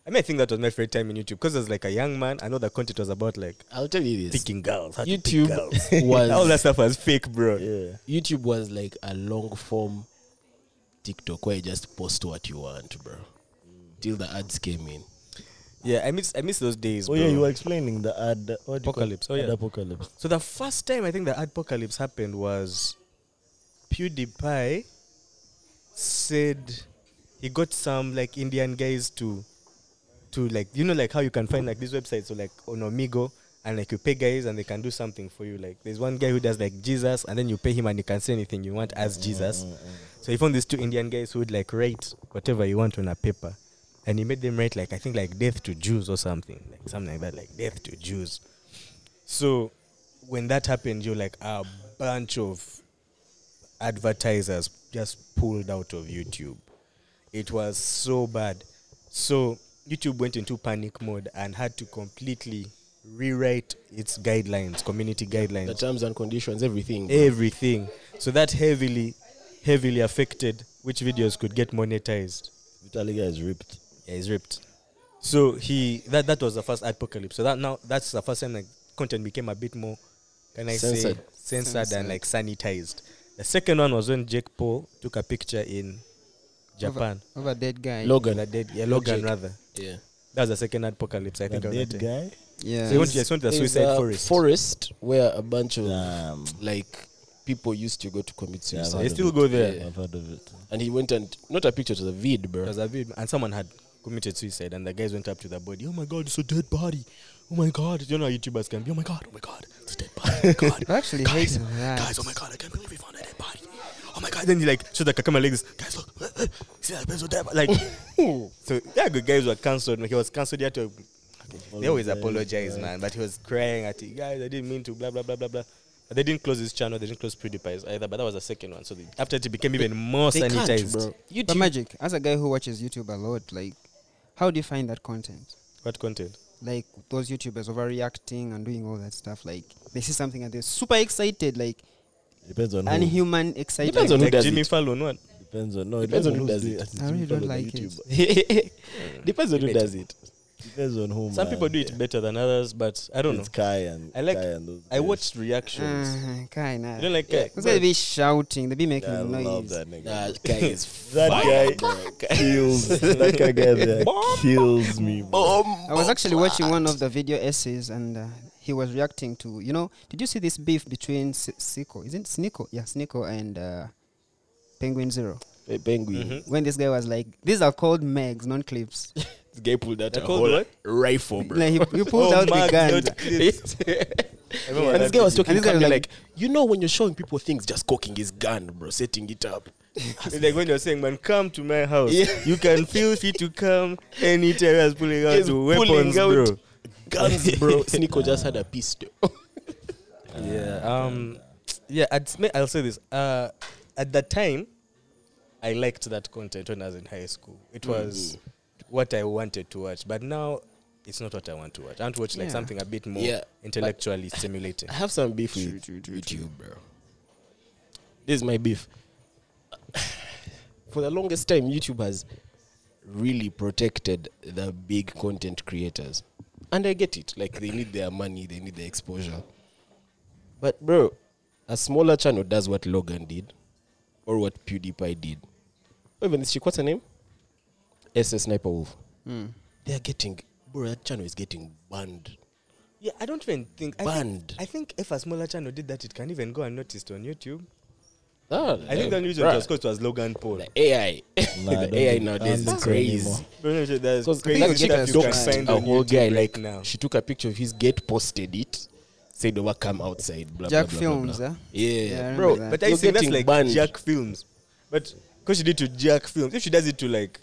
Speaker 1: I mean, I think that was my favorite time in YouTube because as like a young man, I know the content was about like
Speaker 2: I'll tell you this.
Speaker 1: picking girls, how to pick
Speaker 2: YouTube
Speaker 1: girls.
Speaker 2: was-
Speaker 1: all that stuff was fake, bro.
Speaker 3: Yeah.
Speaker 2: YouTube was like a long form TikTok where you just post what you want, bro. Till the ads came in.
Speaker 1: Yeah, I miss I miss those days.
Speaker 3: Oh,
Speaker 1: bro.
Speaker 3: yeah, you were explaining the ad. What do you call it?
Speaker 1: Apocalypse. Oh, yeah.
Speaker 3: Ad apocalypse.
Speaker 1: So the first time I think the apocalypse happened was PewDiePie said he got some like Indian guys to to like you know like how you can find like these websites so like on Omigo and like you pay guys and they can do something for you. Like there's one guy who does like Jesus and then you pay him and you can say anything you want as Jesus. So he found these two Indian guys who would like write whatever you want on a paper. And he made them write like I think like death to Jews or something. Like something like that, like death to Jews. So when that happened, you're like a bunch of advertisers just pulled out of YouTube. It was so bad. So YouTube went into panic mode and had to completely rewrite its guidelines, community guidelines
Speaker 2: The terms and conditions, everything. bro.
Speaker 1: everything. So that heavily, heavily affected which videos could get monetized.
Speaker 3: Vitaly guy is ripped.
Speaker 1: Yeah, he's ripped. So he that that was the first apocalypse. So that now that's the first time like content became a bit more can I
Speaker 2: Censored.
Speaker 1: say censored and like sanitized. The second one was when Jake Paul took a picture in Japan.
Speaker 4: Of a dead guy.
Speaker 2: Logan.
Speaker 1: The dead, yeah, Logan
Speaker 2: Jake.
Speaker 1: rather.
Speaker 2: Yeah.
Speaker 1: That was the second apocalypse. I
Speaker 3: The
Speaker 1: think. I was
Speaker 3: dead
Speaker 1: gonna take.
Speaker 3: guy?
Speaker 4: Yeah.
Speaker 1: So you want to, you want the
Speaker 2: There's
Speaker 1: suicide
Speaker 2: a
Speaker 1: forest.
Speaker 2: Forest where a bunch of
Speaker 3: Damn.
Speaker 2: like people used to go to commit
Speaker 3: Yeah, I've
Speaker 2: suicide.
Speaker 1: They
Speaker 3: heard of
Speaker 1: still
Speaker 3: it.
Speaker 1: go there.
Speaker 3: I've heard of it.
Speaker 2: and he went and not a picture to the vid, bro.
Speaker 1: Because a vid- and someone had committed suicide, and the guys went up to the body. Oh my god, it's a dead body. Oh my god, you know how YouTubers can be. Oh my god, oh my god, it's a dead body. Oh my god,
Speaker 4: I actually hate
Speaker 1: guys,
Speaker 4: that.
Speaker 1: guys, oh my god, I can't believe we found a dead body. Oh my god, then he like showed the camera like this. Guys, look, uh, see that person's dead. body." Like, so yeah, good guys were cancelled. Like, he was cancelled. He had to. They always apologize, man. But he was crying at it. Guys, I didn't mean to. Blah blah blah blah blah. But they didn't close his channel. They didn't close PewDiePie's either. But that was the second one. So they, after it became even more
Speaker 2: They can't,
Speaker 1: sanitized.
Speaker 2: bro.
Speaker 4: But Magic, as a guy who watches YouTube a lot, like, how do you find that content?
Speaker 1: What content?
Speaker 4: Like those YouTubers overreacting and doing all that stuff. Like they see something and they're super excited, like
Speaker 3: Mm-hmm. Depends on who.
Speaker 4: unhuman excited.
Speaker 2: Depends on who
Speaker 1: Like
Speaker 2: does
Speaker 1: Jimmy
Speaker 2: it.
Speaker 1: Fallon, what?
Speaker 3: Depends on no. it
Speaker 2: Depends on who
Speaker 3: who's
Speaker 2: does
Speaker 3: doing-
Speaker 2: it.
Speaker 3: it's
Speaker 4: I really
Speaker 3: Jimmy Fallon,
Speaker 4: don't
Speaker 3: the
Speaker 4: like it. Ah,
Speaker 3: YouTuber.
Speaker 2: Depends on who
Speaker 1: Debate.
Speaker 2: does it.
Speaker 3: Depends on who.
Speaker 1: Some
Speaker 3: man.
Speaker 1: people do it better than others, but I don't know.
Speaker 3: It's Kai and
Speaker 1: I like-
Speaker 3: Kai and those
Speaker 1: I
Speaker 3: guys.
Speaker 1: watched reactions.
Speaker 4: uh, kind
Speaker 1: You
Speaker 4: of.
Speaker 1: don't like
Speaker 2: Mm. Yeah.
Speaker 1: uh,
Speaker 4: Those guys be shouting. They be making
Speaker 3: Yeah, I
Speaker 4: noise.
Speaker 3: love that nigga.
Speaker 2: Nah, guy is
Speaker 3: That guy kills. that guy there kills me. Bro.
Speaker 4: I was actually watching one of the video essays and uh, he was reacting to, you know, did you see this beef between S- Siko? Isn't Sniko? Yeah, Sniko and uh, Penguin Zero.
Speaker 2: a penguin.
Speaker 1: Mm-hmm.
Speaker 4: When this guy was like, these are called mags, not clips.
Speaker 2: This guy pulled out
Speaker 1: They're
Speaker 2: a
Speaker 1: called
Speaker 2: whole
Speaker 1: what?
Speaker 2: rifle, bro.
Speaker 4: like he, he pulled
Speaker 3: Oh,
Speaker 4: out the
Speaker 1: Max,
Speaker 4: gun.
Speaker 1: don't clip. Everyone
Speaker 2: and this
Speaker 1: had
Speaker 2: guy was
Speaker 1: to-
Speaker 2: talking
Speaker 4: And this guy
Speaker 2: calmly like,
Speaker 4: was like-
Speaker 2: you know, when you're showing people things, just cocking his gun, bro, setting it up.
Speaker 1: It's like when you're saying, man, come to my house.
Speaker 2: Yeah.
Speaker 1: You can feel free to come anytime. I was pulling out
Speaker 2: He's
Speaker 1: the
Speaker 2: pulling
Speaker 1: weapons,
Speaker 2: out
Speaker 1: bro.
Speaker 2: Guns, bro. Sneeko just had a pistol.
Speaker 1: Yeah. Um. Yeah. I'd, sm- I'll say this. Uh, at that time, I liked that content when I was in high school.
Speaker 2: Mm.
Speaker 1: It was what I wanted to watch. But now, it's not what I want to watch. I want to watch like
Speaker 4: Yeah.
Speaker 1: something a bit more
Speaker 2: Yeah, but-
Speaker 1: intellectually stimulating.
Speaker 2: I have some beef with YouTube, bro. This is my beef. For the longest time, YouTube has really protected the big content creators. And I get it. Like they need their money, they need their exposure. But bro, a smaller channel does what Logan did, or what PewDiePie did, or even this chick. What's her name? SS Sniper Wolf. They are getting bro. That channel is getting banned.
Speaker 1: Yeah, I don't even think. I
Speaker 2: Banned.
Speaker 1: Think, I think if a smaller channel did that, it can even go unnoticed on YouTube.
Speaker 2: Ah,
Speaker 1: I think the
Speaker 2: like,
Speaker 1: only reason
Speaker 2: bruh,
Speaker 1: it was caused was Logan Paul.
Speaker 2: the AI.
Speaker 3: Nah, I don't
Speaker 2: the AI
Speaker 3: think- I
Speaker 2: nowadays
Speaker 3: don't
Speaker 2: is
Speaker 3: think so
Speaker 2: crazy.
Speaker 3: anymore.
Speaker 1: Because there's
Speaker 2: Because
Speaker 1: crazy
Speaker 2: that chick
Speaker 1: stuff
Speaker 2: has
Speaker 1: you can
Speaker 2: doxed
Speaker 1: find
Speaker 2: a
Speaker 1: on
Speaker 2: whole
Speaker 1: YouTube
Speaker 2: guy
Speaker 1: right
Speaker 2: like
Speaker 1: now.
Speaker 2: she took a picture of his gate, posted it, said over come outside. Blah,
Speaker 4: Jack
Speaker 2: blah, blah,
Speaker 4: Films,
Speaker 2: blah,
Speaker 4: eh?
Speaker 2: blah. Yeah,
Speaker 4: Yeah, I remember
Speaker 2: bro.
Speaker 4: that.
Speaker 1: But
Speaker 2: you're
Speaker 1: I think that's
Speaker 2: getting
Speaker 1: like
Speaker 2: banned.
Speaker 1: Jack Films. But because she did to Jack Films, if she does it to like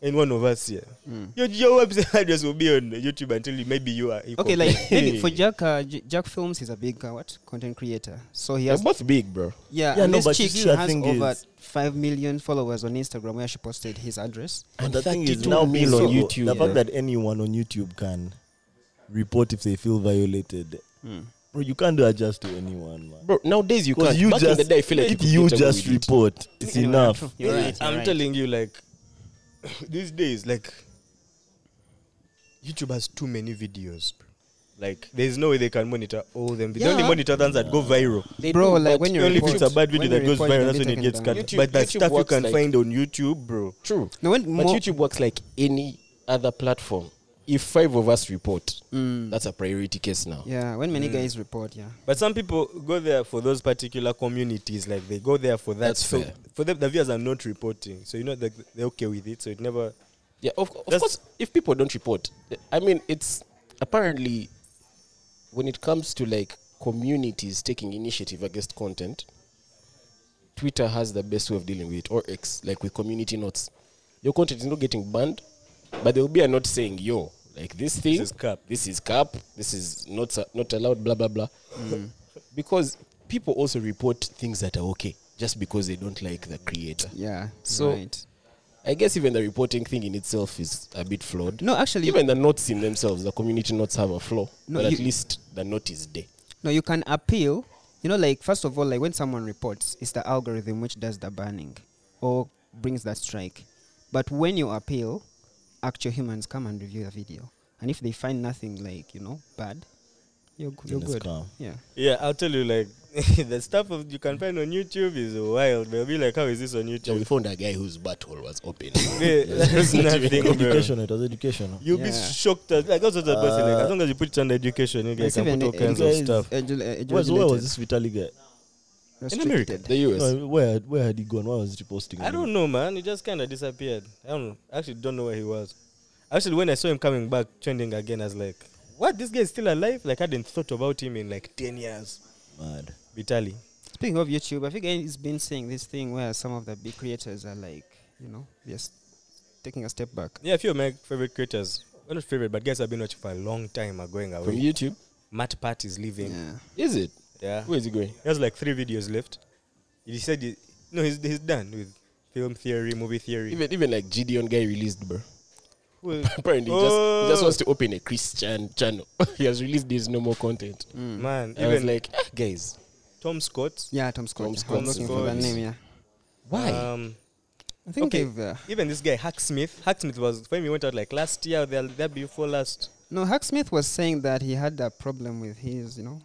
Speaker 1: anyone of us here,
Speaker 2: Hmm.
Speaker 1: your, your website address will be on YouTube until you, maybe you are.
Speaker 4: Okay, like maybe for Jack, uh, J- Jack Films is a big uh, what content creator, so he
Speaker 2: They're
Speaker 4: has
Speaker 2: both big, bro.
Speaker 4: yeah.
Speaker 3: Yeah,
Speaker 4: and
Speaker 3: no,
Speaker 4: this
Speaker 3: but you
Speaker 4: chick
Speaker 3: see
Speaker 4: she
Speaker 3: the
Speaker 4: has
Speaker 3: thing
Speaker 4: over
Speaker 3: is-
Speaker 4: five million followers on Instagram where she posted his address.
Speaker 2: And
Speaker 3: And the thing is
Speaker 2: 32
Speaker 3: now
Speaker 2: mil
Speaker 3: people-
Speaker 2: on YouTube,
Speaker 3: The fact
Speaker 2: yeah.
Speaker 3: that anyone on YouTube can report if they feel violated, bro, you can't do that just to anyone, man.
Speaker 2: Bro, nowadays you can't.
Speaker 3: Because you
Speaker 2: Back
Speaker 3: just
Speaker 2: in the day, I feel like
Speaker 3: if
Speaker 2: could
Speaker 3: you
Speaker 2: get away
Speaker 3: just
Speaker 2: with it.
Speaker 3: report, it's
Speaker 4: Yeah,
Speaker 3: enough.
Speaker 4: true. You're right,
Speaker 1: I'm
Speaker 4: you're right.
Speaker 1: telling you, like these days, like YouTube has too many videos. Bro. Like there's no way they can monitor all them. They only
Speaker 4: Yeah.
Speaker 1: monitor ones that go viral.
Speaker 2: They
Speaker 4: Bro,
Speaker 2: do,
Speaker 4: like
Speaker 2: but
Speaker 4: when you
Speaker 1: only
Speaker 4: report,
Speaker 1: if it's a bad video
Speaker 4: when
Speaker 1: that
Speaker 4: you
Speaker 1: goes
Speaker 4: report, you
Speaker 1: viral,
Speaker 4: don't
Speaker 1: that's when
Speaker 4: take
Speaker 1: it gets
Speaker 4: them down.
Speaker 1: cut.
Speaker 2: YouTube-
Speaker 1: but the
Speaker 2: YouTube
Speaker 1: stuff you
Speaker 2: works
Speaker 1: can
Speaker 2: like-
Speaker 1: find on YouTube, bro.
Speaker 2: True.
Speaker 4: No, when
Speaker 2: But
Speaker 4: more,
Speaker 2: YouTube works like any other platform. If five of us report, that's a priority case now.
Speaker 4: yeah, when many guys report, yeah,
Speaker 1: But some people go there for those particular communities. Like they go there for that.
Speaker 2: That's
Speaker 1: so
Speaker 2: fair.
Speaker 1: for them, the viewers are not reporting, so you know they're, they're okay with it. So it never.
Speaker 2: Yeah, of, of
Speaker 1: That's-
Speaker 2: course. If people don't report, I mean, it's apparently when it comes to like communities taking initiative against content, Twitter has the best way of dealing with it, or X, like with community notes. Your content is not getting banned, but there will be a note saying, "Yo, like this thing,
Speaker 1: is cap."
Speaker 2: this is cap, this is not sa- not allowed." Blah blah blah,
Speaker 1: Mm.
Speaker 2: because people also report things that are okay just because they don't like the creator.
Speaker 4: yeah.
Speaker 2: So-
Speaker 4: right.
Speaker 2: I guess even the reporting thing in itself is a bit flawed.
Speaker 4: no, actually,
Speaker 2: Even the notes in themselves, the community notes have a flaw,
Speaker 4: No,
Speaker 2: but at
Speaker 4: you-
Speaker 2: least the note is there.
Speaker 4: No, you can appeal. You know, like first of all, like when someone reports, it's the algorithm which does the banning or brings that strike. But when you appeal, actual humans come and review the video, and if they find nothing like you know bad, you're, g- you're
Speaker 3: Then it's
Speaker 4: good.
Speaker 3: calm.
Speaker 4: Yeah,
Speaker 1: Yeah, I'll tell you. Like the stuff of, you can find on YouTube is wild. They'll be like, "How is this on
Speaker 2: So we
Speaker 1: YouTube?"
Speaker 2: found a guy whose butthole was open.
Speaker 1: Yeah, There's nothing, bro.
Speaker 3: Education, it was education.
Speaker 1: You'll be
Speaker 4: Yeah.
Speaker 1: shocked. At, like that's what that person. Like as long as you put it under education, you guys
Speaker 4: It's
Speaker 1: can
Speaker 4: even
Speaker 1: put all
Speaker 4: e-
Speaker 1: kinds of
Speaker 3: guys-
Speaker 1: stuff.
Speaker 4: Edu- uh,
Speaker 3: Where, where was
Speaker 4: edu-related,
Speaker 3: this Vitali guy?
Speaker 1: In America.
Speaker 4: restricted.
Speaker 2: the US.
Speaker 3: No, where where had he gone? Why was he posting?
Speaker 1: I don't know, man. He just kind of disappeared. I don't. Know. I actually don't know where he was. Actually, when I saw him coming back trending again, I was like, "What? This guy is still alive? Like I hadn't thought about him in like ten years."
Speaker 3: Mad.
Speaker 1: Vitali.
Speaker 4: Speaking of YouTube, I think it's been saying this thing where some of the big creators are like, you know, just taking a step back.
Speaker 1: Yeah, a few of my favorite creators. Well, not favorite, but guys I've been watching for a long time are going away.
Speaker 2: From YouTube.
Speaker 1: Matt Pat is leaving.
Speaker 4: Yeah.
Speaker 2: Is it?
Speaker 1: Yeah.
Speaker 2: Where is he going?
Speaker 1: He has like three videos left. He said, he, no, he's, he's done with film theory, movie theory.
Speaker 2: Even even like Gideon guy released, bro.
Speaker 1: Who-
Speaker 2: Apparently, he just he
Speaker 1: Oh.
Speaker 2: just wants to open a Christian channel. he has released his normal content.
Speaker 1: Man,
Speaker 2: I
Speaker 1: Mm,
Speaker 2: was
Speaker 1: even like
Speaker 2: like, "Ah, guys,
Speaker 1: Tom Scott.
Speaker 4: Yeah, Tom Scott.
Speaker 2: Tom
Speaker 4: I'm
Speaker 2: Scott.
Speaker 4: looking for
Speaker 1: Scott.
Speaker 4: that name. Yeah,
Speaker 2: why?
Speaker 1: Um,
Speaker 4: I think
Speaker 1: Okay.
Speaker 4: they've. Uh,
Speaker 1: even this guy, Hack Smith. Hack Smith was, for him, he went out like last year, or the the year before last.
Speaker 4: No, Hacksmith was saying that he had a problem with his, you know,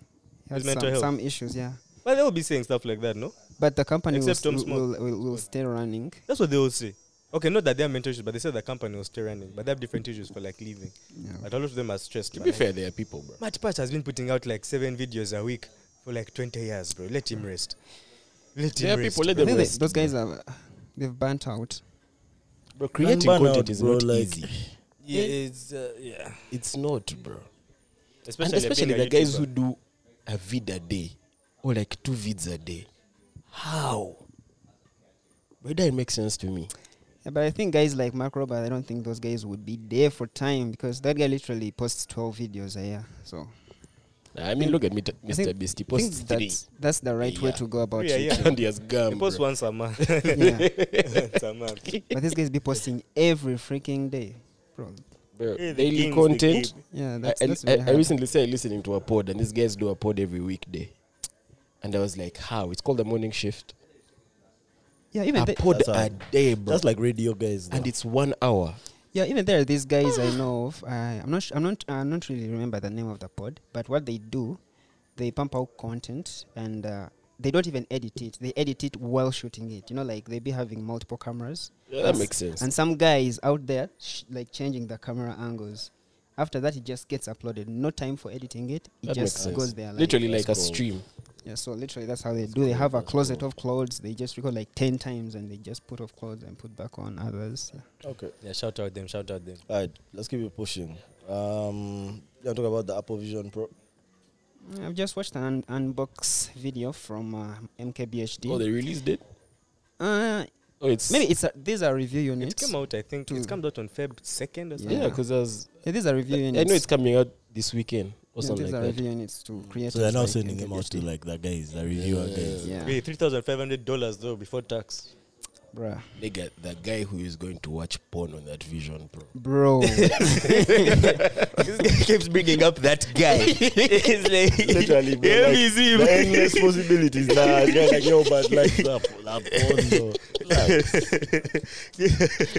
Speaker 4: he had
Speaker 1: His mental
Speaker 4: some,
Speaker 1: health.
Speaker 4: some issues, yeah.
Speaker 1: But they'll be saying stuff like that, no?
Speaker 4: But the company will,
Speaker 1: Except Tom
Speaker 4: st-
Speaker 1: Smoke.
Speaker 4: will, will, will stay running.
Speaker 1: That's what they will say. Okay, not that they are mental issues, but they said the company was still running. But they have different issues for like leaving.
Speaker 4: Yeah.
Speaker 1: But all of them are stressed.
Speaker 2: to
Speaker 1: but
Speaker 2: be
Speaker 1: like-
Speaker 2: fair, they are people, bro.
Speaker 1: Matt Pat has been putting out like seven videos a week for like 20 years, bro. Let him rest. Let him
Speaker 2: There are
Speaker 1: rest.
Speaker 2: people, let
Speaker 1: bro.
Speaker 4: I
Speaker 2: them
Speaker 4: think they,
Speaker 2: rest.
Speaker 4: those guys have, uh, they've burnt out.
Speaker 2: Bro, creating
Speaker 3: burnout,
Speaker 2: content is
Speaker 3: bro,
Speaker 2: not
Speaker 3: like-
Speaker 2: easy.
Speaker 1: Yeah, it's, uh, yeah.
Speaker 2: It's not, bro.
Speaker 1: Especially,
Speaker 2: and especially the
Speaker 1: being a
Speaker 2: guys who
Speaker 1: YouTuber.
Speaker 2: do a vid a day or like two vids a day. How? But that makes sense to me.
Speaker 4: Yeah, but I think guys like Mark Robert, I don't think those guys would be there for time because that guy literally posts 12 videos a year. So
Speaker 2: I mean, look at Mr.
Speaker 4: I think-
Speaker 2: Mr. Beast. He
Speaker 4: I think
Speaker 2: posts three,
Speaker 4: that's, that's the right way
Speaker 2: Yeah.
Speaker 4: to go about
Speaker 1: Yeah,
Speaker 4: it.
Speaker 1: yeah.
Speaker 2: and he has gum.
Speaker 1: They post
Speaker 2: bro.
Speaker 1: once a month.
Speaker 4: Yeah.
Speaker 1: Once a month.
Speaker 4: but these guys be posting every freaking day. Bro.
Speaker 2: Bro,
Speaker 1: Hey, the
Speaker 2: daily
Speaker 1: game's the
Speaker 2: content.
Speaker 1: game.
Speaker 4: Yeah,
Speaker 2: I,
Speaker 4: that's,
Speaker 2: I,
Speaker 4: that's
Speaker 2: I,
Speaker 4: really
Speaker 2: I
Speaker 4: hard.
Speaker 2: recently started listening to a pod, and these guys do a pod every weekday. And I was like, how? It's called the morning shift.
Speaker 4: yeah, even
Speaker 2: a
Speaker 4: they,
Speaker 2: pod
Speaker 3: That's how-
Speaker 2: a day, bro.
Speaker 3: That's like radio guys.
Speaker 2: and
Speaker 3: though.
Speaker 2: it's one hour.
Speaker 4: Yeah, even there, are these guys I know of. Uh, I'm not. Sh- I'm not. I'm not really remember the name of the pod. But what they do, they pump out content and uh, they don't even edit it. They edit it while shooting it. You know, like they be having multiple cameras.
Speaker 2: Yeah, that makes sense.
Speaker 4: And some guy is out there sh- like changing the camera angles. After that, it just gets uploaded. No time for editing it. It
Speaker 2: That makes
Speaker 4: just
Speaker 2: sense.
Speaker 4: goes there. Like,
Speaker 2: Literally like a
Speaker 3: That's cool.
Speaker 2: stream.
Speaker 4: Yeah, so literally that's how they do. They have a closet of clothes. They just record like ten times and they just put off clothes and put back on others. Yeah.
Speaker 3: Okay.
Speaker 1: Yeah, shout out them, shout out them.
Speaker 3: All right, let's keep it pushing. Um, you talk about the Apple Vision Pro.
Speaker 4: I've just watched an unbox video from uh, MKBHD.
Speaker 2: Oh, they released it.
Speaker 4: uh,
Speaker 2: Oh, it's
Speaker 4: maybe it's a, these are review
Speaker 1: It
Speaker 4: units.
Speaker 1: came out, I think. It
Speaker 3: Hmm.
Speaker 4: Mm.
Speaker 1: comes out on Feb 2nd or something.
Speaker 2: yeah, because I was.
Speaker 4: Yeah, these are review
Speaker 2: I
Speaker 4: units.
Speaker 2: know it's coming out this weekend or
Speaker 4: Yeah,
Speaker 2: something
Speaker 4: these
Speaker 2: like
Speaker 4: are
Speaker 2: that.
Speaker 4: review units to create.
Speaker 3: So they're now sending them out to like the guys, the reviewer guys.
Speaker 4: Yeah,
Speaker 1: Wait, $3,500 though before tax.
Speaker 4: bruh,
Speaker 2: Nigga, the guy who is going to watch porn on that Vision Pro.
Speaker 4: bro.
Speaker 1: this guy keeps bringing up that guy. He's like,
Speaker 3: Literally, bro,
Speaker 1: "Him
Speaker 3: like,
Speaker 1: is him."
Speaker 3: The endless possibilities. Nah, they're like, yo, but like, la, la pondo.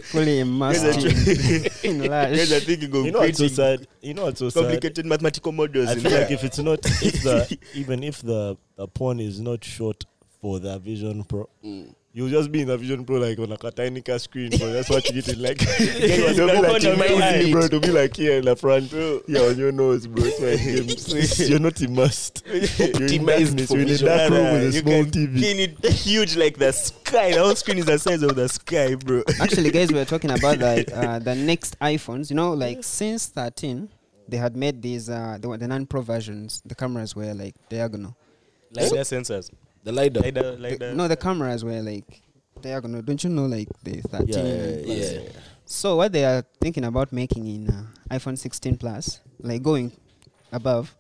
Speaker 4: fully immersed in, in
Speaker 1: Guys are
Speaker 4: Lash.
Speaker 1: thinking of
Speaker 3: You know what's so
Speaker 1: creating
Speaker 3: sad? You know what's so sad?
Speaker 1: complicated mathematical models.
Speaker 3: I
Speaker 1: in
Speaker 3: feel
Speaker 1: there.
Speaker 3: like if it's not, if the, even if the, the porn is not short for the Vision Pro, you'll just be in the Vision Pro like on a Katanika screen, bro. That's what you get in like. Get
Speaker 1: The
Speaker 3: yourself like
Speaker 1: phone on your
Speaker 3: immersed,
Speaker 1: eye.
Speaker 3: bro, to be like here in the front. Yeah, on your nose, bro. It's like games. You're not immersed. You're in
Speaker 2: Optimized
Speaker 3: darkness.
Speaker 2: for
Speaker 3: You're in a
Speaker 2: Vision
Speaker 3: dark room with a
Speaker 1: you
Speaker 3: small
Speaker 1: can
Speaker 3: TV.
Speaker 1: pin it huge like the sky. The whole screen is the size of the sky, bro.
Speaker 4: Actually, guys, we were talking about the uh, the next iPhones. You know, like since 13, they had made these. Uh, they were the non-pro versions. The cameras were like diagonal.
Speaker 1: LiDAR sensors.
Speaker 2: The LiDAR.
Speaker 1: LiDAR,
Speaker 4: The-
Speaker 1: LiDAR.
Speaker 4: no, the cameras were like diagonal. Don't you know, like the 13?
Speaker 3: Yeah, yeah,
Speaker 4: plus?
Speaker 2: Yeah.
Speaker 4: So what they are thinking about making in uh, iPhone 16 Plus, like going above,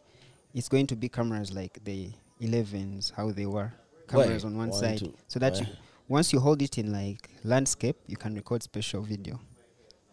Speaker 4: it's going to be cameras like the 11s, how they were,
Speaker 2: Why?
Speaker 4: cameras on one
Speaker 3: Why
Speaker 4: side,
Speaker 3: to-
Speaker 4: so that
Speaker 3: why?
Speaker 4: you, once you hold it in like landscape, you can record special video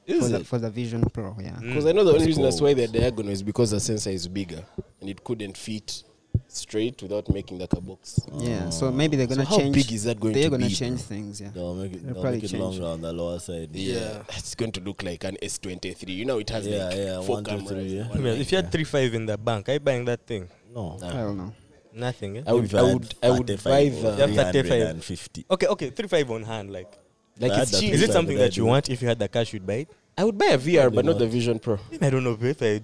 Speaker 4: for
Speaker 2: Is
Speaker 4: the,
Speaker 2: it? Mm.
Speaker 4: for the Vision Pro. Yeah,
Speaker 2: Because I know the only reason that's why they're diagonal is because the sensor is bigger and it couldn't fit straight without making like a box.
Speaker 4: yeah. So maybe they're
Speaker 2: Oh. So
Speaker 4: gonna
Speaker 2: how
Speaker 4: change.
Speaker 2: big is that going
Speaker 4: they're
Speaker 2: to
Speaker 4: gonna
Speaker 2: be,
Speaker 4: change
Speaker 2: bro?
Speaker 4: things. Yeah.
Speaker 3: They'll make it,
Speaker 4: They'll
Speaker 3: they'll
Speaker 4: probably
Speaker 3: make it
Speaker 4: change.
Speaker 3: longer on the lower side.
Speaker 2: Yeah. it's going to look like an S23. You know, it has
Speaker 3: Yeah,
Speaker 2: like
Speaker 3: yeah,
Speaker 2: four
Speaker 3: one, two,
Speaker 2: cameras.
Speaker 3: three, yeah.
Speaker 1: I
Speaker 2: one
Speaker 1: mean,
Speaker 2: mic.
Speaker 1: if you had three five in the bank, are you buying that thing?
Speaker 3: No.
Speaker 4: I don't know.
Speaker 1: Nothing. Eh?
Speaker 2: I would, I would, I would buy the,
Speaker 1: Yeah, 35.
Speaker 3: 350.
Speaker 1: Okay, okay, three five on hand. Like,
Speaker 2: like
Speaker 3: That
Speaker 2: it's
Speaker 3: doesn't
Speaker 2: cheap.
Speaker 1: is it
Speaker 3: Inside
Speaker 1: something
Speaker 3: the
Speaker 1: that you
Speaker 3: idea.
Speaker 1: want? If you had the cash, you'd buy it.
Speaker 2: I would buy a VR, but not the Vision Pro.
Speaker 1: I don't know if I.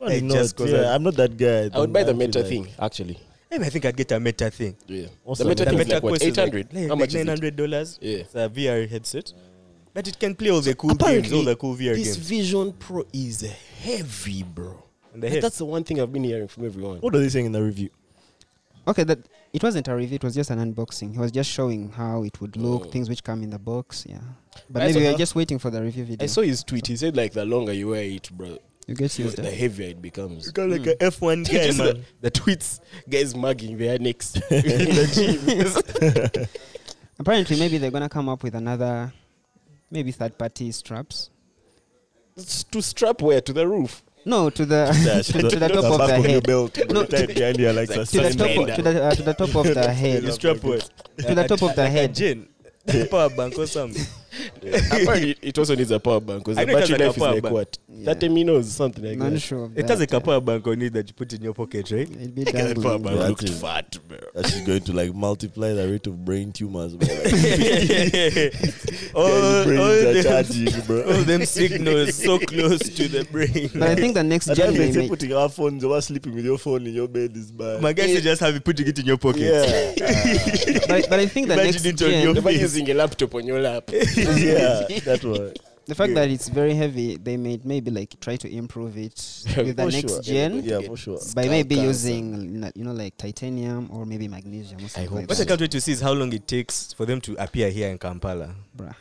Speaker 3: Well,
Speaker 1: Like,
Speaker 3: not,
Speaker 1: just 'cause
Speaker 3: yeah,
Speaker 1: I-
Speaker 3: I'm not that guy.
Speaker 2: I would
Speaker 3: don't
Speaker 2: buy the
Speaker 3: actually
Speaker 2: Meta
Speaker 3: like-
Speaker 2: thing, actually.
Speaker 1: I think I'd get a Meta thing.
Speaker 2: Yeah.
Speaker 3: Also,
Speaker 2: the Meta
Speaker 3: the
Speaker 2: thing is
Speaker 3: Meta
Speaker 2: like what?
Speaker 1: Quest is
Speaker 2: 800?
Speaker 1: Like,
Speaker 2: How
Speaker 1: like
Speaker 2: much
Speaker 1: nine
Speaker 2: is it?
Speaker 1: hundred dollars.
Speaker 2: Yeah.
Speaker 1: It's a VR headset, but it can play all the cool games, all the cool VR games.
Speaker 2: this Vision Pro is heavy, bro.
Speaker 1: And the
Speaker 2: Like,
Speaker 1: head.
Speaker 2: that's the one thing I've been hearing from everyone.
Speaker 3: What are they saying in the review?
Speaker 4: Okay, that it wasn't a review. It was just an unboxing. He was just showing how it would look,
Speaker 2: Mm.
Speaker 4: things which come in the box. Yeah, but
Speaker 2: I
Speaker 4: maybe
Speaker 2: saw
Speaker 4: we are
Speaker 2: that.
Speaker 4: just waiting for the review video.
Speaker 2: I saw his tweet. He said, like, the longer you wear it, bro,
Speaker 4: you get used
Speaker 2: the
Speaker 4: to.
Speaker 2: heavier it becomes.
Speaker 1: You got like a F one guy,
Speaker 2: Hmm. Just the,
Speaker 1: man.
Speaker 2: the tweets, guys mugging their necks in the gym.
Speaker 4: Apparently, maybe they're gonna come up with another, maybe third-party straps.
Speaker 2: It's to strap wear to the roof.
Speaker 4: No, to the to, to the top of the
Speaker 3: back your
Speaker 4: head.
Speaker 3: belt.
Speaker 4: No,
Speaker 3: No, tight behind you like the
Speaker 2: It's
Speaker 4: To the
Speaker 2: like
Speaker 3: sun.
Speaker 4: top,
Speaker 2: suspender.
Speaker 4: to the, uh, to the top of the head.
Speaker 1: You strap what?
Speaker 4: To the top of the
Speaker 1: Like a
Speaker 4: head.
Speaker 1: gin, power bank or something.
Speaker 2: Apparently, it- it also needs a power bank because
Speaker 1: I
Speaker 2: the
Speaker 1: know it has
Speaker 2: battery
Speaker 1: like a
Speaker 2: life is
Speaker 1: power
Speaker 2: like
Speaker 1: bank.
Speaker 2: what?
Speaker 4: Yeah.
Speaker 2: 30 minutes, something like
Speaker 4: Not
Speaker 2: that. uh,
Speaker 4: sure of
Speaker 1: It
Speaker 4: that,
Speaker 1: has like a
Speaker 4: yeah.
Speaker 1: power bank on it that you put in your pocket, right?
Speaker 4: It'll be
Speaker 2: Nigga, that power
Speaker 4: dangling.
Speaker 2: bank
Speaker 3: Yeah,
Speaker 2: looked
Speaker 3: that is-
Speaker 2: fat, bro.
Speaker 3: That shit's going to like multiply the rate of brain tumors, bro. Like,
Speaker 1: all, all,
Speaker 2: Oh,
Speaker 1: oh,
Speaker 3: guys' brains
Speaker 1: them,
Speaker 3: are charging,
Speaker 1: all
Speaker 3: bro.
Speaker 1: Oh, them signals so close to the brain.
Speaker 4: But I think the next
Speaker 3: At times
Speaker 4: gen
Speaker 3: they
Speaker 4: they
Speaker 3: say
Speaker 4: may,
Speaker 3: putting our phones over sleeping with your phone in your bed is bad.
Speaker 1: My guys, you just have it putting it in your pocket.
Speaker 3: yeah,
Speaker 4: but, but I think the
Speaker 1: Imagine
Speaker 4: next
Speaker 1: it on your
Speaker 4: gen,
Speaker 2: Never using a laptop on your lap.
Speaker 3: yeah, that one.
Speaker 4: the fact that it's very heavy, they may maybe like try to improve it with the
Speaker 2: For
Speaker 4: next
Speaker 2: sure.
Speaker 4: gen
Speaker 3: Yeah, for sure.
Speaker 4: by
Speaker 2: Skull
Speaker 4: maybe
Speaker 2: cancer.
Speaker 4: using l- you know like titanium or maybe magnesium. Or something
Speaker 2: hope
Speaker 4: like
Speaker 1: What I
Speaker 4: that.
Speaker 1: can't wait to see is how long it takes for them to appear here in Kampala.
Speaker 4: Bruh.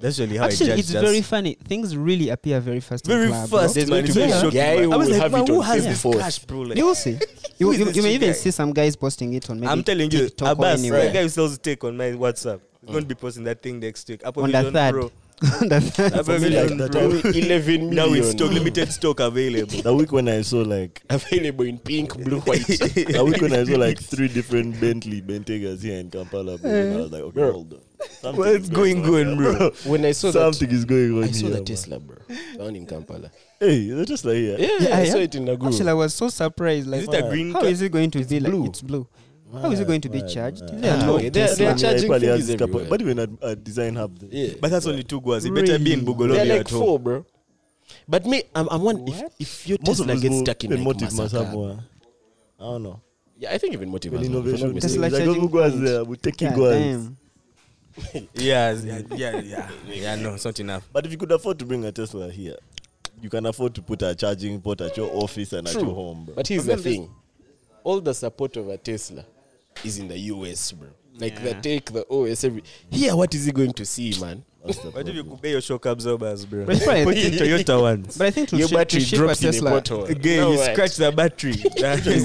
Speaker 1: That's usually how I
Speaker 4: Actually,
Speaker 1: judge
Speaker 4: it's
Speaker 1: just
Speaker 4: very funny. Things really appear very fast. in
Speaker 1: very
Speaker 4: club, bro.
Speaker 1: fast,
Speaker 2: There's
Speaker 1: man.
Speaker 2: going
Speaker 1: It's
Speaker 2: to be
Speaker 1: very
Speaker 2: a
Speaker 1: shocking.
Speaker 2: guy
Speaker 1: man. I
Speaker 2: who
Speaker 1: was
Speaker 2: will
Speaker 1: like,
Speaker 2: have
Speaker 1: man,
Speaker 2: it
Speaker 1: who
Speaker 2: on
Speaker 1: has this
Speaker 2: Facebook.
Speaker 1: cash, bro? Like,
Speaker 4: You will see. You,
Speaker 1: Who is
Speaker 4: you,
Speaker 1: this
Speaker 4: you may
Speaker 1: cheap
Speaker 4: even
Speaker 1: guy?
Speaker 4: see some guys posting it on maybe
Speaker 1: I'm telling you,
Speaker 4: TikTok or
Speaker 1: Abbas,
Speaker 4: anywhere.
Speaker 1: the guy who sells take on my WhatsApp, he's going to be posting that thing next week. Apple
Speaker 4: On the
Speaker 1: Vision
Speaker 4: third.
Speaker 1: Pro.
Speaker 4: On the third.
Speaker 1: Apple
Speaker 3: me, like,
Speaker 1: Vision
Speaker 3: that
Speaker 1: Pro.
Speaker 3: time-
Speaker 2: 11 million.
Speaker 1: Now in stock, limited stock available.
Speaker 3: The week when I saw like
Speaker 2: Available in pink, blue, white.
Speaker 3: the week when I saw like three different Bentley Bentegas here in Kampala, bro, and I was like, okay,
Speaker 2: Bro.
Speaker 3: hold on. Something
Speaker 1: What's
Speaker 3: is
Speaker 1: going on, bro?
Speaker 2: When I saw
Speaker 3: Something is going on
Speaker 2: that, I saw
Speaker 3: here,
Speaker 2: the
Speaker 3: man.
Speaker 2: Tesla, bro. Down in Kampala.
Speaker 3: Hey, they're just like here.
Speaker 2: Yeah,
Speaker 4: Yeah,
Speaker 2: I
Speaker 4: yeah.
Speaker 2: saw it in Naguru.
Speaker 4: Actually, I was so surprised. Like,
Speaker 1: Is it a green
Speaker 4: how
Speaker 1: car?
Speaker 4: is it going to be like
Speaker 2: blue.
Speaker 4: it's blue? how is it going to be
Speaker 3: Mad,
Speaker 4: charged?
Speaker 3: mad.
Speaker 4: There are no
Speaker 2: Ah, okay, there-
Speaker 4: Tesla.
Speaker 2: there are charging
Speaker 3: Probably has
Speaker 2: fees
Speaker 3: this couple-
Speaker 2: everywhere.
Speaker 3: But even at, at design hub, they-
Speaker 2: yeah.
Speaker 1: But that's only two guas. It better be in
Speaker 2: They're
Speaker 1: Bugolobi
Speaker 2: like
Speaker 1: at home.
Speaker 2: four, bro. But me, I'm, I'm one. If,
Speaker 4: What?
Speaker 2: if your
Speaker 3: most of
Speaker 2: Tesla
Speaker 3: us
Speaker 2: gets
Speaker 3: will
Speaker 2: stuck in
Speaker 3: even
Speaker 2: like
Speaker 3: motive must have
Speaker 2: Masaka,
Speaker 3: one. I don't know.
Speaker 2: yeah, I think even motive
Speaker 3: Even
Speaker 2: has one, if I'm not
Speaker 3: innovation.
Speaker 2: mistaken.
Speaker 4: Tesla
Speaker 3: Like,
Speaker 4: charging
Speaker 3: Google has
Speaker 4: point.
Speaker 3: there, we take
Speaker 4: God
Speaker 3: Google.
Speaker 4: damn.
Speaker 1: Yeah, yeah, yeah, yeah. Yeah, no, it's not enough.
Speaker 3: But if you could afford to bring a Tesla here, you can afford to put a charging port at your office and at
Speaker 2: True.
Speaker 3: your home, bro.
Speaker 2: But here's the thing all the support of a Tesla is in the US, bro. Like the take, the OS, every. Here, what is he going to see, man?
Speaker 3: That's the
Speaker 1: What if you
Speaker 3: problem.
Speaker 1: could buy your shock absorbers, bro?
Speaker 4: But it's probably-
Speaker 1: Put in Toyota ones.
Speaker 4: But I think to,
Speaker 2: Your
Speaker 4: shi- to
Speaker 2: battery
Speaker 4: ship a
Speaker 2: drops in a
Speaker 4: Tesla,
Speaker 2: bottle.
Speaker 1: Again,
Speaker 2: No
Speaker 1: you
Speaker 2: way.
Speaker 1: scratch the battery.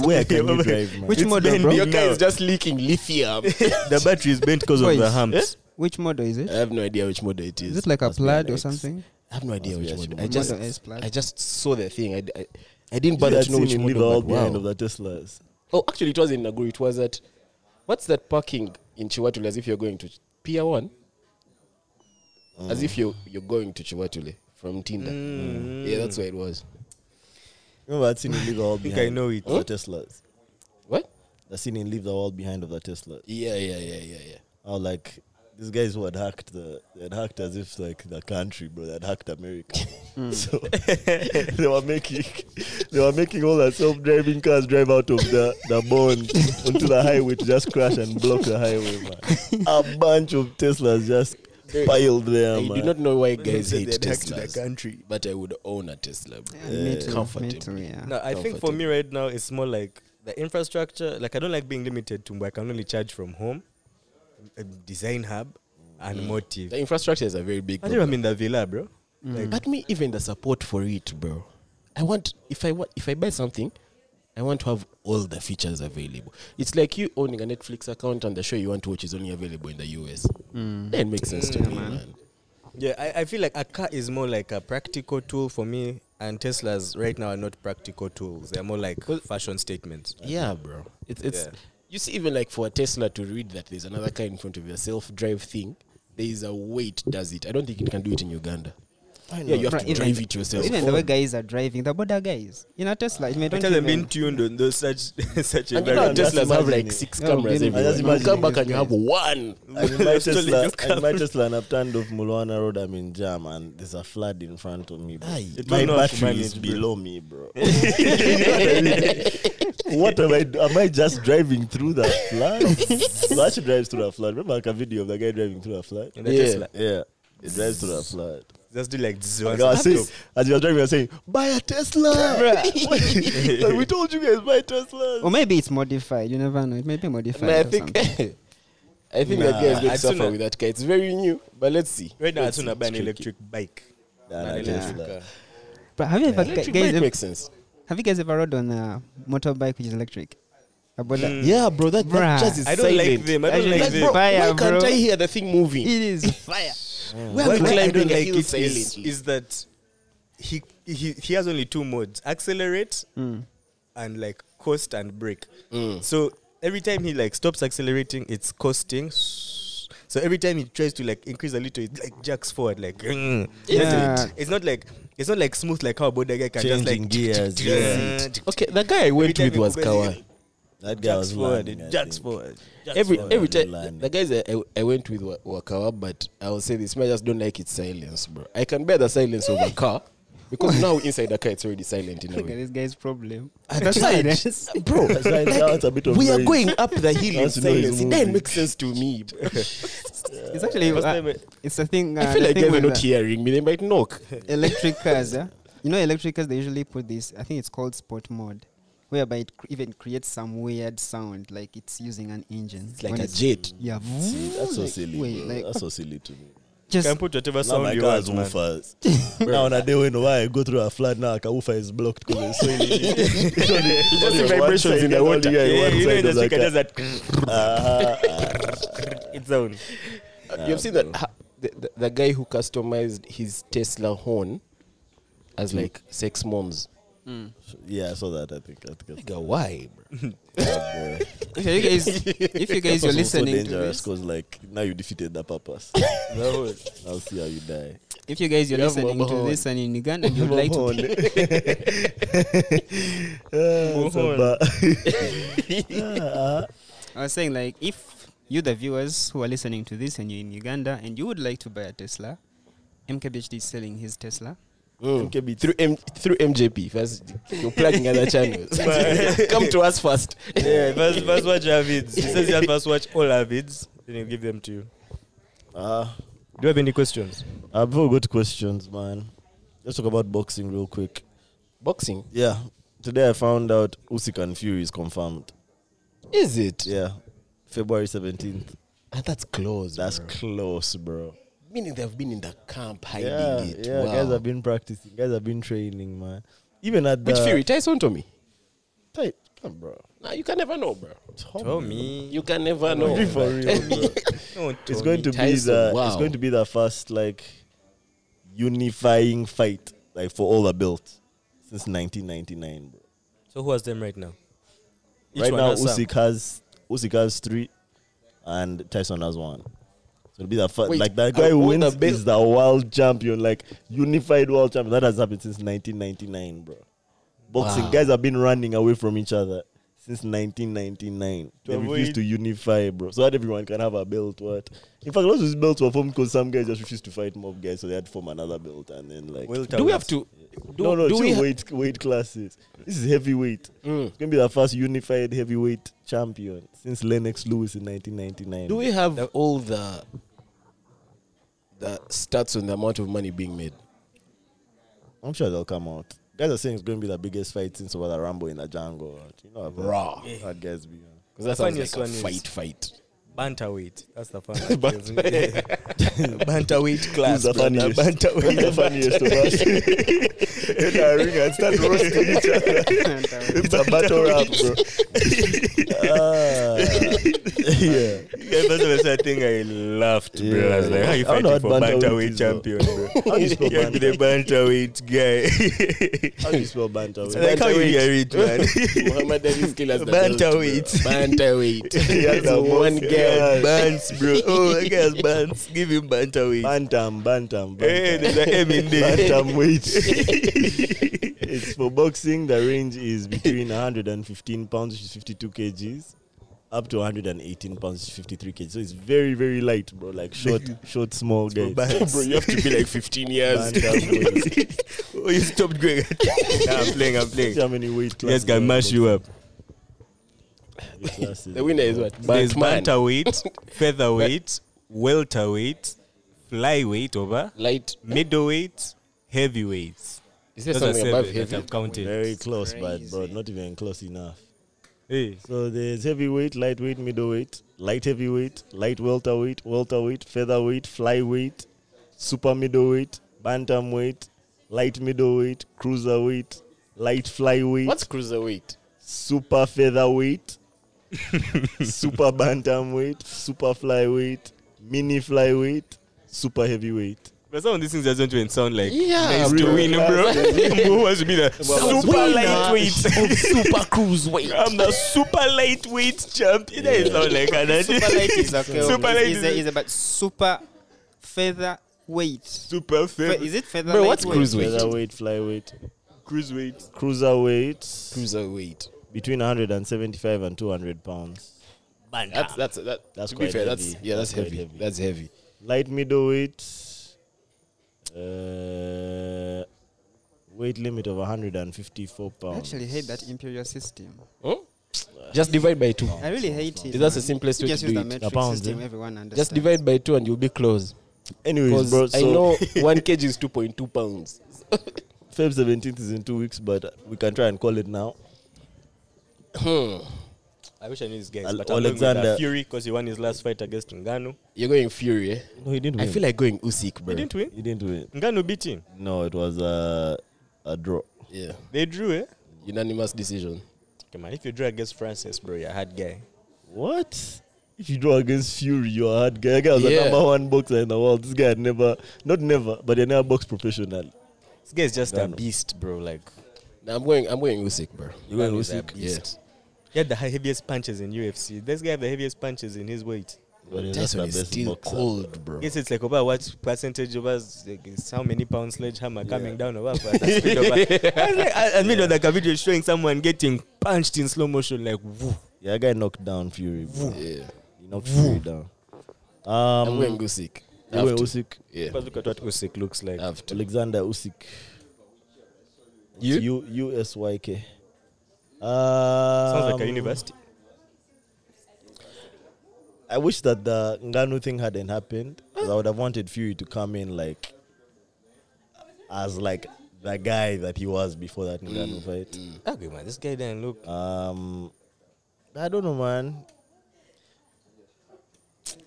Speaker 3: Where can you drive, man?
Speaker 4: Which
Speaker 1: It's
Speaker 4: model,
Speaker 1: bent
Speaker 4: bro?
Speaker 2: Your
Speaker 1: now.
Speaker 2: guy is just leaking lithium.
Speaker 1: The battery is bent because of
Speaker 4: Boys.
Speaker 1: the humps.
Speaker 4: which model is it?
Speaker 1: Uh,
Speaker 2: I have no idea which model it is.
Speaker 4: is it like a
Speaker 2: Must be
Speaker 4: plaid
Speaker 2: an
Speaker 4: or
Speaker 2: X.
Speaker 4: something?
Speaker 2: I have no idea
Speaker 3: Must be
Speaker 2: which
Speaker 3: an
Speaker 2: model.
Speaker 3: X.
Speaker 2: I just,
Speaker 4: Model S plaid.
Speaker 2: I just saw the thing. I, I, I didn't
Speaker 3: But
Speaker 2: bother
Speaker 3: I've
Speaker 2: to know
Speaker 3: seen
Speaker 2: which
Speaker 3: him leave
Speaker 2: model.
Speaker 3: all
Speaker 2: But
Speaker 3: behind of
Speaker 2: wow.
Speaker 3: the Teslas.
Speaker 2: Oh, actually, it was in Naguru. It was at what's that parking in Chiwatule? As if you're going to Ch- Pier One. As if you're you're going to Chiwatule from Tinder. Yeah, that's where it was.
Speaker 3: Remember, I'd seen him leave the world
Speaker 1: think
Speaker 3: behind.
Speaker 1: I know it.
Speaker 3: Of the Teslas.
Speaker 2: What?
Speaker 3: I've seen him leave the world behind of the Teslas.
Speaker 2: Yeah, yeah, yeah, yeah, yeah.
Speaker 3: I was like, these guys who had hacked the, they had hacked as if like the country, bro, they had hacked America.
Speaker 2: Hmm.
Speaker 3: So they were making, they were making all the self-driving cars drive out of the the bond onto the highway to just crash and block the highway, man. A bunch of Teslas just
Speaker 2: Hey,
Speaker 3: piled there,
Speaker 2: I
Speaker 3: man.
Speaker 2: do not know why guys
Speaker 1: Said
Speaker 2: hate
Speaker 1: they had hacked the
Speaker 2: Teslas,
Speaker 1: country.
Speaker 2: but I would own a Tesla. Bro.
Speaker 4: Yeah, me too, me
Speaker 2: comfortable.
Speaker 4: too, yeah.
Speaker 1: No, I think for me right now it's more like the infrastructure. Like I don't like being limited to. I can only charge from home, uh, design hub, and motive.
Speaker 2: The infrastructure is a very big.
Speaker 1: I think I'm
Speaker 2: problem.
Speaker 1: in the villa, bro.
Speaker 2: But me, even the support for it, bro. I want if I wa- if I buy something, I want to have all the features available. It's like you owning a Netflix account and the show you want to watch is only available in the US. That makes sense to me, man.
Speaker 1: Yeah, I, I feel like a car is more like a practical tool for me, and Teslas right now are not practical tools. They're more like fashion statements.
Speaker 2: Yeah, bro. It's it's
Speaker 1: Yeah.
Speaker 2: you see, even like for a Tesla to read that there's another car in front of your self-drive thing. There is a way it does it. I don't think it can do it in Uganda. Yeah, you have
Speaker 4: Right,
Speaker 2: to
Speaker 4: even-
Speaker 2: drive it yourself.
Speaker 4: Even the way guys are driving, the border guys in a Tesla, it may
Speaker 1: It
Speaker 4: don't
Speaker 1: hasn't been
Speaker 4: even.
Speaker 1: tuned on those such such
Speaker 2: And you know,
Speaker 3: I'm just
Speaker 2: Teslas have
Speaker 3: imagining
Speaker 2: like
Speaker 3: it.
Speaker 2: six
Speaker 4: No,
Speaker 2: cameras
Speaker 4: then- I
Speaker 2: everywhere.
Speaker 4: just
Speaker 2: You
Speaker 4: imagine
Speaker 2: come back
Speaker 4: these
Speaker 2: and you have
Speaker 4: guys.
Speaker 2: one.
Speaker 3: I'm in my
Speaker 1: Actually,
Speaker 3: Tesla,
Speaker 1: this
Speaker 3: I'm in my Tesla and I've turned off Mulwana Road. I'm in jam and there's a flood in front of me. bro.
Speaker 2: Aye.
Speaker 1: It
Speaker 3: My
Speaker 1: was not
Speaker 3: battery is
Speaker 1: managed, bro.
Speaker 3: below me, bro. You know what, I mean? what am I? do- Am I just driving through the flood? so she drives through the flood. Remember like a video of the guy driving through the flood?
Speaker 1: In the
Speaker 2: Yeah.
Speaker 1: Tesla,
Speaker 3: Yeah, he drives through the flood.
Speaker 1: just do like zzz once
Speaker 3: Like I was
Speaker 1: and
Speaker 3: saying,
Speaker 1: stop.
Speaker 3: as you were driving, I was saying, "Buy a Tesla." like we told you guys, buy Tesla.
Speaker 1: Oh,
Speaker 4: Or maybe it's modified. You never know. It may be modified.
Speaker 2: And I
Speaker 4: or
Speaker 2: think
Speaker 4: something.
Speaker 2: I think
Speaker 3: Nah,
Speaker 2: that guy is going
Speaker 1: I'd
Speaker 2: to suffer
Speaker 1: sooner-
Speaker 2: with that car. It's very new, but let's see.
Speaker 1: Right now, I
Speaker 2: Let's
Speaker 1: soon
Speaker 2: see.
Speaker 1: buy an
Speaker 2: It's tricky.
Speaker 1: electric bike. uh,
Speaker 3: Nah,
Speaker 1: Not
Speaker 3: nah,
Speaker 1: an
Speaker 3: Tesla.
Speaker 1: electric car.
Speaker 4: But have you ever guys?
Speaker 2: Electric bike
Speaker 4: ever-
Speaker 2: makes sense.
Speaker 4: Have you guys ever rode on a motorbike which is electric? A border.
Speaker 1: Mm.
Speaker 2: Yeah, bro, that,
Speaker 4: Bruh.
Speaker 2: that just is
Speaker 1: I don't
Speaker 2: silent.
Speaker 1: like them. I don't
Speaker 4: Like,
Speaker 1: like
Speaker 2: Like, bro,
Speaker 1: them.
Speaker 4: Fire,
Speaker 2: why can't
Speaker 4: bro.
Speaker 2: I hear the thing moving?
Speaker 4: It is fire.
Speaker 2: Why are we
Speaker 1: Why I
Speaker 2: climbing
Speaker 1: don't
Speaker 2: a
Speaker 1: like
Speaker 2: hill
Speaker 1: it is,
Speaker 2: silently?
Speaker 1: is that he, he he has only two modes: accelerate and like coast and brake. So every time he like stops accelerating, it's coasting. So every time he tries to like increase a little, it like jacks forward. Like mm.
Speaker 4: Yeah.
Speaker 1: it's not like it's not like smooth like how a border guy can just
Speaker 3: Changing
Speaker 1: like
Speaker 3: gears, yeah.
Speaker 2: Okay, the guy I went
Speaker 1: Every
Speaker 2: with
Speaker 1: time
Speaker 2: was
Speaker 1: you go back,
Speaker 2: Kawa.
Speaker 3: That guy
Speaker 1: Jacks
Speaker 3: was
Speaker 1: forward,
Speaker 3: learning, I
Speaker 1: it jacks
Speaker 3: think.
Speaker 1: forward.
Speaker 2: Every
Speaker 3: forward,
Speaker 2: every
Speaker 3: you're
Speaker 2: time
Speaker 3: learning.
Speaker 2: the guys I, I- I went with were, were Kawa, but I will say this: man, I just don't like its silence, bro. I can bear the silence of a car because now inside the car it's already silent in a
Speaker 4: Look at
Speaker 2: way.
Speaker 4: this guy's problem.
Speaker 2: At
Speaker 4: That's
Speaker 2: night,
Speaker 4: silence.
Speaker 2: bro.
Speaker 3: That's why now it's a bit of
Speaker 2: we are
Speaker 3: noise.
Speaker 2: going up the hill in
Speaker 3: That's noise
Speaker 2: silence. It doesn't
Speaker 3: moving.
Speaker 2: make sense to me. bro.
Speaker 4: It's actually
Speaker 1: First
Speaker 4: uh,
Speaker 1: time I-
Speaker 4: it's a thing. Uh,
Speaker 2: I feel
Speaker 4: the
Speaker 2: like
Speaker 4: thing
Speaker 2: guys are
Speaker 4: with
Speaker 2: not
Speaker 4: the
Speaker 2: hearing me. They might knock.
Speaker 4: Electric cars. Yeah? You know, electric cars. They usually put this. I think it's called sport mode, whereby it cr- even creates some weird sound, like it's using an engine.
Speaker 2: It's like
Speaker 4: when
Speaker 2: a jet.
Speaker 4: Yeah.
Speaker 3: That's so
Speaker 4: like,
Speaker 3: silly.
Speaker 4: wait,
Speaker 3: bro.
Speaker 4: like,
Speaker 3: That's so silly to me.
Speaker 1: You
Speaker 4: Just
Speaker 1: can put whatever
Speaker 3: Now
Speaker 1: sound
Speaker 3: my
Speaker 1: you
Speaker 3: car's
Speaker 1: want. man.
Speaker 3: woofers. ah, now on a day when why I go through a flood now, Kawoofa is blocked because it's so It's only- it's
Speaker 2: the
Speaker 3: only on
Speaker 2: vibrations
Speaker 3: one
Speaker 2: in
Speaker 3: side,
Speaker 2: the
Speaker 3: only
Speaker 2: water.
Speaker 3: on
Speaker 1: Yeah,
Speaker 3: one
Speaker 1: you know,
Speaker 3: side
Speaker 1: in the
Speaker 3: of the
Speaker 1: speaker,
Speaker 3: car.
Speaker 1: just that
Speaker 3: Uh-huh.
Speaker 1: it's on.
Speaker 2: You've seen that ha- the, the, the
Speaker 3: Hmm.
Speaker 2: guy who customized his Tesla horn as like sex moms.
Speaker 3: Yeah, I saw that. I think. I think.
Speaker 2: Nigga, why, bro?
Speaker 3: Yeah, boy.
Speaker 4: If you guys, if you guys
Speaker 3: That
Speaker 4: are
Speaker 3: was also
Speaker 4: listening to
Speaker 3: dangerous
Speaker 4: this,
Speaker 3: because like now you defeated that purpose. I'll see how you die.
Speaker 4: if you guys are
Speaker 2: You have
Speaker 4: listening to
Speaker 2: Mabahon.
Speaker 4: this and in Uganda, and you'd like to,
Speaker 3: Mohon. Yeah, it's
Speaker 1: Mohon.
Speaker 3: about- Yeah,
Speaker 4: I was saying like, if you the viewers who are listening to this and you're in Uganda and you would like to buy a Tesla, MKBHD is selling his Tesla.
Speaker 2: Mm.
Speaker 3: MKBT.
Speaker 2: Through M- through MJP first. You're plugging other channels. Come to us first.
Speaker 1: yeah, first, first watch our vids. He says you first watch all our vids, then he'll give them to you.
Speaker 3: Ah,
Speaker 1: Do you have any questions?
Speaker 3: uh, before we go to questions, man, let's talk about boxing real quick.
Speaker 2: Boxing.
Speaker 3: Yeah, today I found out Usyk and Fury is confirmed.
Speaker 2: Is it?
Speaker 3: Yeah, February seventeenth.
Speaker 2: Ah, that's close.
Speaker 3: That's
Speaker 2: bro.
Speaker 3: close, bro.
Speaker 2: meaning they've been in the camp hiding
Speaker 3: Yeah,
Speaker 2: it.
Speaker 3: yeah.
Speaker 2: wow.
Speaker 3: Guys have been practicing. Guys have been training, man. Even at the
Speaker 2: Which Fury? Tyson Tommy.
Speaker 3: Tight. Come, bro.
Speaker 2: Nah, you can never know, bro.
Speaker 1: Tell me.
Speaker 2: You can never know.
Speaker 3: No, for
Speaker 2: bro.
Speaker 3: real, bro.
Speaker 1: No,
Speaker 3: it's
Speaker 1: Tony.
Speaker 3: going to be
Speaker 2: Tyson,
Speaker 3: the it's
Speaker 2: wow.
Speaker 3: going to be the first like unifying fight like for all the belt since 1999 bro.
Speaker 1: So who has them right now? Each
Speaker 3: right
Speaker 1: one
Speaker 3: now
Speaker 1: has some.
Speaker 3: Usyk has Usyk has three and Tyson has one so it'll be the first
Speaker 2: Wait,
Speaker 3: like that
Speaker 2: are
Speaker 3: guy who
Speaker 2: all
Speaker 3: wins
Speaker 2: the belt-
Speaker 3: is the world champion like unified world champion that has happened since 1999 bro boxing
Speaker 2: Wow.
Speaker 3: guys have been running away from each other since 1999 they
Speaker 1: avoid-
Speaker 3: refuse to unify bro so that everyone can have a belt what in fact lots of these belts were formed because some guys just refused to fight mob guys so they had to form another belt and then like
Speaker 1: Wilter
Speaker 2: Do we
Speaker 1: was-
Speaker 2: have to? Do,
Speaker 3: no no
Speaker 2: do
Speaker 3: two
Speaker 2: we ha-
Speaker 3: weight weight classes this is heavyweight
Speaker 2: Mm.
Speaker 3: it's gonna be the first unified heavyweight champion since lennox lewis in 1999
Speaker 2: Do we have all the the stats on the amount of money being made?
Speaker 3: i'm sure they'll come out guys are saying it's gonna be the biggest fight since over the rambo in the jungle you know how
Speaker 2: Raw.
Speaker 3: bad- how guys be man.
Speaker 2: Because that
Speaker 1: The
Speaker 2: sounds
Speaker 1: funniest
Speaker 2: like
Speaker 1: one
Speaker 2: a
Speaker 1: is-
Speaker 2: fight, fight.
Speaker 1: banter weight. That's the fun. banter weight
Speaker 3: Who's
Speaker 1: class.
Speaker 3: the
Speaker 1: brother.
Speaker 3: funniest?
Speaker 1: Banter
Speaker 3: Who's the
Speaker 1: weight.
Speaker 3: funniest of us? Enter a ring and start roasting each other.
Speaker 4: uh,
Speaker 3: It's a battle rap, bro. Ah, yeah.
Speaker 1: Yeah, that's the first thing I laughed, bro. I was
Speaker 3: Yeah.
Speaker 1: like, how you
Speaker 3: I don't know
Speaker 1: fighting for
Speaker 3: what banter
Speaker 1: banter
Speaker 3: weight
Speaker 1: weight
Speaker 3: is, though.
Speaker 1: champion, bro?
Speaker 3: How do you spell
Speaker 1: You're
Speaker 3: banter?
Speaker 1: the banter weight guy.
Speaker 3: How do you spell banter?
Speaker 1: I like how you hear it, man.
Speaker 2: Muhammad Ali still has the
Speaker 1: Banter
Speaker 2: belt, bro.
Speaker 1: weight.
Speaker 2: Banter weight. That's one guy.
Speaker 1: Bans, bro. Oh, that guy has bans. Give him banter weight.
Speaker 3: Bantam, bantam, bantam.
Speaker 1: Hey, there's an M in there.
Speaker 3: Bantam weight. it's for boxing. The range is between 115 pounds, which is 52 kgs, up to 118 pounds, which is 53 kgs. So it's very, very light, bro. Like short, short, small guys.
Speaker 2: bro, you have to be like 15 years.
Speaker 3: Bantam weight.
Speaker 1: Oh, you stopped going. nah, I'm playing, I'm
Speaker 3: See
Speaker 1: playing.
Speaker 3: how many weight classes?
Speaker 1: Let's can mash you up.
Speaker 3: Classes.
Speaker 2: The winner is what?
Speaker 1: There's
Speaker 2: Batman.
Speaker 1: banter weight, featherweight, welterweight, flyweight over,
Speaker 2: Light.
Speaker 1: middleweight, heavyweight.
Speaker 2: Is there
Speaker 1: Those are
Speaker 2: something above
Speaker 1: seven that
Speaker 2: heavy?
Speaker 1: I've counted.
Speaker 3: Very close, but bro, not even close enough.
Speaker 1: Hey,
Speaker 3: So there's heavyweight, lightweight, middleweight, light heavyweight, light welterweight, welterweight, featherweight, flyweight, super middleweight, bantamweight, light middleweight, cruiserweight, light flyweight,
Speaker 2: What's cruiserweight?
Speaker 3: super featherweight, super bantamweight, super flyweight, mini flyweight, super heavyweight.
Speaker 1: but some of these things doesn't even sound like
Speaker 2: Yeah,
Speaker 1: nice to
Speaker 2: bro.
Speaker 1: win, bro. Who wants to be the super
Speaker 2: Winner
Speaker 1: lightweight?
Speaker 2: of super cruiserweight.
Speaker 1: I'm the super lightweight champion. That is not like an
Speaker 4: Super light is okay.
Speaker 1: Super
Speaker 4: Super
Speaker 1: light
Speaker 4: light is,
Speaker 1: is-
Speaker 4: is about super feather weight.
Speaker 1: super
Speaker 4: Fe-
Speaker 1: fair.
Speaker 4: is it feather?
Speaker 2: Bro, what's
Speaker 4: lightweight?
Speaker 2: cruiserweight?
Speaker 3: Featherweight, flyweight,
Speaker 1: Cruiserweight.
Speaker 3: cruiserweight,
Speaker 2: Cruiserweight.
Speaker 3: between 175 and 200 pounds.
Speaker 2: That's that's that.
Speaker 3: That's
Speaker 2: to be
Speaker 3: quite
Speaker 2: fair, That's
Speaker 3: heavy.
Speaker 2: yeah, that's,
Speaker 3: That's quite
Speaker 2: heavy.
Speaker 3: heavy.
Speaker 2: That's heavy.
Speaker 3: light middleweight, uh, weight limit of 154
Speaker 4: I
Speaker 3: pounds.
Speaker 4: actually hate that imperial system.
Speaker 2: Oh? Just divide by two.
Speaker 4: I really hate it.
Speaker 2: That's the
Speaker 4: man.
Speaker 2: simplest way
Speaker 4: Just
Speaker 2: to
Speaker 4: use
Speaker 2: do
Speaker 4: the
Speaker 2: it.
Speaker 4: metric
Speaker 3: pounds,
Speaker 4: system.
Speaker 3: eh?
Speaker 4: Everyone understands.
Speaker 2: Just divide by two and you'll be close.
Speaker 3: anyways,
Speaker 2: Because
Speaker 3: bro,
Speaker 2: I
Speaker 3: so
Speaker 2: know one kg is 2.2 pounds.
Speaker 3: Feb 17th is in two weeks, but we can try and call it now.
Speaker 2: Hmm.
Speaker 1: I wish I knew these guys.
Speaker 3: Al-
Speaker 1: but I'm going with, uh,
Speaker 3: Alexander.
Speaker 1: Fury because he won his last fight against Ngannou.
Speaker 2: You're going Fury, eh?
Speaker 3: No, he didn't
Speaker 2: I
Speaker 3: win.
Speaker 2: feel like going Usyk, bro.
Speaker 1: He didn't win.
Speaker 3: he didn't win.
Speaker 1: Ngannou beat him.
Speaker 3: No, it was uh, a draw.
Speaker 2: Yeah.
Speaker 1: They drew, eh?
Speaker 2: Unanimous decision.
Speaker 1: Come on, if you draw against Francis, bro, you're a hard guy.
Speaker 3: What? If you draw against Fury, you're a hard guy. That guy was
Speaker 2: Yeah.
Speaker 3: a number one boxer in the world. This guy had never, not never, but he never boxed professionally.
Speaker 1: This guy's just a
Speaker 3: Ngannou.
Speaker 1: beast, bro. Like,
Speaker 2: Now I'm going. I'm going Usyk, bro.
Speaker 3: You going
Speaker 2: Man is a
Speaker 3: Usyk?
Speaker 2: beast.
Speaker 1: He had the hea- heaviest punches in UFC. This guy had the heaviest punches in his weight.
Speaker 3: But he's
Speaker 2: Tyson
Speaker 3: not the
Speaker 2: is
Speaker 3: best
Speaker 2: still
Speaker 3: boxer.
Speaker 2: cold, bro.
Speaker 1: Yes, it's like about what percentage of us, like, it's how many pounds sledgehammer coming down over. But the speed of a- I was like, I, I mean, like a video showing someone getting punched in slow motion, like woo.
Speaker 3: Yeah, that guy knocked down Fury. Bro.
Speaker 2: Yeah.
Speaker 3: He knocked Fury down.
Speaker 2: I'm
Speaker 3: Um,
Speaker 2: going Usyk.
Speaker 3: you
Speaker 2: Have
Speaker 3: went
Speaker 2: to.
Speaker 3: Usyk.
Speaker 2: Yeah.
Speaker 1: But look at what Usyk looks like.
Speaker 2: Have to.
Speaker 3: Alexander Usyk.
Speaker 2: You?
Speaker 3: U U S Y K. Uh,
Speaker 1: Sounds like a university.
Speaker 3: I wish that the Ngannou thing hadn't happened. 'cause I would have wanted Fury to come in like as like the guy that he was before
Speaker 2: Mm,
Speaker 3: that Ngannou fight.
Speaker 1: Okay, man, this guy didn't look.
Speaker 3: Um, I don't know, man.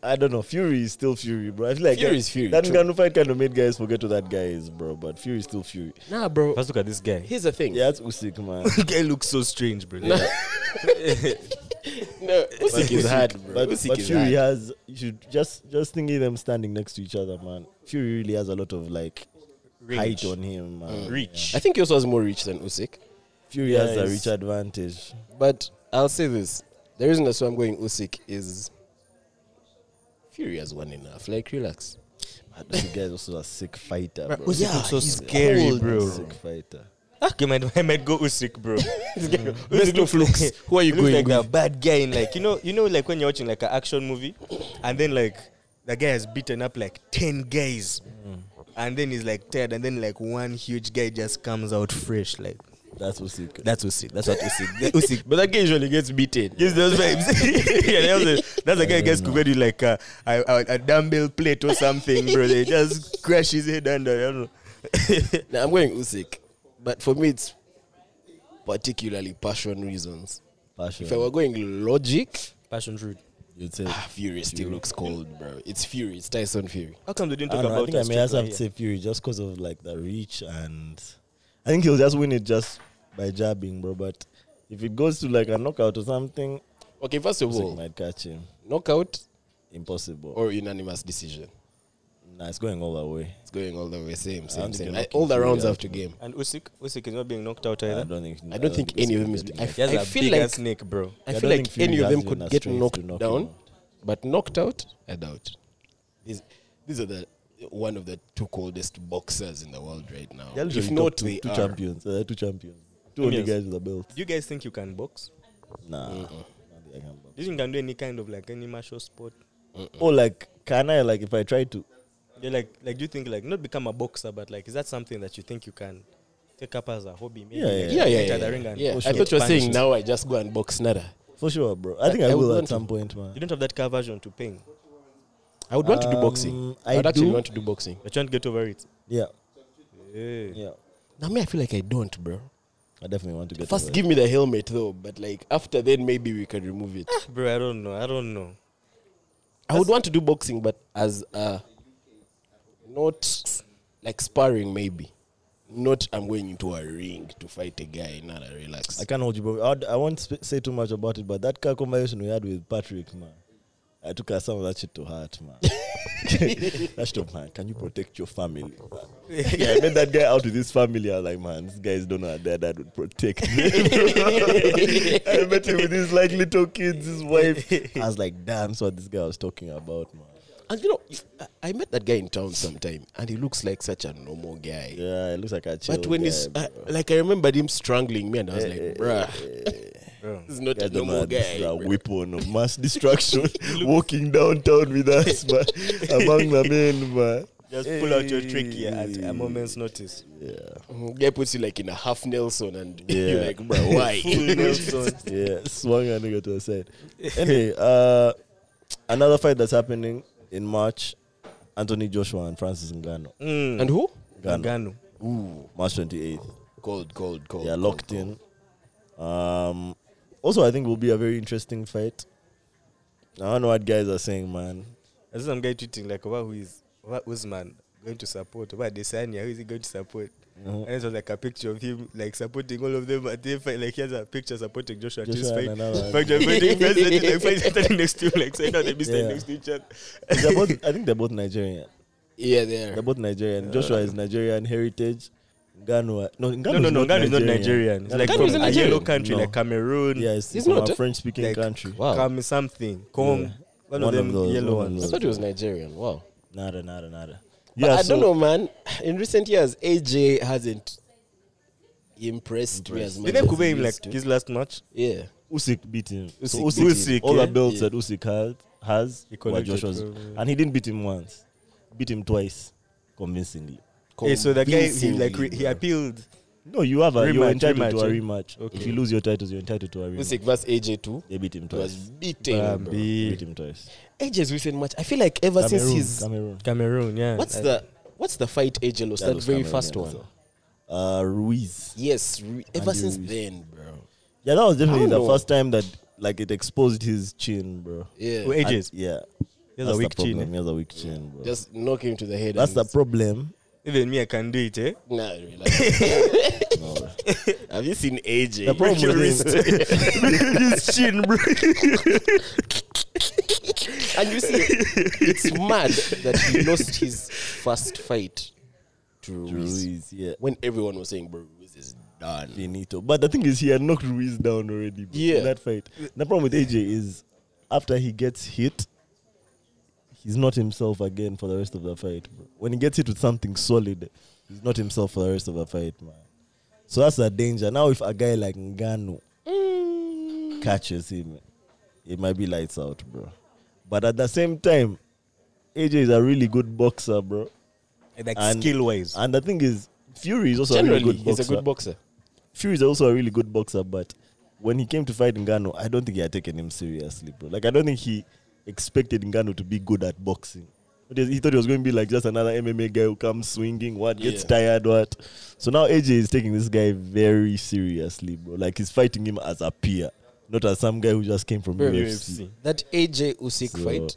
Speaker 3: I don't know. Fury is still Fury, bro. I feel like
Speaker 2: Fury
Speaker 3: that,
Speaker 2: is Fury,
Speaker 3: That
Speaker 2: true.
Speaker 3: Ngannou fight kind of made guys forget who that guy is, bro. But Fury is still Fury.
Speaker 2: Nah, bro.
Speaker 1: First, look at this guy.
Speaker 2: Here's the thing.
Speaker 3: Yeah, that's Usyk, man.
Speaker 1: This guy looks so strange, bro.
Speaker 2: No, Usyk is hard, bro.
Speaker 3: But,
Speaker 2: Usyk
Speaker 3: but
Speaker 2: is
Speaker 3: Fury
Speaker 2: hard.
Speaker 3: has you should just just thinking them standing next to each other, man. Fury really has a lot of like height on him, man.
Speaker 1: Mm. Reach.
Speaker 2: I think he also has more reach than Usyk.
Speaker 3: Fury has a
Speaker 1: Yes.
Speaker 3: rich advantage.
Speaker 2: But I'll say this: the reason that's why I'm going Usyk is Fury has won enough. Like, relax.
Speaker 3: But this guy is Ah, also a sick fighter, bro.
Speaker 1: Usyk looks so
Speaker 2: he's
Speaker 1: scary,
Speaker 2: cold.
Speaker 1: bro.
Speaker 3: Sick fighter.
Speaker 1: Okay, man, I might go Usyk, bro. Mm.
Speaker 2: Let's
Speaker 1: Usyk looks like,
Speaker 2: Who are you
Speaker 1: he looks
Speaker 2: going
Speaker 1: like
Speaker 2: with?
Speaker 1: that bad guy in like you know you know like when you're watching like an action movie, and then like the guy has beaten up like ten guys, and then he's like tired, and then like one huge guy just comes out fresh. Like
Speaker 3: That's Usyk.
Speaker 1: that's Usyk. That's what Usyk. Usyk
Speaker 2: But that guy usually gets beaten.
Speaker 1: gives those vibes. Mm. yeah, that was a, that's the guy who gets covered with like a, a, a, a dumbbell plate or something, bro. They just crash his head under. I don't know.
Speaker 2: Now I'm going Usyk, but for me it's particularly passion reasons.
Speaker 3: Passion.
Speaker 2: If I were going logic,
Speaker 1: Passion fruit.
Speaker 3: You'd say.
Speaker 2: ah, Fury still looks cold, bro. It's Fury. It's Tyson Fury.
Speaker 1: How come they didn't
Speaker 3: I,
Speaker 1: talk
Speaker 3: don't know, I
Speaker 1: about
Speaker 3: think I
Speaker 1: us
Speaker 3: may have
Speaker 1: Chitra
Speaker 3: to
Speaker 1: here?
Speaker 3: say Fury just because of like the reach and I think he'll just win it just by jabbing, bro. But if it goes to like a knockout or something,
Speaker 2: Okay, first of
Speaker 3: Usyk
Speaker 2: all,
Speaker 3: might catch him.
Speaker 2: knockout
Speaker 3: Impossible.
Speaker 2: or unanimous decision.
Speaker 3: nah, it's going all the way.
Speaker 2: It's going all the way. Same,
Speaker 3: don't
Speaker 2: same,
Speaker 3: think
Speaker 2: same.
Speaker 3: you're
Speaker 2: I- all the
Speaker 3: knocking
Speaker 2: rounds
Speaker 3: Fury
Speaker 2: after game.
Speaker 1: And Usyk, Usyk is not being knocked out
Speaker 3: I
Speaker 1: either.
Speaker 3: don't think.
Speaker 2: I don't think
Speaker 3: Usyk
Speaker 2: any of them
Speaker 3: will
Speaker 2: is.
Speaker 3: get
Speaker 2: I,
Speaker 3: knocked.
Speaker 1: He has
Speaker 2: I
Speaker 1: a
Speaker 2: feel
Speaker 1: big
Speaker 2: like
Speaker 1: ass neck, bro.
Speaker 2: I
Speaker 3: Yeah, I
Speaker 2: feel
Speaker 3: don't
Speaker 2: like
Speaker 3: think
Speaker 2: any
Speaker 3: Fury
Speaker 2: of
Speaker 3: has
Speaker 2: them
Speaker 3: it
Speaker 2: could
Speaker 3: enough
Speaker 2: get
Speaker 3: strength to
Speaker 2: knocked
Speaker 3: knock him
Speaker 2: down,
Speaker 3: out.
Speaker 2: but knocked out, I doubt. These, these are the one of the two coldest boxers in the world right now.
Speaker 3: They're
Speaker 2: if
Speaker 3: literally
Speaker 2: not,
Speaker 3: two,
Speaker 2: they
Speaker 3: two
Speaker 2: are.
Speaker 3: champions.
Speaker 2: eh,
Speaker 3: Uh, they're two champions. Two only
Speaker 1: Yes.
Speaker 3: guys with a belt.
Speaker 1: Do you guys think you can box?
Speaker 3: Nah. Not the Iron Man.
Speaker 1: Do you think you can do any kind of like any martial sport?
Speaker 3: Or Oh, like, can I like if I try to?
Speaker 1: Yeah, like like do you think like not become a boxer, but like is that something that you think you can take up as a hobby? Maybe
Speaker 3: Yeah,
Speaker 1: like,
Speaker 3: yeah,
Speaker 2: Yeah, yeah,
Speaker 1: enter
Speaker 2: yeah.
Speaker 1: the
Speaker 2: yeah.
Speaker 1: ring and
Speaker 2: Yeah,
Speaker 1: push
Speaker 2: I
Speaker 1: it,
Speaker 2: thought you were
Speaker 1: punch
Speaker 2: saying
Speaker 1: it.
Speaker 2: now I just go and box Nada.
Speaker 3: For sure, bro. I think I,
Speaker 2: I would
Speaker 3: will
Speaker 2: want
Speaker 3: at
Speaker 2: to.
Speaker 3: some point, man.
Speaker 1: You don't have that cover urge to pain,
Speaker 2: I would want to do
Speaker 3: Um,
Speaker 2: boxing.
Speaker 3: I
Speaker 2: I would actually
Speaker 3: do.
Speaker 2: want to do boxing.
Speaker 1: but you can't get over it. Eh,
Speaker 3: Yeah,
Speaker 1: Yeah.
Speaker 3: yeah.
Speaker 2: Now me, I feel like I don't, bro.
Speaker 3: I definitely want to get.
Speaker 2: First,
Speaker 3: over it.
Speaker 2: give me the helmet though, but like after then maybe we can remove it.
Speaker 1: Bro, I don't know. I don't know.
Speaker 2: I would want to do boxing, but as a not like sparring, maybe. Not I'm going into a ring to fight a guy. Not a relax.
Speaker 3: I can't hold you, bro. I'd, I won't sp- say too much about it, but that car conversation we had with Patrick, man, I took uh, some of that shit to heart, man. that shit, man. Can you protect your family? Man? Yeah, I met that guy out with his family. I was like, man, these guys don't know how their dad would protect them. I met him with his like little kids, his wife. I was like, damn, that's what this guy was talking about, man.
Speaker 2: and you know, I- I met that guy in town sometime, and he looks like such a normal guy.
Speaker 3: Yeah, it looks like a chill
Speaker 2: But when
Speaker 3: guy,
Speaker 2: he's
Speaker 3: bro.
Speaker 2: I, like, I remembered him strangling me, and I was like, "Bruh,
Speaker 3: eh."
Speaker 1: Bro.
Speaker 2: this is not
Speaker 3: Guys
Speaker 2: a
Speaker 3: don't know
Speaker 2: normal
Speaker 3: how this
Speaker 2: guy."
Speaker 3: is a
Speaker 2: bruh."
Speaker 3: weapon of mass destruction walking downtown with us, man, among the men, man.
Speaker 1: Just pull out your trick here at a moment's notice.
Speaker 2: Mm, Guy puts you like in a half Nelson, and you're
Speaker 3: Yeah.
Speaker 2: like, "Bruh, why?"
Speaker 1: Full Nelson.
Speaker 3: yeah, swung a nigga to the side. Anyway, uh, another fight that's happening in March: Anthony Joshua and Francis Ngannou.
Speaker 1: Mm.
Speaker 2: and who?
Speaker 3: Ngannou,
Speaker 1: Ngannou.
Speaker 3: March twenty eighth.
Speaker 2: Cold, cold, cold.
Speaker 3: They
Speaker 1: Oh,
Speaker 3: are locked in. Um, also, I think will be a very interesting fight. I don't know what guys are saying, man.
Speaker 1: I see some guy tweeting like, "Wow, who is what Usman going to support? What Desania? Who is he going to support?"
Speaker 3: Uh-huh.
Speaker 1: And it was like a picture of him like supporting all of them. And they fight, like here's a picture supporting Joshua. at his
Speaker 3: Joshua
Speaker 1: fight.
Speaker 3: and another
Speaker 1: Fact, they're fighting first, then they're fighting- standing next to him, like saying, "No, they be standing
Speaker 3: Yeah.
Speaker 1: next to each other."
Speaker 3: They're both, I think they're both Nigerian.
Speaker 2: Yeah, there.
Speaker 3: They're both Nigerian. Joshua is Nigerian heritage. Ngano, wa- no,
Speaker 1: No, no, no. Ghana is not Nigerian. It's like
Speaker 2: Ghana
Speaker 1: from
Speaker 2: is
Speaker 1: a
Speaker 2: a Nigerian.
Speaker 1: yellow country,
Speaker 3: No.
Speaker 1: like Cameroon.
Speaker 3: Yes,
Speaker 2: It's
Speaker 3: it's from
Speaker 2: not, eh?
Speaker 3: a French-speaking
Speaker 1: Like,
Speaker 3: country.
Speaker 2: Wow.
Speaker 1: Come something. Come.
Speaker 3: Yeah.
Speaker 1: One,
Speaker 3: One
Speaker 1: of
Speaker 3: of
Speaker 1: them
Speaker 3: those,
Speaker 1: yellow
Speaker 3: one of
Speaker 1: ones.
Speaker 3: those.
Speaker 2: I thought it was Nigerian. Wow.
Speaker 3: Nada, nada, nada.
Speaker 2: But
Speaker 3: Yeah,
Speaker 2: I
Speaker 3: so,
Speaker 2: don't know, man. In recent years, AJ hasn't impressed, me as much.
Speaker 1: Didn't
Speaker 2: as
Speaker 1: Kube
Speaker 2: he
Speaker 1: him like
Speaker 2: used to.
Speaker 1: his last match?
Speaker 2: yeah.
Speaker 3: Usyk beat him. so
Speaker 2: Usyk
Speaker 3: Usyk,
Speaker 2: beat
Speaker 1: him.
Speaker 3: all
Speaker 1: Yeah.
Speaker 3: the belts
Speaker 2: Yeah.
Speaker 3: that Usyk had, has
Speaker 1: He
Speaker 3: were
Speaker 1: collected
Speaker 3: Joshua's,
Speaker 1: twelve, yeah.
Speaker 3: and he didn't beat him once. Beat him twice, convincingly.
Speaker 1: Hey, so the guy he
Speaker 2: Convincingly,
Speaker 1: like re- he
Speaker 2: bro.
Speaker 1: appealed.
Speaker 3: No, you have a you're
Speaker 1: Rematch,
Speaker 3: entitled to
Speaker 1: rematch,
Speaker 3: a
Speaker 1: eh?
Speaker 3: rematch.
Speaker 1: Okay.
Speaker 3: If you lose your titles, you're entitled to a rematch.
Speaker 2: Usyk versus AJ too.
Speaker 3: They beat him
Speaker 2: It was
Speaker 3: twice.
Speaker 2: beating. bro.
Speaker 3: Beat him twice.
Speaker 2: AJ's recent match. I feel like ever since
Speaker 3: um, Cameroon,
Speaker 2: his
Speaker 3: Cameroon.
Speaker 1: Cameroon, yeah.
Speaker 2: what's
Speaker 1: I-
Speaker 2: the what's the fight AJ lost?
Speaker 3: Yeah,
Speaker 2: That,
Speaker 3: those
Speaker 2: very
Speaker 3: Cameroon,
Speaker 2: first
Speaker 3: yeah,
Speaker 2: one.
Speaker 3: so. Uh, Ruiz.
Speaker 2: Yes. Re- ever
Speaker 3: Andy
Speaker 2: since
Speaker 3: Ruiz.
Speaker 2: then, bro.
Speaker 3: Yeah, that was definitely
Speaker 2: I
Speaker 3: the
Speaker 2: don't know.
Speaker 3: first time that like it exposed his chin, bro.
Speaker 2: Yeah.
Speaker 1: Oh, AJ's.
Speaker 3: And- yeah.
Speaker 1: He has
Speaker 3: That's
Speaker 1: a
Speaker 3: the
Speaker 1: weak chin. eh?
Speaker 3: problem. He has a weak chin, bro.
Speaker 2: Just knock him to the head.
Speaker 3: That's
Speaker 2: and
Speaker 3: the problem.
Speaker 1: Even me, I can do it, eh?
Speaker 2: Nah, relax.
Speaker 3: No, bro.
Speaker 2: Have you seen AJ?
Speaker 3: The problem
Speaker 2: Your
Speaker 3: with
Speaker 2: wrist.
Speaker 1: his chin, bro.
Speaker 2: and you see, it's mad that he lost his first fight to Ruiz
Speaker 3: Ruiz, yeah.
Speaker 2: when everyone was saying, "Bro, Ruiz is done."
Speaker 3: Finito. But the thing is, he had knocked Ruiz down already. Bro,
Speaker 2: Yeah.
Speaker 3: In that fight. The problem with AJ is after he gets hit, he's not himself again for the rest of the fight. Bro. When he gets hit with something solid, he's not himself for the rest of the fight, man. So that's a danger. Now, if a guy like Ngannou
Speaker 2: Mm.
Speaker 3: catches him, it might be lights out, bro. But at the same time, AJ is a really good boxer, bro.
Speaker 1: like
Speaker 3: And-
Speaker 1: skill wise.
Speaker 3: And the thing is, Fury is also a
Speaker 2: Generally,
Speaker 3: really good
Speaker 2: he's
Speaker 3: boxer.
Speaker 2: a good boxer.
Speaker 3: Fury is also a really good boxer, but when he came to fight Ngannou, I don't think he had taken him seriously, bro. Like I don't think he expected Ngannou to be good at boxing. But He thought he was going to be like just another MMA guy who comes swinging, what gets
Speaker 2: Yeah.
Speaker 3: tired, what. So now AJ is taking this guy very seriously, bro. Like he's fighting him as a peer, not as some guy who just came from
Speaker 2: Bro,
Speaker 3: UFC.
Speaker 2: That AJ Usyk
Speaker 3: So-
Speaker 2: fight,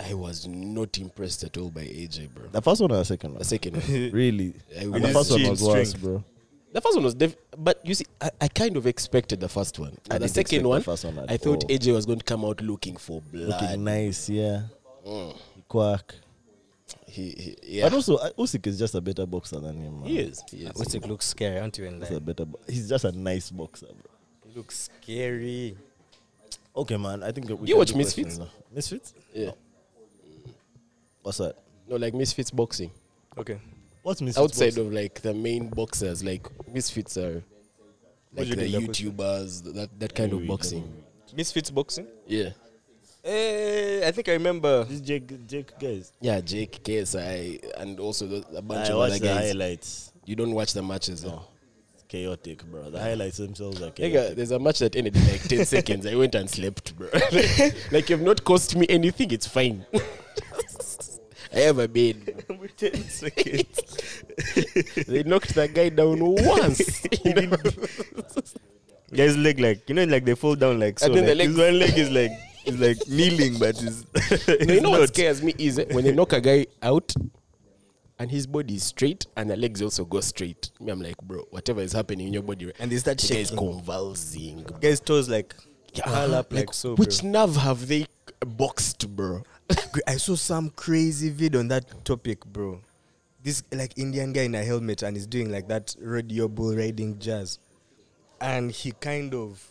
Speaker 2: I was not impressed at all by AJ, bro.
Speaker 3: The first one or the second one?
Speaker 2: The second one,
Speaker 3: Really?
Speaker 2: I
Speaker 3: And
Speaker 2: was-
Speaker 3: the first one
Speaker 1: Chin
Speaker 3: was worse,
Speaker 1: strength.
Speaker 3: bro.
Speaker 2: the first one was, def- but you see, I, I kind of expected the first one.
Speaker 3: I
Speaker 2: the
Speaker 3: didn't expect
Speaker 2: second
Speaker 3: the
Speaker 2: one,
Speaker 3: first one at
Speaker 2: I thought
Speaker 3: all.
Speaker 2: AJ was going to come out looking for blood.
Speaker 3: Looking nice, yeah.
Speaker 2: Mm.
Speaker 3: Quack.
Speaker 2: He, he, yeah,
Speaker 3: But also, uh, Usyk is just a better boxer than him, man.
Speaker 2: he is. He is.
Speaker 1: What's it look scary? I don't even
Speaker 3: He's
Speaker 1: like.
Speaker 3: a better. Bo- he's just a nice boxer, bro.
Speaker 1: It looks scary.
Speaker 3: Okay, man. I think that we
Speaker 2: You
Speaker 3: can
Speaker 2: watch
Speaker 3: do
Speaker 2: Misfits?
Speaker 3: questions now. Misfits?
Speaker 2: Yeah.
Speaker 3: What's that?
Speaker 2: No, like Misfits boxing.
Speaker 1: Okay.
Speaker 3: What's Misfits?
Speaker 2: Outside
Speaker 3: boxing?
Speaker 2: of like the main boxers, like Misfits are like
Speaker 1: you
Speaker 2: the
Speaker 1: doing that
Speaker 2: YouTubers, th- that, that kind of boxing.
Speaker 1: Misfits boxing.
Speaker 2: Yeah.
Speaker 1: Eh, I think I remember.
Speaker 3: this Jake, Jake guys.
Speaker 2: Yeah, Jake, KSI, and also th- a bunch
Speaker 3: I
Speaker 2: of other
Speaker 3: watched the Oh,
Speaker 2: guys.
Speaker 3: highlights.
Speaker 2: You don't watch the matches. eh? though.
Speaker 3: It's chaotic, bro. The highlights themselves are chaotic.
Speaker 2: Nigga, there's a match that ended in like 10 seconds. I went and slept, bro. like, you've not cost me anything. It's fine. I have a bed. They knocked that guy down once. You know?
Speaker 1: Guys, leg like you know, like they fall down like so.
Speaker 2: And then the
Speaker 1: like,
Speaker 2: leg-
Speaker 1: his one leg is like is like kneeling, but it's,
Speaker 2: No, you
Speaker 1: it's
Speaker 2: know what
Speaker 1: not.
Speaker 2: scares me is eh, when they knock a guy out and his body is straight and the legs also go straight. Me, I'm like, bro, whatever is happening in your body, right?
Speaker 1: And they start
Speaker 2: the guy is
Speaker 1: shaking.
Speaker 2: convulsing.
Speaker 1: Guys' toes like all
Speaker 2: Uh-huh.
Speaker 1: up like, so.
Speaker 2: which
Speaker 1: bro.
Speaker 2: nerve have they boxed, bro?
Speaker 1: I saw some crazy video on that topic, bro. This like Indian guy in a helmet and he's doing like that rodeo bull riding jazz, and he kind of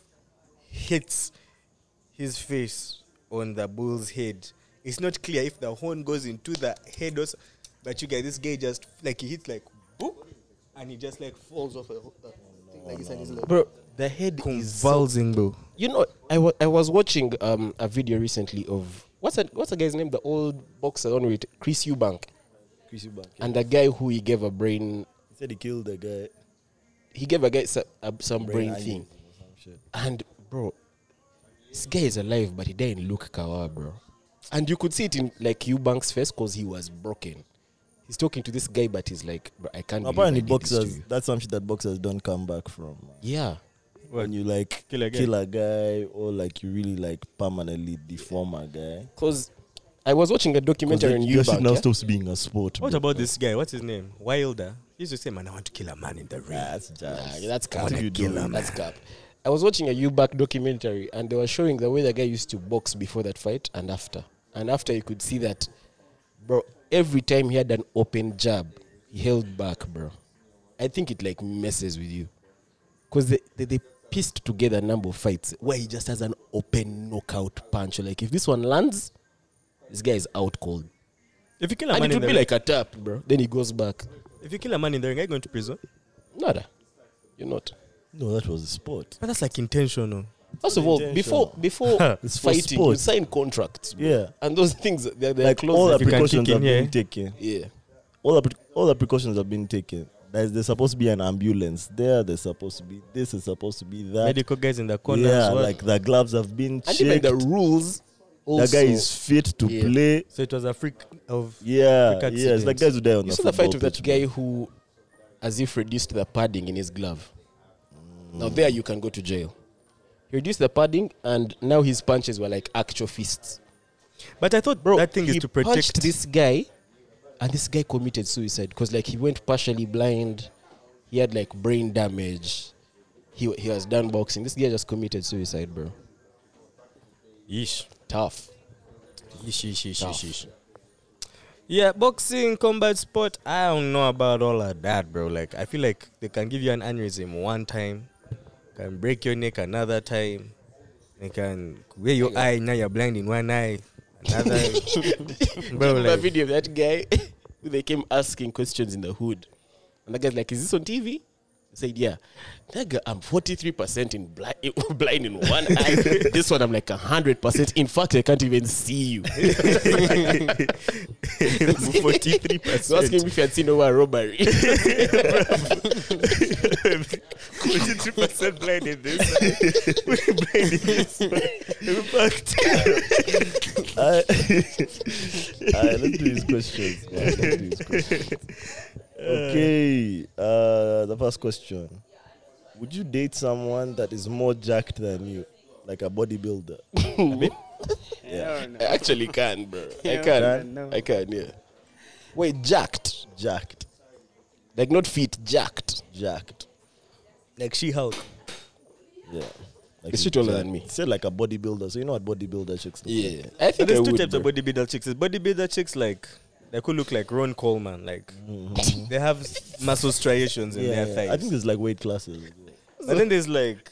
Speaker 1: hits his face on the bull's head. It's not clear if the horn goes into the head or s- but you guys, this guy just like he hits like boop and he just like falls off a, ho- a thing like this and he's like
Speaker 2: Bro, the head
Speaker 1: convulsing, bro.
Speaker 2: You know, I wa- I was watching um, a video recently of what's that what's the guy's name? The old boxer on with Chris Eubank and the guy who he gave a brain
Speaker 3: He said he killed the guy.
Speaker 2: he gave a guy some, uh, some brain,
Speaker 3: aneurysm
Speaker 2: thing.
Speaker 3: or some shit.
Speaker 2: And bro, this guy is alive, but he didn't look kawa, bro. And you could see it in like Eubank's face because he was broken. He's talking to this guy, but he's like, bro, I can't. believe I
Speaker 3: Apparently,
Speaker 2: did this to
Speaker 3: boxers.
Speaker 2: you."
Speaker 3: That's some shit that boxers don't come back from. man.
Speaker 2: Yeah,
Speaker 3: When you like
Speaker 1: Kill a guy.
Speaker 3: guy or like you really like permanently deform a guy.
Speaker 2: because I was watching a documentary on
Speaker 3: Your shit now
Speaker 2: Eubank. Yeah?
Speaker 3: stops being a sport.
Speaker 1: What
Speaker 3: bro.
Speaker 1: about this guy? What's his name? Wilder. He used to say, "Man, I want to kill a man in the ring."
Speaker 3: Nah, that's jazz.
Speaker 2: Nah, that's cap.
Speaker 3: What are you
Speaker 1: Kill
Speaker 3: doing?
Speaker 1: him.
Speaker 2: That's cap. I was watching a Eubank documentary, and they were showing the way the guy used to box before that fight and after. And after, you could see that, bro. Every time he had an open jab, he held back, bro. I think it like messes with you because they, they, they pieced together a number of fights where he just has an open knockout punch. Like if this one lands, this guy is out cold.
Speaker 1: If you kill a
Speaker 2: and
Speaker 1: man
Speaker 2: it
Speaker 1: in
Speaker 2: would
Speaker 1: the
Speaker 2: be
Speaker 1: ring,
Speaker 2: like a tap, bro. Then he goes back.
Speaker 1: if you kill a man in the ring, are you going to prison?
Speaker 2: Nada, you're not.
Speaker 3: No, that was a sport.
Speaker 1: But that's like oh. intentional.
Speaker 2: First of all, before before
Speaker 3: It's for
Speaker 2: fighting, you
Speaker 3: sport.
Speaker 2: sign contracts, bro.
Speaker 3: Yeah.
Speaker 2: and those things they're, they're
Speaker 3: Like
Speaker 2: close.
Speaker 3: all the
Speaker 1: if you can
Speaker 3: precautions
Speaker 1: kick
Speaker 3: have
Speaker 1: in,
Speaker 3: been
Speaker 1: yeah.
Speaker 3: taken.
Speaker 2: yeah,
Speaker 3: All the pre- all the precautions have been taken. There's there's supposed to be an ambulance there. There's supposed to be this. Is supposed to be that.
Speaker 1: Medical guys in the corner.
Speaker 3: yeah,
Speaker 1: as well.
Speaker 3: like the gloves have been
Speaker 2: and
Speaker 3: checked.
Speaker 2: even the rules. Also,
Speaker 3: that guy is fit to
Speaker 2: Yeah.
Speaker 3: play.
Speaker 1: so it was a freak of
Speaker 3: Yeah,
Speaker 1: Freak
Speaker 3: yeah. It's like
Speaker 1: accident.
Speaker 3: guys who die on
Speaker 2: You
Speaker 3: the
Speaker 2: saw the
Speaker 3: football
Speaker 2: fight of that
Speaker 3: pitch,
Speaker 2: guy who, as if reduced the padding in his glove. Now there you can go to jail. He reduced the padding, and now his punches were like actual fists.
Speaker 1: But I thought
Speaker 2: Bro,
Speaker 1: that thing is
Speaker 2: he
Speaker 1: to
Speaker 2: punched
Speaker 1: protect.
Speaker 2: this guy, and this guy committed suicide because like he went partially blind. He had like brain damage. He he was done boxing. This guy just committed suicide, bro.
Speaker 1: Yeesh.
Speaker 2: Tough.
Speaker 1: Yeesh, yeesh, yeesh,
Speaker 2: Tough.
Speaker 1: yeesh, yeesh. Yeah, boxing, combat sport. I don't know about all of that, bro. Like, I feel like they can give you an aneurysm one time, can break your neck another time, they can wear your eye now you're blind in one eye. Another, bro,
Speaker 2: Remember a
Speaker 1: like,
Speaker 2: video of that guy who they came asking questions in the hood. And the guy's like, Is this on TV? He said, Yeah. That guy, I'm 43% in blind, blind in one eye. this one, I'm like 100%. In fact, I can't even see you.
Speaker 1: forty three
Speaker 2: So ask him
Speaker 1: percent.
Speaker 2: if he had seen over a robbery.
Speaker 1: Forty three percent blind in this. blind in this. In fact,
Speaker 3: Alright, let's do these questions. man. Let's do these questions. Okay, uh, the first question: Would you date someone that is more jacked than you, like a bodybuilder?
Speaker 2: I actually can, bro. I
Speaker 4: Yeah,
Speaker 2: can.
Speaker 4: no.
Speaker 2: I can, yeah. Wait, jacked.
Speaker 3: Jacked,
Speaker 2: Like, not fit, jacked.
Speaker 3: jacked.
Speaker 1: like She Hulk.
Speaker 3: Yeah, like
Speaker 2: Is
Speaker 3: you
Speaker 2: she taller
Speaker 3: jack-
Speaker 2: than me?
Speaker 3: Say like a bodybuilder. So you know what bodybuilder chicks look like.
Speaker 2: Yeah. I
Speaker 1: But
Speaker 2: think
Speaker 1: there's
Speaker 2: I
Speaker 1: two
Speaker 2: would,
Speaker 1: types
Speaker 2: bro.
Speaker 1: of bodybuilder chicks. There's bodybuilder chicks like they could look like Ron Coleman, like they have s- muscle striations in
Speaker 3: Yeah,
Speaker 1: their
Speaker 3: yeah.
Speaker 1: thighs.
Speaker 3: I think there's like weight classes.
Speaker 1: and then there's like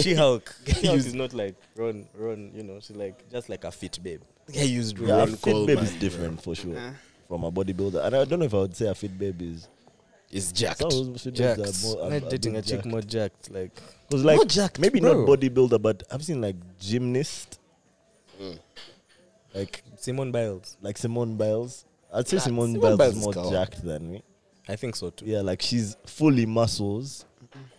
Speaker 1: She Hulk. She Hulk
Speaker 2: Use-
Speaker 1: is not like Ron. Ron, you know, she's like just like a fit babe.
Speaker 2: I used
Speaker 3: Yeah, a
Speaker 2: Ron
Speaker 3: fit babe
Speaker 2: Coleman.
Speaker 3: is different for sure
Speaker 4: Uh-uh.
Speaker 3: from a bodybuilder, and I don't know if I would say a fit babe is.
Speaker 2: Is jacked.
Speaker 3: Some fit babes
Speaker 1: Jacked.
Speaker 3: are more. are-
Speaker 1: I'm
Speaker 3: are
Speaker 1: not dating a
Speaker 3: being
Speaker 1: chick
Speaker 3: jacked.
Speaker 1: more jacked. Like
Speaker 3: Because like
Speaker 2: Not jacked,
Speaker 3: maybe not
Speaker 2: bro.
Speaker 3: bodybuilder, but I've seen like gymnast, like
Speaker 1: Simone Biles.
Speaker 3: like Simone Biles. I'd say
Speaker 2: Nah,
Speaker 3: Simone,
Speaker 2: Simone
Speaker 3: Biles,
Speaker 2: Biles
Speaker 3: is
Speaker 2: is
Speaker 3: more
Speaker 2: calm.
Speaker 3: jacked than me.
Speaker 1: I think so too.
Speaker 3: Yeah, like she's fully muscles,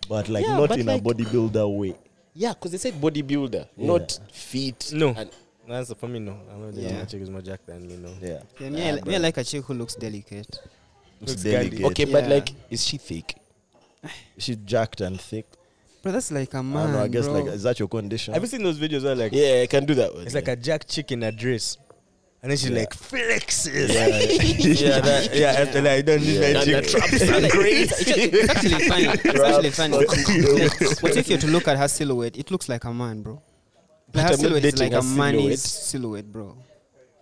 Speaker 3: but like
Speaker 2: Yeah,
Speaker 3: not
Speaker 2: but
Speaker 3: in
Speaker 2: like-
Speaker 3: a bodybuilder way.
Speaker 2: Yeah, because they said bodybuilder, not fit.
Speaker 1: No.
Speaker 2: And
Speaker 1: That's for me. No, I'm not dating
Speaker 4: Yeah.
Speaker 1: a chick who's more jacked than me. No.
Speaker 3: Yeah,
Speaker 4: Yeah, me, I, li- me, I like a chick who looks delicate.
Speaker 1: Looks
Speaker 3: delicate.
Speaker 1: girly.
Speaker 2: okay, but
Speaker 4: Yeah.
Speaker 2: like, is she thick?
Speaker 3: She's jacked and thick.
Speaker 4: But that's like a
Speaker 3: I
Speaker 4: man.
Speaker 3: don't know. I guess
Speaker 4: bro.
Speaker 3: like is that your condition?
Speaker 1: Have you seen those videos where like
Speaker 2: Yeah, I can do that one.
Speaker 1: it's like a jacked chick in a dress, and then she like flexes.
Speaker 3: yeah,
Speaker 1: yeah, that, yeah, after that, I don't need
Speaker 2: yeah.
Speaker 1: my
Speaker 2: and the
Speaker 1: chick.
Speaker 2: traps are like
Speaker 4: It's actually- it's actually funny. It's actually funny. Like, but if you're to look at her silhouette, it looks like a man, bro.
Speaker 2: But
Speaker 4: her
Speaker 2: I'm not
Speaker 4: silhouette is
Speaker 2: dating
Speaker 4: like
Speaker 2: a
Speaker 4: a man's
Speaker 2: silhouette.
Speaker 4: silhouette, bro.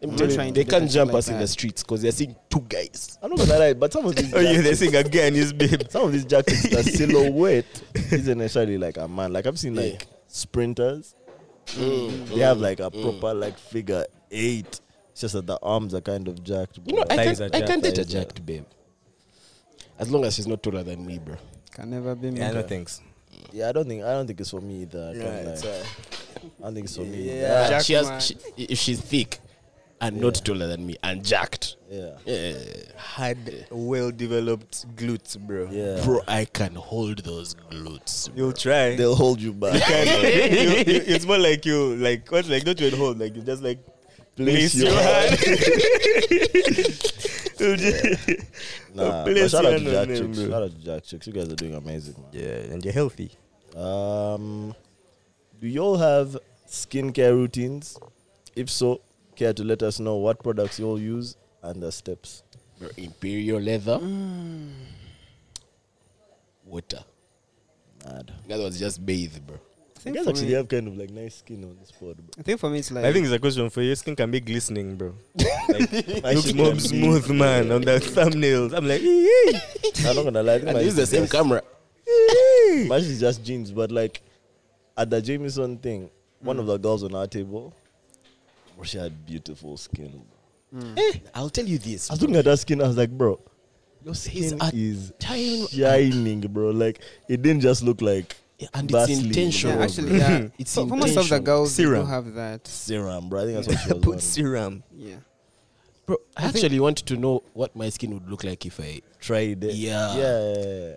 Speaker 2: I'm
Speaker 4: I'm
Speaker 2: telling
Speaker 4: trying
Speaker 2: you,
Speaker 4: to
Speaker 2: they
Speaker 4: do
Speaker 2: can't
Speaker 4: that
Speaker 2: jump
Speaker 4: like
Speaker 2: us in the
Speaker 4: that.
Speaker 2: streets because they're seeing two guys.
Speaker 3: I'm not gonna lie, but some of these
Speaker 1: Oh yeah,
Speaker 3: jacked
Speaker 1: they sing a guy and his babe.
Speaker 3: some of these jackets, the silhouette isn't necessarily like a man. Like I've seen like sprinters, they have like a proper like figure eight. It's just that the arms are kind of jacked.
Speaker 2: You know,
Speaker 3: bro.
Speaker 2: I
Speaker 1: Thighs
Speaker 2: can't,
Speaker 1: are
Speaker 2: I
Speaker 1: jacked,
Speaker 2: can't date a
Speaker 3: thighs are-
Speaker 2: jacked babe. As long as she's not taller than me, bro.
Speaker 4: Can never be me.
Speaker 1: Yeah, no thanks.
Speaker 3: yeah, I don't think I don't think it's for me either. I, can't lie.
Speaker 1: uh,
Speaker 3: I don't think it's for me. either.
Speaker 2: Uh,
Speaker 4: Jacked
Speaker 2: she has,
Speaker 4: man.
Speaker 2: she, if she's thick and not taller than me and jacked,
Speaker 3: Yeah,
Speaker 2: yeah,
Speaker 1: Had well developed glutes, bro.
Speaker 3: yeah.
Speaker 2: bro, I can hold those glutes.
Speaker 1: You'll try.
Speaker 3: They'll hold you back.
Speaker 1: Kind of. You- you- it's more like you like what like not even hold like you just like place your hand. You'll just-
Speaker 3: nah, but
Speaker 1: place
Speaker 3: shout out
Speaker 1: your hand
Speaker 3: to Jack
Speaker 1: on them,
Speaker 3: Chicks.
Speaker 1: bro.
Speaker 3: Shout out to Jack Chicks. You guys are doing amazing, man.
Speaker 1: Yeah, and you're healthy.
Speaker 3: Um, do y'all have skincare routines? If so, care to let us know what products y'all use and the steps.
Speaker 2: Bro, imperial leather, water.
Speaker 3: Mad.
Speaker 2: In other words, just bathe, bro.
Speaker 4: think
Speaker 3: guys
Speaker 4: for
Speaker 3: actually
Speaker 4: me-
Speaker 3: have kind of like nice skin on this pod, bro.
Speaker 4: I think for me it's like
Speaker 1: I think it's a question for you. Your skin can be glistening, bro.
Speaker 3: My
Speaker 1: Looks
Speaker 3: skin
Speaker 1: more
Speaker 3: can be-
Speaker 1: smooth, man, on the thumbnails. I'm like, "Ee,
Speaker 3: I'm not gonna lie. I think
Speaker 2: And
Speaker 3: my
Speaker 2: use the
Speaker 3: is
Speaker 2: same
Speaker 3: just-
Speaker 2: camera.
Speaker 1: ee, ee."
Speaker 3: Mine is just jeans, but like at the Jameson thing, one of the girls on our table, bro, she had beautiful skin.
Speaker 2: Eh. I'll tell you this.
Speaker 3: I was looking at her skin, I was like, bro,
Speaker 2: Your skin
Speaker 3: skin is
Speaker 2: time-
Speaker 3: shining, bro. Like it didn't just look like
Speaker 2: and it's
Speaker 3: Vaseline,
Speaker 2: intentional.
Speaker 3: bro.
Speaker 4: yeah, actually yeah.
Speaker 2: It's
Speaker 4: for, for most of the
Speaker 2: intentional.
Speaker 4: girls they
Speaker 1: Serum.
Speaker 4: do have that.
Speaker 3: serum, bro. I think that's what she was
Speaker 1: Put
Speaker 3: on.
Speaker 1: serum.
Speaker 4: Yeah.
Speaker 2: Bro, I actually want to know what my skin would look like if I.
Speaker 3: Tried it.
Speaker 2: Yeah.
Speaker 3: yeah.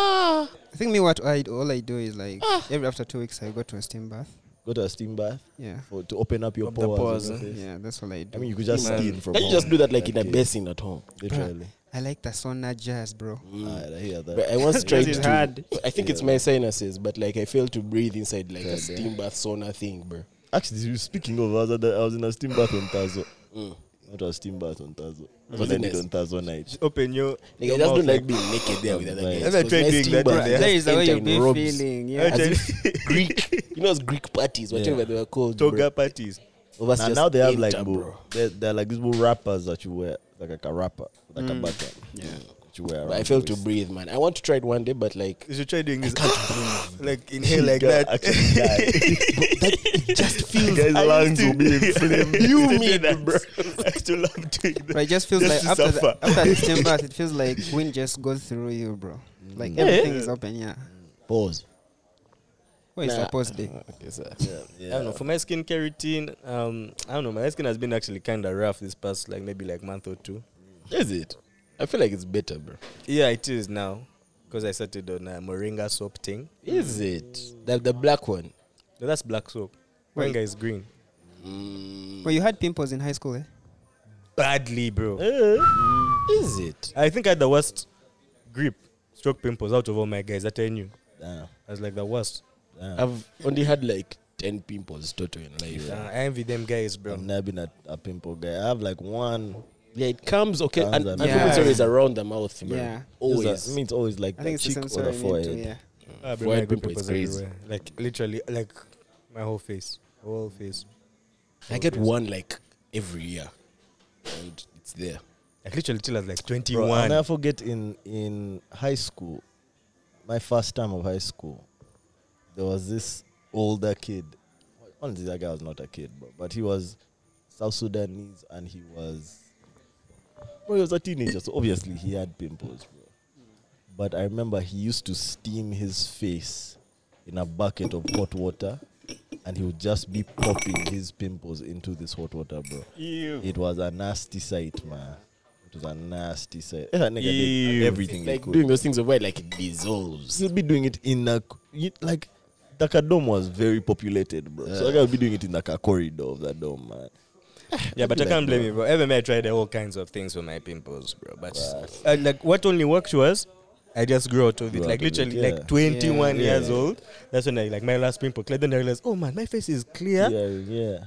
Speaker 4: I think me what I all I do is like
Speaker 2: Ah.
Speaker 4: every after two weeks I go to a steam bath.
Speaker 3: Go to a steam bath
Speaker 4: Yeah.
Speaker 3: for, to open up your
Speaker 1: Up the pores,
Speaker 3: pores. and
Speaker 1: eh?
Speaker 3: your face.
Speaker 4: Yeah, that's all I do.
Speaker 3: I mean, you could just
Speaker 1: Man.
Speaker 3: steam from.
Speaker 2: Can you just
Speaker 3: home,
Speaker 2: do that like in a
Speaker 3: it,
Speaker 2: basin at home?
Speaker 3: literally.
Speaker 4: I like the sauna jazz, bro.
Speaker 3: Alright, I hear that.
Speaker 2: Mm. But I once tried
Speaker 4: is
Speaker 2: to.
Speaker 4: hard.
Speaker 2: I think it's my sinuses, but like I failed to breathe inside like a steam bath sauna thing, bro.
Speaker 3: Actually, speaking of, I was, at the, I was in a steam bath on Tazo.
Speaker 2: Mm.
Speaker 3: Not a steam bath on Tazo. That's what I did
Speaker 2: Goodness.
Speaker 3: on Tazo night.
Speaker 1: Open your.
Speaker 2: Like
Speaker 1: your
Speaker 2: I just
Speaker 1: mouth,
Speaker 2: don't like
Speaker 1: like- "Ah,
Speaker 2: being naked there with other
Speaker 3: Right.
Speaker 2: guys.
Speaker 1: As I
Speaker 2: 'cause
Speaker 1: tried
Speaker 2: my
Speaker 1: doing
Speaker 2: steam
Speaker 1: that
Speaker 2: bath
Speaker 1: one,
Speaker 2: is
Speaker 1: yeah.
Speaker 2: just
Speaker 4: There is the way you
Speaker 2: enter
Speaker 4: be
Speaker 2: in robes.
Speaker 4: feeling.
Speaker 1: I
Speaker 4: Yeah.
Speaker 2: As
Speaker 1: tried-
Speaker 2: if Greek, you know, those Greek parties, whatever
Speaker 3: Yeah.
Speaker 2: they were called. bro.
Speaker 1: Toga parties.
Speaker 2: Of us
Speaker 3: Now,
Speaker 2: just
Speaker 3: now they have like
Speaker 2: enter,
Speaker 3: bro. They're, they're like these little wrappers that you wear, like, like a wrapper, like a button. Yeah. That you wear.
Speaker 2: But I
Speaker 3: around
Speaker 2: failed
Speaker 3: your
Speaker 2: to
Speaker 3: waist.
Speaker 2: breathe, man. I want to try it one day, but like
Speaker 1: You should try doing this. like inhale like
Speaker 3: Guy
Speaker 1: that.
Speaker 3: Actually, died.
Speaker 2: just feel
Speaker 3: Guys' lungs will be inflamed.
Speaker 2: You
Speaker 1: They
Speaker 2: mean
Speaker 1: did
Speaker 2: that, bro?
Speaker 1: I still love doing that.
Speaker 4: But it just feels
Speaker 1: Just
Speaker 4: like
Speaker 1: to
Speaker 4: after the,
Speaker 1: suffer.
Speaker 4: after the steam bath, it feels like wind just goes through you, bro. Like everything is open. Yeah.
Speaker 2: Pause.
Speaker 4: What is
Speaker 2: Nah.
Speaker 4: supposed to be?
Speaker 2: Okay, sir.
Speaker 1: I don't know. For my skincare routine, um, I don't know. My skin has been actually kind of rough this past like maybe like month or two.
Speaker 2: Is it? I feel like it's better, bro.
Speaker 1: Yeah, it is now because I started on a moringa soap thing.
Speaker 2: Is it? The the black one.
Speaker 1: No, that's black soap.
Speaker 4: Wait.
Speaker 1: Moringa is green. mm.
Speaker 4: Well, you had pimples in high school, eh?
Speaker 1: Badly, bro.
Speaker 2: Is it?
Speaker 1: I think I had the worst grip, stroke pimples out of all my guys that I knew.
Speaker 3: Damn,
Speaker 1: I was like the worst.
Speaker 3: damn.
Speaker 2: I've only had like ten pimples total in life.
Speaker 1: Uh, I envy them guys, bro.
Speaker 3: I've never been a, a pimple guy. I have like one.
Speaker 2: Yeah, it comes okay,
Speaker 3: Comes
Speaker 2: and,
Speaker 3: and
Speaker 2: and
Speaker 4: Yeah.
Speaker 2: it's always around the mouth, man.
Speaker 4: Yeah.
Speaker 3: Always.
Speaker 2: Always.
Speaker 3: I mean, it's always like
Speaker 4: I
Speaker 3: the
Speaker 4: think it's the
Speaker 3: cheek
Speaker 4: same
Speaker 3: or the
Speaker 4: story. Me too,
Speaker 3: forehead.
Speaker 4: yeah.
Speaker 1: Ah, bro,
Speaker 2: Forehead
Speaker 1: my grip
Speaker 2: pimple is
Speaker 1: pimples
Speaker 2: crazy.
Speaker 1: everywhere. Like literally, like my whole face, whole face.
Speaker 2: I get one like every year, and it's there.
Speaker 1: Like literally till I was like
Speaker 3: Bro,
Speaker 1: 21.
Speaker 3: I'll never forget in in high school, my first time of high school, there was this older kid. Honestly, that guy was not a kid, bro, but he was South Sudanese and he was, well, he was a teenager, so obviously he had pimples, bro. But I remember he used to steam his face in a bucket of hot water, and he would just be popping his pimples into this hot water, bro. It was a nasty sight, man. It was a nasty sight. That nigga did
Speaker 1: Ew.
Speaker 3: everything he
Speaker 2: Like
Speaker 3: could.
Speaker 2: doing those things of where like it dissolves.
Speaker 3: He'll be doing it in a you- like the ka dome was very populated, bro. So I will be doing it in like a corridor of that dome, man.
Speaker 1: Yeah, but I
Speaker 3: Like,
Speaker 1: can't blame
Speaker 3: bro.
Speaker 1: you, bro. Even I tried all kinds of things for my pimples, bro. But uh, like, what only worked was I just grew out of it.
Speaker 3: Grew
Speaker 1: Like
Speaker 3: out of it,
Speaker 1: literally,
Speaker 3: yeah.
Speaker 1: like 21
Speaker 3: Yeah.
Speaker 1: years
Speaker 3: Yeah.
Speaker 1: old. That's when I like my last pimple. cleared. Then I realized, oh man, my face is clear.
Speaker 3: Yeah, yeah.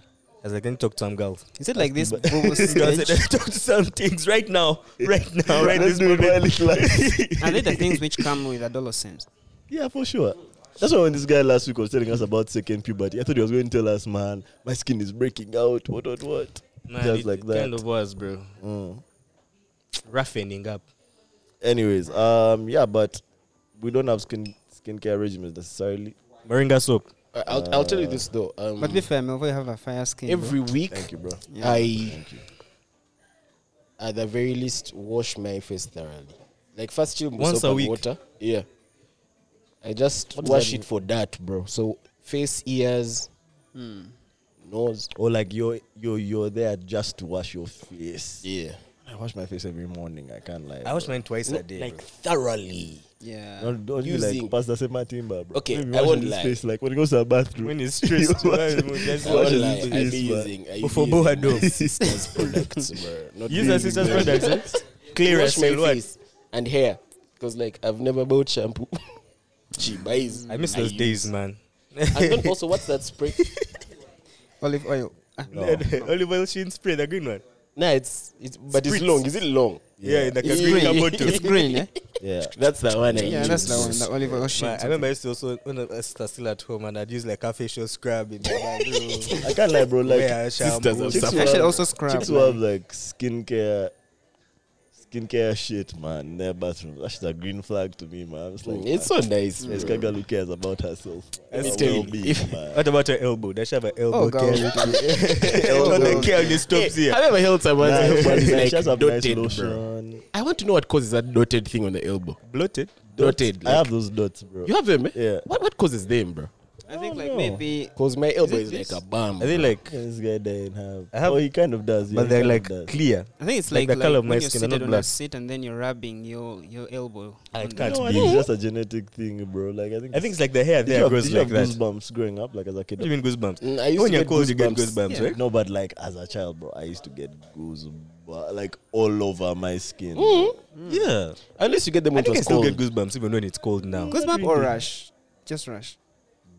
Speaker 1: I was like, then talk to some girls.
Speaker 4: Is it like this bubble
Speaker 1: Girls
Speaker 4: stage?
Speaker 1: said, talk to some things right now, right now, right this
Speaker 3: Let's do it while
Speaker 1: moment.
Speaker 3: it lasts.
Speaker 4: Are they the things which come with adolescence?
Speaker 3: Yeah, for sure. That's why when this guy last week was telling us about second puberty, I thought he was going to tell us, man, my skin is breaking out, what, what, what.
Speaker 1: Man,
Speaker 3: Just
Speaker 1: it-
Speaker 3: like
Speaker 1: it
Speaker 3: that.
Speaker 1: Kind of was, bro.
Speaker 3: Mm.
Speaker 1: Roughening up.
Speaker 3: Anyways, um, yeah, but we don't have skin skincare regimens necessarily.
Speaker 1: Moringa soap.
Speaker 2: I- I'll, I'll tell you this though. Um,
Speaker 4: But be
Speaker 1: Mm.
Speaker 4: fair, Melvo, you have a fire skin. bro.
Speaker 2: every week,
Speaker 3: Thank you, bro.
Speaker 4: Yeah.
Speaker 2: I, at the very least, wash my face thoroughly. Like first, chill with
Speaker 1: Once
Speaker 2: soap
Speaker 1: a
Speaker 2: and
Speaker 1: week?
Speaker 2: Water. Yeah. I just
Speaker 3: What does
Speaker 2: wash
Speaker 3: that
Speaker 2: it for that, bro. So face, ears, nose.
Speaker 3: Or like you're you're you're there just to wash your face.
Speaker 2: Yeah.
Speaker 3: I wash my face every morning. I can't lie.
Speaker 1: I wash mine twice a day.
Speaker 2: Like
Speaker 1: bro.
Speaker 2: thoroughly.
Speaker 4: Yeah.
Speaker 3: Don't, don't you
Speaker 2: Using-
Speaker 3: like Pastor Sema Timber, bro.
Speaker 2: Okay,
Speaker 3: Maybe
Speaker 2: I
Speaker 3: washing
Speaker 2: won't
Speaker 3: his
Speaker 2: lie.
Speaker 3: Face, like when he goes to the bathroom.
Speaker 1: When it's stressed,
Speaker 3: he
Speaker 1: man,
Speaker 3: washes-
Speaker 1: just
Speaker 3: he
Speaker 2: I won't
Speaker 3: washes
Speaker 2: lie,
Speaker 3: his
Speaker 2: I
Speaker 3: face,
Speaker 2: be
Speaker 3: man.
Speaker 2: using I be
Speaker 1: Before
Speaker 2: using
Speaker 1: Bohado.
Speaker 2: my sister's products, bro. Not
Speaker 1: Use our
Speaker 2: really
Speaker 1: sister's
Speaker 2: mine.
Speaker 1: products. eh? Clear
Speaker 2: wash
Speaker 1: as
Speaker 2: my
Speaker 1: hell, what?
Speaker 2: face and hair because like I've never bought shampoo. she buys.
Speaker 1: I miss those
Speaker 2: use.
Speaker 1: days, man.
Speaker 2: And then also, what's that spray?
Speaker 4: Olive oil. Ah,
Speaker 1: Olive oil sheen spray, the green one.
Speaker 2: nah, it's it's but
Speaker 1: Spritz.
Speaker 2: it's long. Is it long?
Speaker 1: Yeah, like a
Speaker 2: It's
Speaker 1: green
Speaker 2: green.
Speaker 1: carbon too.
Speaker 4: it's green, eh?
Speaker 3: Yeah.
Speaker 2: That's the one eh? I
Speaker 4: Yeah,
Speaker 2: use.
Speaker 4: that's the one, the olive oil shit.
Speaker 1: Man, I remember I used to also when I was still at home and I'd use like a facial scrub in my bathroom.
Speaker 3: I can't lie, bro. Like
Speaker 1: Where I
Speaker 2: sisters
Speaker 1: shampoo.
Speaker 2: have
Speaker 3: chicks
Speaker 2: suffered.
Speaker 3: who
Speaker 4: I should
Speaker 3: have-
Speaker 4: also scrub,
Speaker 3: Chicks who
Speaker 4: man.
Speaker 3: have like skincare, skincare shit, man. In their bathrooms. That's a green flag to me, man. It's like
Speaker 2: Mm, It's so nice.
Speaker 3: this
Speaker 2: bro.
Speaker 3: girl who cares about herself.
Speaker 1: Let
Speaker 3: Her
Speaker 1: me tell you,
Speaker 3: well-being,
Speaker 1: if-
Speaker 3: man.
Speaker 1: What about your elbow? They should have an elbow
Speaker 4: Oh, God.
Speaker 1: care. Elbow
Speaker 4: God.
Speaker 1: care on the
Speaker 2: Hey,
Speaker 1: stops here.
Speaker 2: Have you ever held someone
Speaker 3: Nah,
Speaker 2: elbow
Speaker 3: everybody's
Speaker 2: is
Speaker 3: nice. She
Speaker 2: like
Speaker 3: has a nice
Speaker 2: dotted, bro?
Speaker 3: lotion.
Speaker 2: I want to know what causes that dotted thing on the elbow.
Speaker 1: Bloated.
Speaker 2: Dotted.
Speaker 3: I
Speaker 2: like-
Speaker 3: have those dots, bro.
Speaker 2: you have them, eh?
Speaker 3: Yeah.
Speaker 2: What, what causes them, bro?
Speaker 4: I think like
Speaker 3: no.
Speaker 4: maybe
Speaker 2: Because my elbow
Speaker 4: Is
Speaker 2: is,
Speaker 4: it this?
Speaker 2: like a bum.
Speaker 1: I think like,
Speaker 3: This guy doesn't have.
Speaker 1: I have-
Speaker 3: oh, he kind of does. yeah,
Speaker 1: but
Speaker 3: he
Speaker 1: they're
Speaker 3: kind of
Speaker 1: like
Speaker 3: does.
Speaker 1: clear.
Speaker 4: I think it's
Speaker 1: Like
Speaker 4: like,
Speaker 1: the colour of
Speaker 4: when
Speaker 1: my
Speaker 4: you're
Speaker 1: skin, they're
Speaker 4: seated
Speaker 1: not
Speaker 4: on a
Speaker 1: black.
Speaker 4: seat and then you're rubbing your your elbow.
Speaker 1: Ah, it
Speaker 4: on the-
Speaker 1: can't
Speaker 3: No, I
Speaker 1: be.
Speaker 3: think it's just a genetic thing, bro. Like I think.
Speaker 1: I think it's like the hair
Speaker 3: Did you
Speaker 1: there
Speaker 3: have-
Speaker 1: grows
Speaker 3: did you
Speaker 1: like
Speaker 3: have
Speaker 1: that. What
Speaker 3: Goosebumps growing up, like as a kid.
Speaker 1: do you mean goosebumps?
Speaker 2: Mm, I used
Speaker 1: When
Speaker 2: to
Speaker 1: you're
Speaker 2: get
Speaker 1: cold, you get
Speaker 2: goosebumps.
Speaker 1: goosebumps,
Speaker 4: Yeah.
Speaker 1: right?
Speaker 3: No, but like as a child, bro, I used to get goosebumps like all over my skin.
Speaker 4: Mm.
Speaker 1: Yeah.
Speaker 2: Unless you get them
Speaker 1: I
Speaker 2: when it
Speaker 1: think I
Speaker 2: was
Speaker 1: still get
Speaker 2: cold.
Speaker 1: goosebumps even when it's cold now.
Speaker 4: Goosebump or rash? Just rash.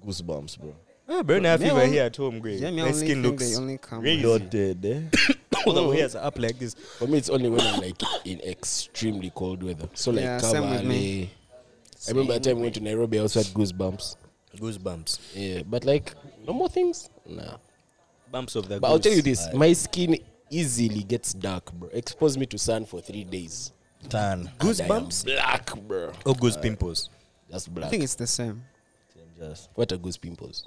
Speaker 3: Goosebumps, bro.
Speaker 1: Ah, bro, now if
Speaker 4: Me
Speaker 1: you were
Speaker 4: only-
Speaker 1: here at home, great.
Speaker 4: Yeah, me
Speaker 1: My
Speaker 4: only
Speaker 1: skin
Speaker 4: think they
Speaker 1: looks.
Speaker 4: only come.
Speaker 1: really
Speaker 4: when-
Speaker 3: Dotted, eh?
Speaker 1: All the hairs are up like this.
Speaker 2: For me, it's only when I'm like in extremely cold weather. So like
Speaker 4: Yeah, same with
Speaker 2: Kavale.
Speaker 4: me.
Speaker 2: I remember a time we went to Nairobi. I also had goosebumps.
Speaker 1: Goosebumps.
Speaker 2: Yeah, but like no more things. Nah.
Speaker 1: Bumps of the
Speaker 2: But I'll tell you
Speaker 1: goose.
Speaker 2: this: my skin easily gets dark, bro. Expose me to sun for three days.
Speaker 3: Tan.
Speaker 1: Ah,
Speaker 2: and I am
Speaker 1: Goosebumps?
Speaker 2: black, bro.
Speaker 1: Or goose pimples.
Speaker 2: That's
Speaker 4: I
Speaker 2: black.
Speaker 4: think it's the same.
Speaker 3: Just.
Speaker 2: What are goose pimples?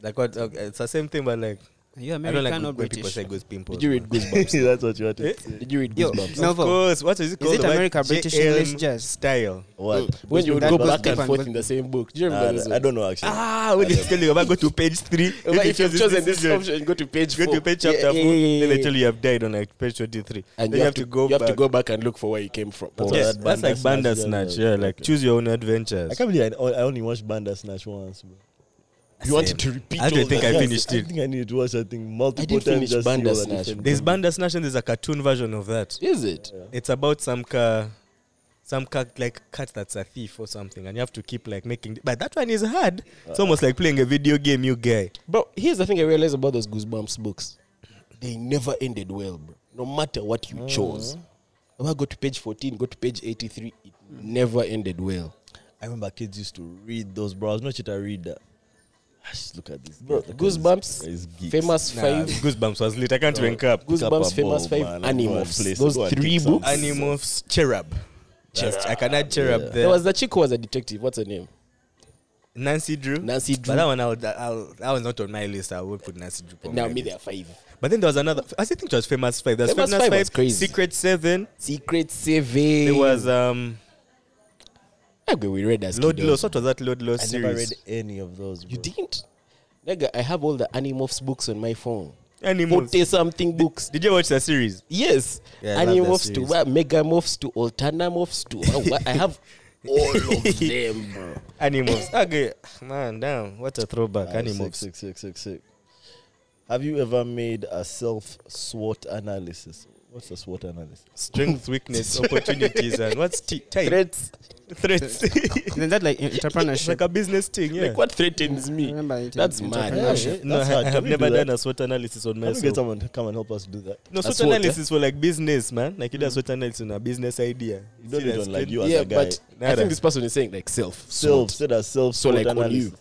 Speaker 1: Like what? okay, It's the same thing, but like.
Speaker 4: Are you
Speaker 1: I don't like
Speaker 4: American or
Speaker 1: when people
Speaker 4: British?
Speaker 1: say goose pimples.
Speaker 2: Did you read goosebumps?
Speaker 3: That's what you had to say.
Speaker 2: Did you read
Speaker 4: Yo,
Speaker 2: goosebumps?
Speaker 1: Of
Speaker 4: Novel.
Speaker 1: course. What is it called?
Speaker 4: it
Speaker 1: What?
Speaker 4: America, British,
Speaker 1: JL
Speaker 4: English, jazz?
Speaker 1: Style.
Speaker 3: What?
Speaker 2: When you would
Speaker 4: That
Speaker 2: go
Speaker 4: goes
Speaker 2: back
Speaker 4: deep
Speaker 2: and
Speaker 4: and
Speaker 2: forth
Speaker 4: goes-
Speaker 2: in the same book. Do you remember those
Speaker 3: Nah, I
Speaker 2: ones?
Speaker 3: don't know actually.
Speaker 1: Ah, when it's telling you, about go to page three.
Speaker 2: Like, if you've
Speaker 1: choose
Speaker 2: chosen this
Speaker 1: decision,
Speaker 2: option, go to page
Speaker 1: go
Speaker 2: four.
Speaker 1: to page
Speaker 2: Yeah,
Speaker 1: chapter
Speaker 2: yeah,
Speaker 1: four.
Speaker 2: yeah, yeah,
Speaker 1: Then they
Speaker 2: yeah.
Speaker 1: tell you you have died on like page twenty-three.
Speaker 2: and
Speaker 1: then you have to go
Speaker 2: you have
Speaker 1: back.
Speaker 2: to go back and look for where you came from.
Speaker 3: That's
Speaker 1: Yeah,
Speaker 3: what
Speaker 1: that's like Bandersnatch. Yeah, like
Speaker 3: Okay.
Speaker 1: choose your own adventures.
Speaker 3: I can't believe I, oh, I only watched Bandersnatch once, bro.
Speaker 2: You wanted to repeat.
Speaker 1: I don't
Speaker 2: all
Speaker 1: think
Speaker 2: that.
Speaker 1: I
Speaker 3: Yes,
Speaker 1: finished
Speaker 3: I
Speaker 1: it.
Speaker 3: think I needed to watch that thing multiple
Speaker 2: didn't
Speaker 3: times.
Speaker 2: finish
Speaker 3: just see all the
Speaker 2: Bandersnatch,
Speaker 3: different-
Speaker 1: There's Bandersnatch and there's a cartoon version of that.
Speaker 2: Is it?
Speaker 1: It's about some car, some car like cat that's a thief or something, and you have to keep like making. But that one is hard. It's almost like playing a video game, you guy.
Speaker 2: Bro, here's the thing I realized about those Goosebumps books. They never ended well, bro. No matter what you
Speaker 3: Mm.
Speaker 2: chose. When I go to page 14, go to page 83, it never ended well.
Speaker 3: I remember kids used to read those, bro. I was not sure to read that. Ah, Just look at this.
Speaker 2: Bro,
Speaker 3: guy, look at
Speaker 2: Goosebumps,
Speaker 3: this guy, he's geeks.
Speaker 2: famous
Speaker 1: Nah,
Speaker 2: five.
Speaker 1: Goosebumps was lit. I can't even cap.
Speaker 3: pick up
Speaker 2: Goosebumps,
Speaker 3: a
Speaker 2: famous
Speaker 3: ball,
Speaker 2: five
Speaker 3: man, and go
Speaker 2: animals.
Speaker 3: and play-
Speaker 2: Those
Speaker 3: go and
Speaker 2: three
Speaker 3: pick some.
Speaker 2: books.
Speaker 1: Animorphs, cherub. That's- I can add cherub
Speaker 3: Yeah.
Speaker 1: there.
Speaker 2: There was the chick who was a detective. What's her name?
Speaker 1: Nancy Drew.
Speaker 2: Nancy
Speaker 1: But that
Speaker 2: Drew.
Speaker 1: one, I'll, I'll, that one's not on my list. I would put Nancy Drew. on
Speaker 2: Now
Speaker 1: my
Speaker 2: me,
Speaker 1: list.
Speaker 2: there are five.
Speaker 1: But then there was another. I still think it was Famous Five. There was
Speaker 2: Famous
Speaker 1: Famous,
Speaker 2: Five
Speaker 1: Five,
Speaker 2: was crazy.
Speaker 1: Secret Seven.
Speaker 2: Secret Saving.
Speaker 1: There was um,
Speaker 2: Okay, we read as
Speaker 1: Lodlow.
Speaker 2: kiddos.
Speaker 1: What was that Lodlow
Speaker 3: I
Speaker 1: series?
Speaker 3: never read any of those. Bro.
Speaker 2: You didn't? Nigga, I have all the Animorphs books on my phone.
Speaker 1: Animals.
Speaker 2: Forty something books.
Speaker 1: Did you watch the series?
Speaker 2: Yes.
Speaker 1: Yeah, I love that
Speaker 2: Animorphs to
Speaker 1: series.
Speaker 2: what? Megamorphs to Alternamorphs to what? what? I have all of them, bro.
Speaker 1: Animals. okay, man, damn, what a throwback.
Speaker 3: Ah, sick,
Speaker 1: Animals.
Speaker 3: sick, sick, sick, sick. Have you ever made a self SWOT analysis? What's a SWOT analysis?
Speaker 1: Strengths, weakness, opportunities, and what's t- type?
Speaker 2: Threats.
Speaker 1: Threats. it's
Speaker 4: Isn't that like entrepreneurship?
Speaker 1: like a business thing, yeah. Eh,
Speaker 2: Like what threatens
Speaker 4: I
Speaker 2: me?
Speaker 4: remember it in
Speaker 2: That's mad.
Speaker 4: entrepreneurship.
Speaker 1: no,
Speaker 3: That's
Speaker 1: I,
Speaker 3: hard.
Speaker 1: I
Speaker 3: Can
Speaker 1: have
Speaker 3: we
Speaker 1: never
Speaker 3: do that?
Speaker 1: done a SWOT analysis on
Speaker 3: Let me get
Speaker 1: myself.
Speaker 3: someone to come and help us do that.
Speaker 1: No,
Speaker 2: A
Speaker 1: SWOT
Speaker 2: SWOT, eh?
Speaker 1: analysis for like business, man. Like you do a SWOT analysis on a business idea.
Speaker 3: Mm. You don't
Speaker 1: See
Speaker 3: do it
Speaker 1: that's
Speaker 3: on like
Speaker 1: good.
Speaker 3: you as
Speaker 2: Yeah,
Speaker 3: a guy.
Speaker 2: but I
Speaker 1: Nada.
Speaker 2: think this person is saying like self. sort.
Speaker 3: self, said a self
Speaker 2: So
Speaker 3: SWOT
Speaker 2: like on
Speaker 3: analysis.
Speaker 2: you.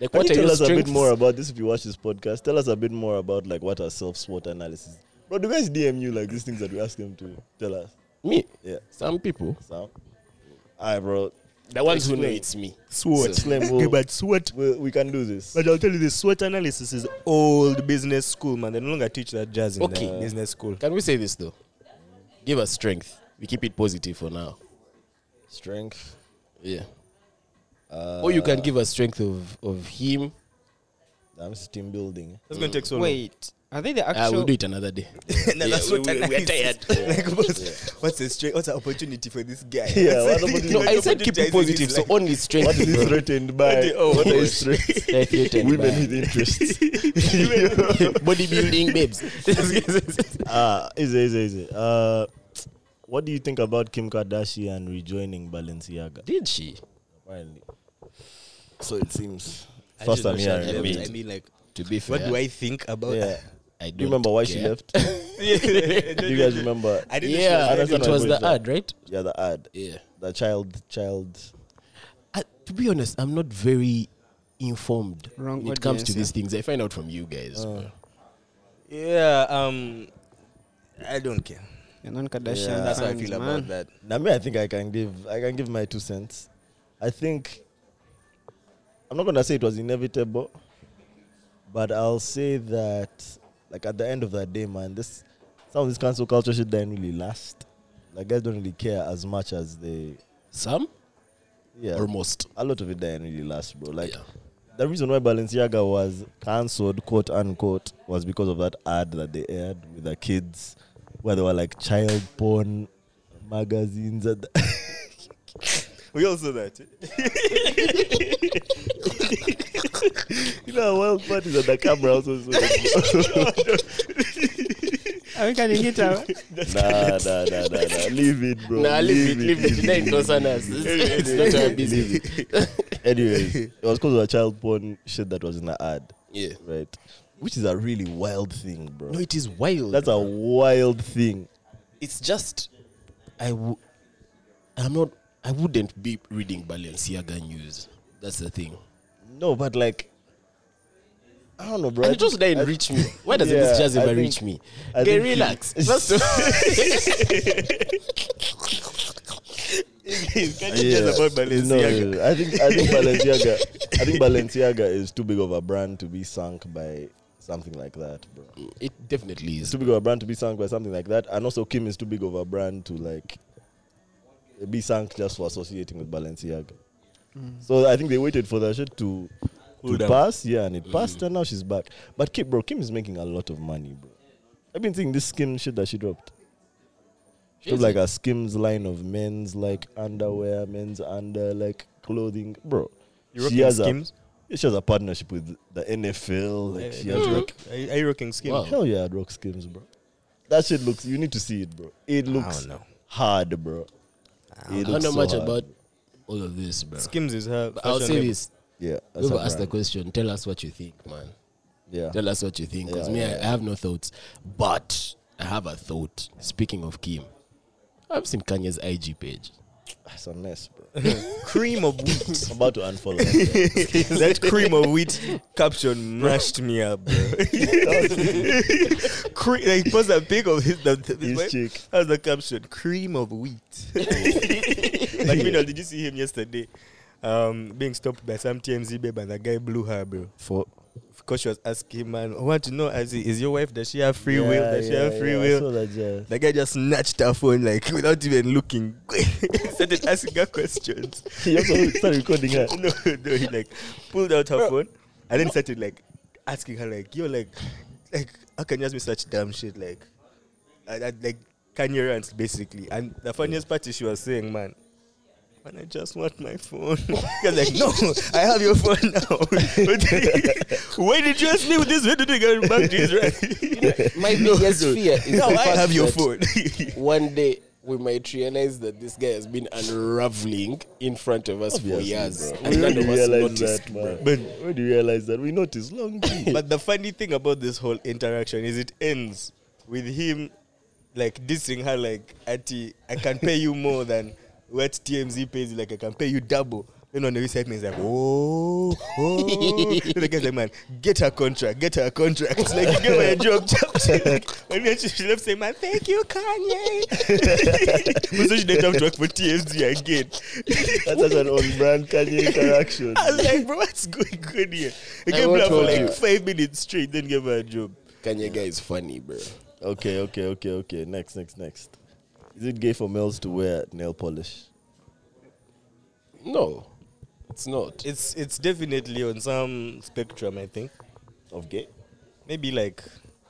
Speaker 2: Like
Speaker 3: Can
Speaker 2: what
Speaker 3: you
Speaker 2: are
Speaker 3: tell
Speaker 2: your
Speaker 3: us a bit
Speaker 2: strengths?
Speaker 3: more about this if you watch this podcast? Tell us a bit more about like what are self SWOT analysis. Bro, do guys DM you like these things that we ask them to tell us?
Speaker 2: Me.
Speaker 3: Yeah.
Speaker 2: Some people.
Speaker 3: So, alright, bro.
Speaker 2: The ones who know
Speaker 3: Explain.
Speaker 2: it's me.
Speaker 1: SWOT.
Speaker 2: So-
Speaker 3: Explain.
Speaker 1: Okay,
Speaker 3: We'll,
Speaker 1: but SWOT
Speaker 3: we'll, we can do this.
Speaker 1: But I'll tell you this: SWOT analysis is old business school, man. They no longer teach that jazz in
Speaker 2: Okay.
Speaker 1: the business school.
Speaker 2: Can we say this though? Give us strength. We keep it positive for now.
Speaker 3: Strength.
Speaker 2: Yeah. or you can give us strength of, of him.
Speaker 3: That's team building.
Speaker 1: That's gonna take so long.
Speaker 4: Wait, are they the
Speaker 2: I
Speaker 4: actual?
Speaker 2: will do it another day.
Speaker 1: No, that's
Speaker 2: Yeah,
Speaker 1: SWOT
Speaker 2: we- we- we are
Speaker 1: analysis.
Speaker 2: tired.
Speaker 1: Like, what's, what's the straight? What's the opportunity for this guy?
Speaker 3: Yeah, what
Speaker 1: What's the-
Speaker 3: opportunity?
Speaker 2: No,
Speaker 1: what
Speaker 2: I said keep
Speaker 1: opportunity
Speaker 2: it positive,
Speaker 1: is
Speaker 2: so
Speaker 1: like-
Speaker 2: only
Speaker 3: What
Speaker 2: strength.
Speaker 3: is he threatened by?
Speaker 1: Oh,
Speaker 3: What
Speaker 1: boy.
Speaker 3: is strength?
Speaker 2: They're threatened
Speaker 3: Women
Speaker 2: by-
Speaker 3: with interests.
Speaker 2: bodybuilding babes.
Speaker 3: Ah, easy, easy, easy. Uh, what do you think about Kim Kardashian rejoining Balenciaga?
Speaker 2: Did she?
Speaker 3: Apparently. So it seems.
Speaker 1: I just
Speaker 3: First time
Speaker 1: wish I
Speaker 3: hearing
Speaker 1: had
Speaker 3: it.
Speaker 1: it. I mean, like,
Speaker 2: To be
Speaker 1: what
Speaker 2: fair,
Speaker 1: do I think about?
Speaker 3: Yeah.
Speaker 2: I don't
Speaker 3: you remember why she
Speaker 2: care.
Speaker 3: left? Do you guys remember?
Speaker 1: I didn't
Speaker 2: Yeah,
Speaker 3: That's what
Speaker 2: it
Speaker 3: I
Speaker 2: was
Speaker 3: was
Speaker 2: the
Speaker 3: there.
Speaker 2: ad, right?
Speaker 3: Yeah, the ad.
Speaker 2: Yeah.
Speaker 3: The child, child.
Speaker 2: I, to be honest, I'm not very informed
Speaker 4: Wrong
Speaker 2: when it comes
Speaker 4: audience,
Speaker 2: to
Speaker 4: yeah.
Speaker 2: these things. I find out from you guys.
Speaker 3: Oh.
Speaker 1: Yeah, um, I don't care.
Speaker 4: You're non Kardashian.
Speaker 3: Yeah.
Speaker 1: That's how I
Speaker 4: fans,
Speaker 1: feel
Speaker 4: man.
Speaker 1: about that.
Speaker 3: Now me, I think I can give. I can give my two cents. I think. I'm not gonna say it was inevitable, but I'll say that, like at the end of that day, man, this some of this cancel culture shit didn't really last. Like guys don't really care as much as they.
Speaker 2: Some
Speaker 3: Yeah.
Speaker 2: or most.
Speaker 3: a lot of it didn't really last, bro. Like
Speaker 2: Yeah.
Speaker 3: the reason why Balenciaga was cancelled, quote unquote, was because of that ad that they aired with the kids, where they were like child porn magazines. And
Speaker 1: We all saw that.
Speaker 3: you know, wild parties and the camera also. So
Speaker 4: Are we cutting it out?
Speaker 3: nah, nah, nah, nah, nah. Leave it, bro.
Speaker 2: Nah, leave it, leave it. It doesn't concern us. It's it's not our business.
Speaker 3: Anyways, it was because of the child porn shit that was in the ad,
Speaker 2: Yeah.
Speaker 3: right? Which is a really wild thing, bro.
Speaker 2: No, it is wild.
Speaker 3: That's a wild thing.
Speaker 2: it's just I w- I'm not I wouldn't be reading Balenciaga news. That's the thing.
Speaker 3: No, but like, I don't know, bro.
Speaker 2: And it also didn't reach me. Why doesn't this
Speaker 3: Yeah,
Speaker 2: just
Speaker 3: I
Speaker 2: ever
Speaker 3: think-
Speaker 2: reach me?
Speaker 3: I
Speaker 2: Okay,
Speaker 3: think-
Speaker 2: relax. That's
Speaker 1: just about Balenciaga.
Speaker 3: No, I think I think Balenciaga. I think Balenciaga is too big of a brand to be sunk by something like that, bro.
Speaker 2: it definitely
Speaker 3: It's
Speaker 2: is.
Speaker 3: too big of a brand to be sunk by something like that, and also Kim is too big of a brand to like be sunk just for associating with Balenciaga. So I think they waited for that shit to,
Speaker 1: Cool
Speaker 3: to
Speaker 1: down.
Speaker 3: pass, yeah, and it passed, and now she's back. But Kim, bro, Kim is making a lot of money, bro. I've been seeing this skin shit that she dropped. She like a Skims line of men's like underwear, men's under like clothing, bro.
Speaker 1: You
Speaker 3: she
Speaker 1: rocking
Speaker 3: has
Speaker 1: skims?
Speaker 3: a she has a partnership with the NFL. Like she has rock,
Speaker 1: Are you, are you rocking skims?
Speaker 2: Wow.
Speaker 3: hell yeah, I'd rock Skims, bro. That shit looks. You need to see it, bro. It looks
Speaker 1: know.
Speaker 3: hard, bro.
Speaker 2: I
Speaker 3: It
Speaker 2: don't
Speaker 3: looks
Speaker 2: know
Speaker 3: so
Speaker 2: much
Speaker 3: hard.
Speaker 2: about all of this, bro.
Speaker 1: Skims is her.
Speaker 2: I'll
Speaker 1: fashion
Speaker 2: say
Speaker 1: label.
Speaker 2: this.
Speaker 3: Yeah, that's
Speaker 2: Whoever
Speaker 3: a
Speaker 2: asked the
Speaker 3: brand.
Speaker 2: question, tell us what you think, man.
Speaker 3: Yeah,
Speaker 2: Tell us what you think. Because
Speaker 3: Yeah,
Speaker 2: me,
Speaker 3: yeah,
Speaker 2: I, I have no thoughts. But I have a thought. Speaking of Kim, I've seen Kanye's IG page.
Speaker 3: it's a mess, bro.
Speaker 1: cream of wheat.
Speaker 3: I'm about to unfollow. That, bro.
Speaker 1: that cream of wheat caption mashed me up, bro. Cre- they post a pic of his, the, the,
Speaker 3: His
Speaker 1: what?
Speaker 3: cheek.
Speaker 1: That's the caption. Cream of wheat. like, meanwhile, did you see him yesterday? Um, being stopped by some TMZ babe and the guy blew her, bro.
Speaker 3: For
Speaker 1: Because she was asking him, man, I want to know, is, is your wife, does she have free will?
Speaker 3: Yeah,
Speaker 1: Does she
Speaker 3: yeah,
Speaker 1: have free
Speaker 3: yeah, I
Speaker 1: will?
Speaker 3: saw that, yeah.
Speaker 1: The guy just snatched her phone like without even looking. Started asking her questions.
Speaker 3: He also started recording her.
Speaker 1: no, no, he like pulled out her phone and then started like asking her like, "Yo, like, like how can you ask me such dumb shit?" Like, I, I, like Kanye rants basically. And the funniest part is she was saying, "Man." Man, I just want my phone. He was like, no, I have your phone now. Why did you ask me with this? Where did you get back to Israel?
Speaker 2: My biggest fear is
Speaker 1: now
Speaker 2: the
Speaker 1: I
Speaker 2: fact
Speaker 1: have your
Speaker 2: that
Speaker 1: phone.
Speaker 2: one day we might realize that this guy has been unraveling in front of us for
Speaker 3: Obviously,
Speaker 2: years.
Speaker 3: bro.
Speaker 2: And
Speaker 3: We
Speaker 2: none
Speaker 3: already
Speaker 2: of us
Speaker 3: realized
Speaker 2: noticed,
Speaker 3: that,
Speaker 2: bro.
Speaker 3: man. But when do you realize that? We noticed long time.
Speaker 1: but the funny thing about this whole interaction is it ends with him like dissing her like Ati, I can pay you more than what TMZ pays you, like I can pay you double. Then on the side means like, oh, oh. Then the guy's like, man, get her contract, get her contract. It's like, you get my job, job. Maybe she should have said, man, thank you, Kanye. but so she didn't have to work for TMZ again.
Speaker 3: That's such an on brand Kanye interaction.
Speaker 1: I was like, bro, what's going on here? He
Speaker 2: I
Speaker 1: gave
Speaker 2: won't
Speaker 1: her for
Speaker 2: hold
Speaker 1: like
Speaker 2: you.
Speaker 1: five minutes straight, then gave her a job.
Speaker 2: Kanye guy is funny, bro.
Speaker 3: Okay, okay, okay, okay. Next, next, next. Is it gay for males to wear nail polish?
Speaker 2: No, it's not.
Speaker 1: It's it's definitely on some spectrum, I think.
Speaker 3: Of gay?
Speaker 1: Maybe like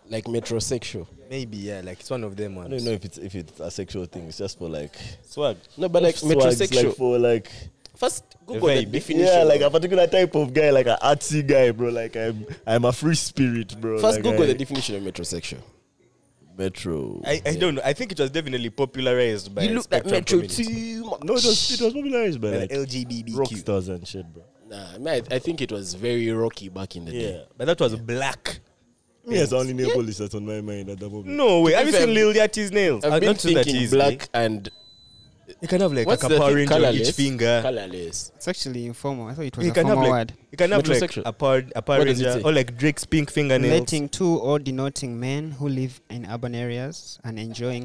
Speaker 2: Like metrosexual.
Speaker 1: maybe yeah, like it's one of them
Speaker 3: I
Speaker 1: ones.
Speaker 3: don't know if it's if it's a sexual thing. It's just for like
Speaker 1: Swag.
Speaker 2: No, but like
Speaker 3: swags, like
Speaker 2: metrosexual.
Speaker 3: for like
Speaker 2: First, Google the
Speaker 1: vibe.
Speaker 2: definition.
Speaker 3: yeah, like
Speaker 2: bro.
Speaker 3: a particular type of guy, like an artsy guy, bro. Like I'm I'm a free spirit, bro.
Speaker 2: First,
Speaker 3: like eh,
Speaker 2: Google
Speaker 3: I-
Speaker 2: the definition of metrosexual.
Speaker 3: metro.
Speaker 1: I, I don't know. I think it was definitely popularized by
Speaker 2: you look like
Speaker 1: spectrum
Speaker 2: metro
Speaker 1: community.
Speaker 2: too much.
Speaker 3: no, it was it was popularized by
Speaker 1: By
Speaker 3: like
Speaker 1: the LGBTQ.
Speaker 3: rock stars and shit, bro.
Speaker 2: Nah, man, I, I think it was very rocky back in the day.
Speaker 3: Yeah.
Speaker 1: But that was black.
Speaker 3: Yes, I only nail polish that's on my mind at the moment.
Speaker 1: No way. Have you
Speaker 2: fair,
Speaker 1: seen Lil Yachty's nails?
Speaker 2: I've
Speaker 1: Uh,
Speaker 2: been
Speaker 1: not Lil
Speaker 2: thinking
Speaker 1: Yachty's,
Speaker 2: black
Speaker 1: eh?
Speaker 2: and
Speaker 1: You can have like
Speaker 2: what's
Speaker 1: a
Speaker 2: the
Speaker 1: Power
Speaker 2: thing?
Speaker 1: Ranger on
Speaker 2: Colorless.
Speaker 1: each finger.
Speaker 2: Colorless.
Speaker 4: It's actually informal. I thought it was
Speaker 1: You
Speaker 4: a
Speaker 1: can have
Speaker 4: formal
Speaker 1: like
Speaker 4: word.
Speaker 1: you can have like
Speaker 2: Metrosexual.
Speaker 1: a Power, a Power
Speaker 2: What does it
Speaker 1: Ranger
Speaker 2: say?
Speaker 1: or like Drake's pink fingernails.
Speaker 4: Relating to or denoting men who live in urban areas and enjoying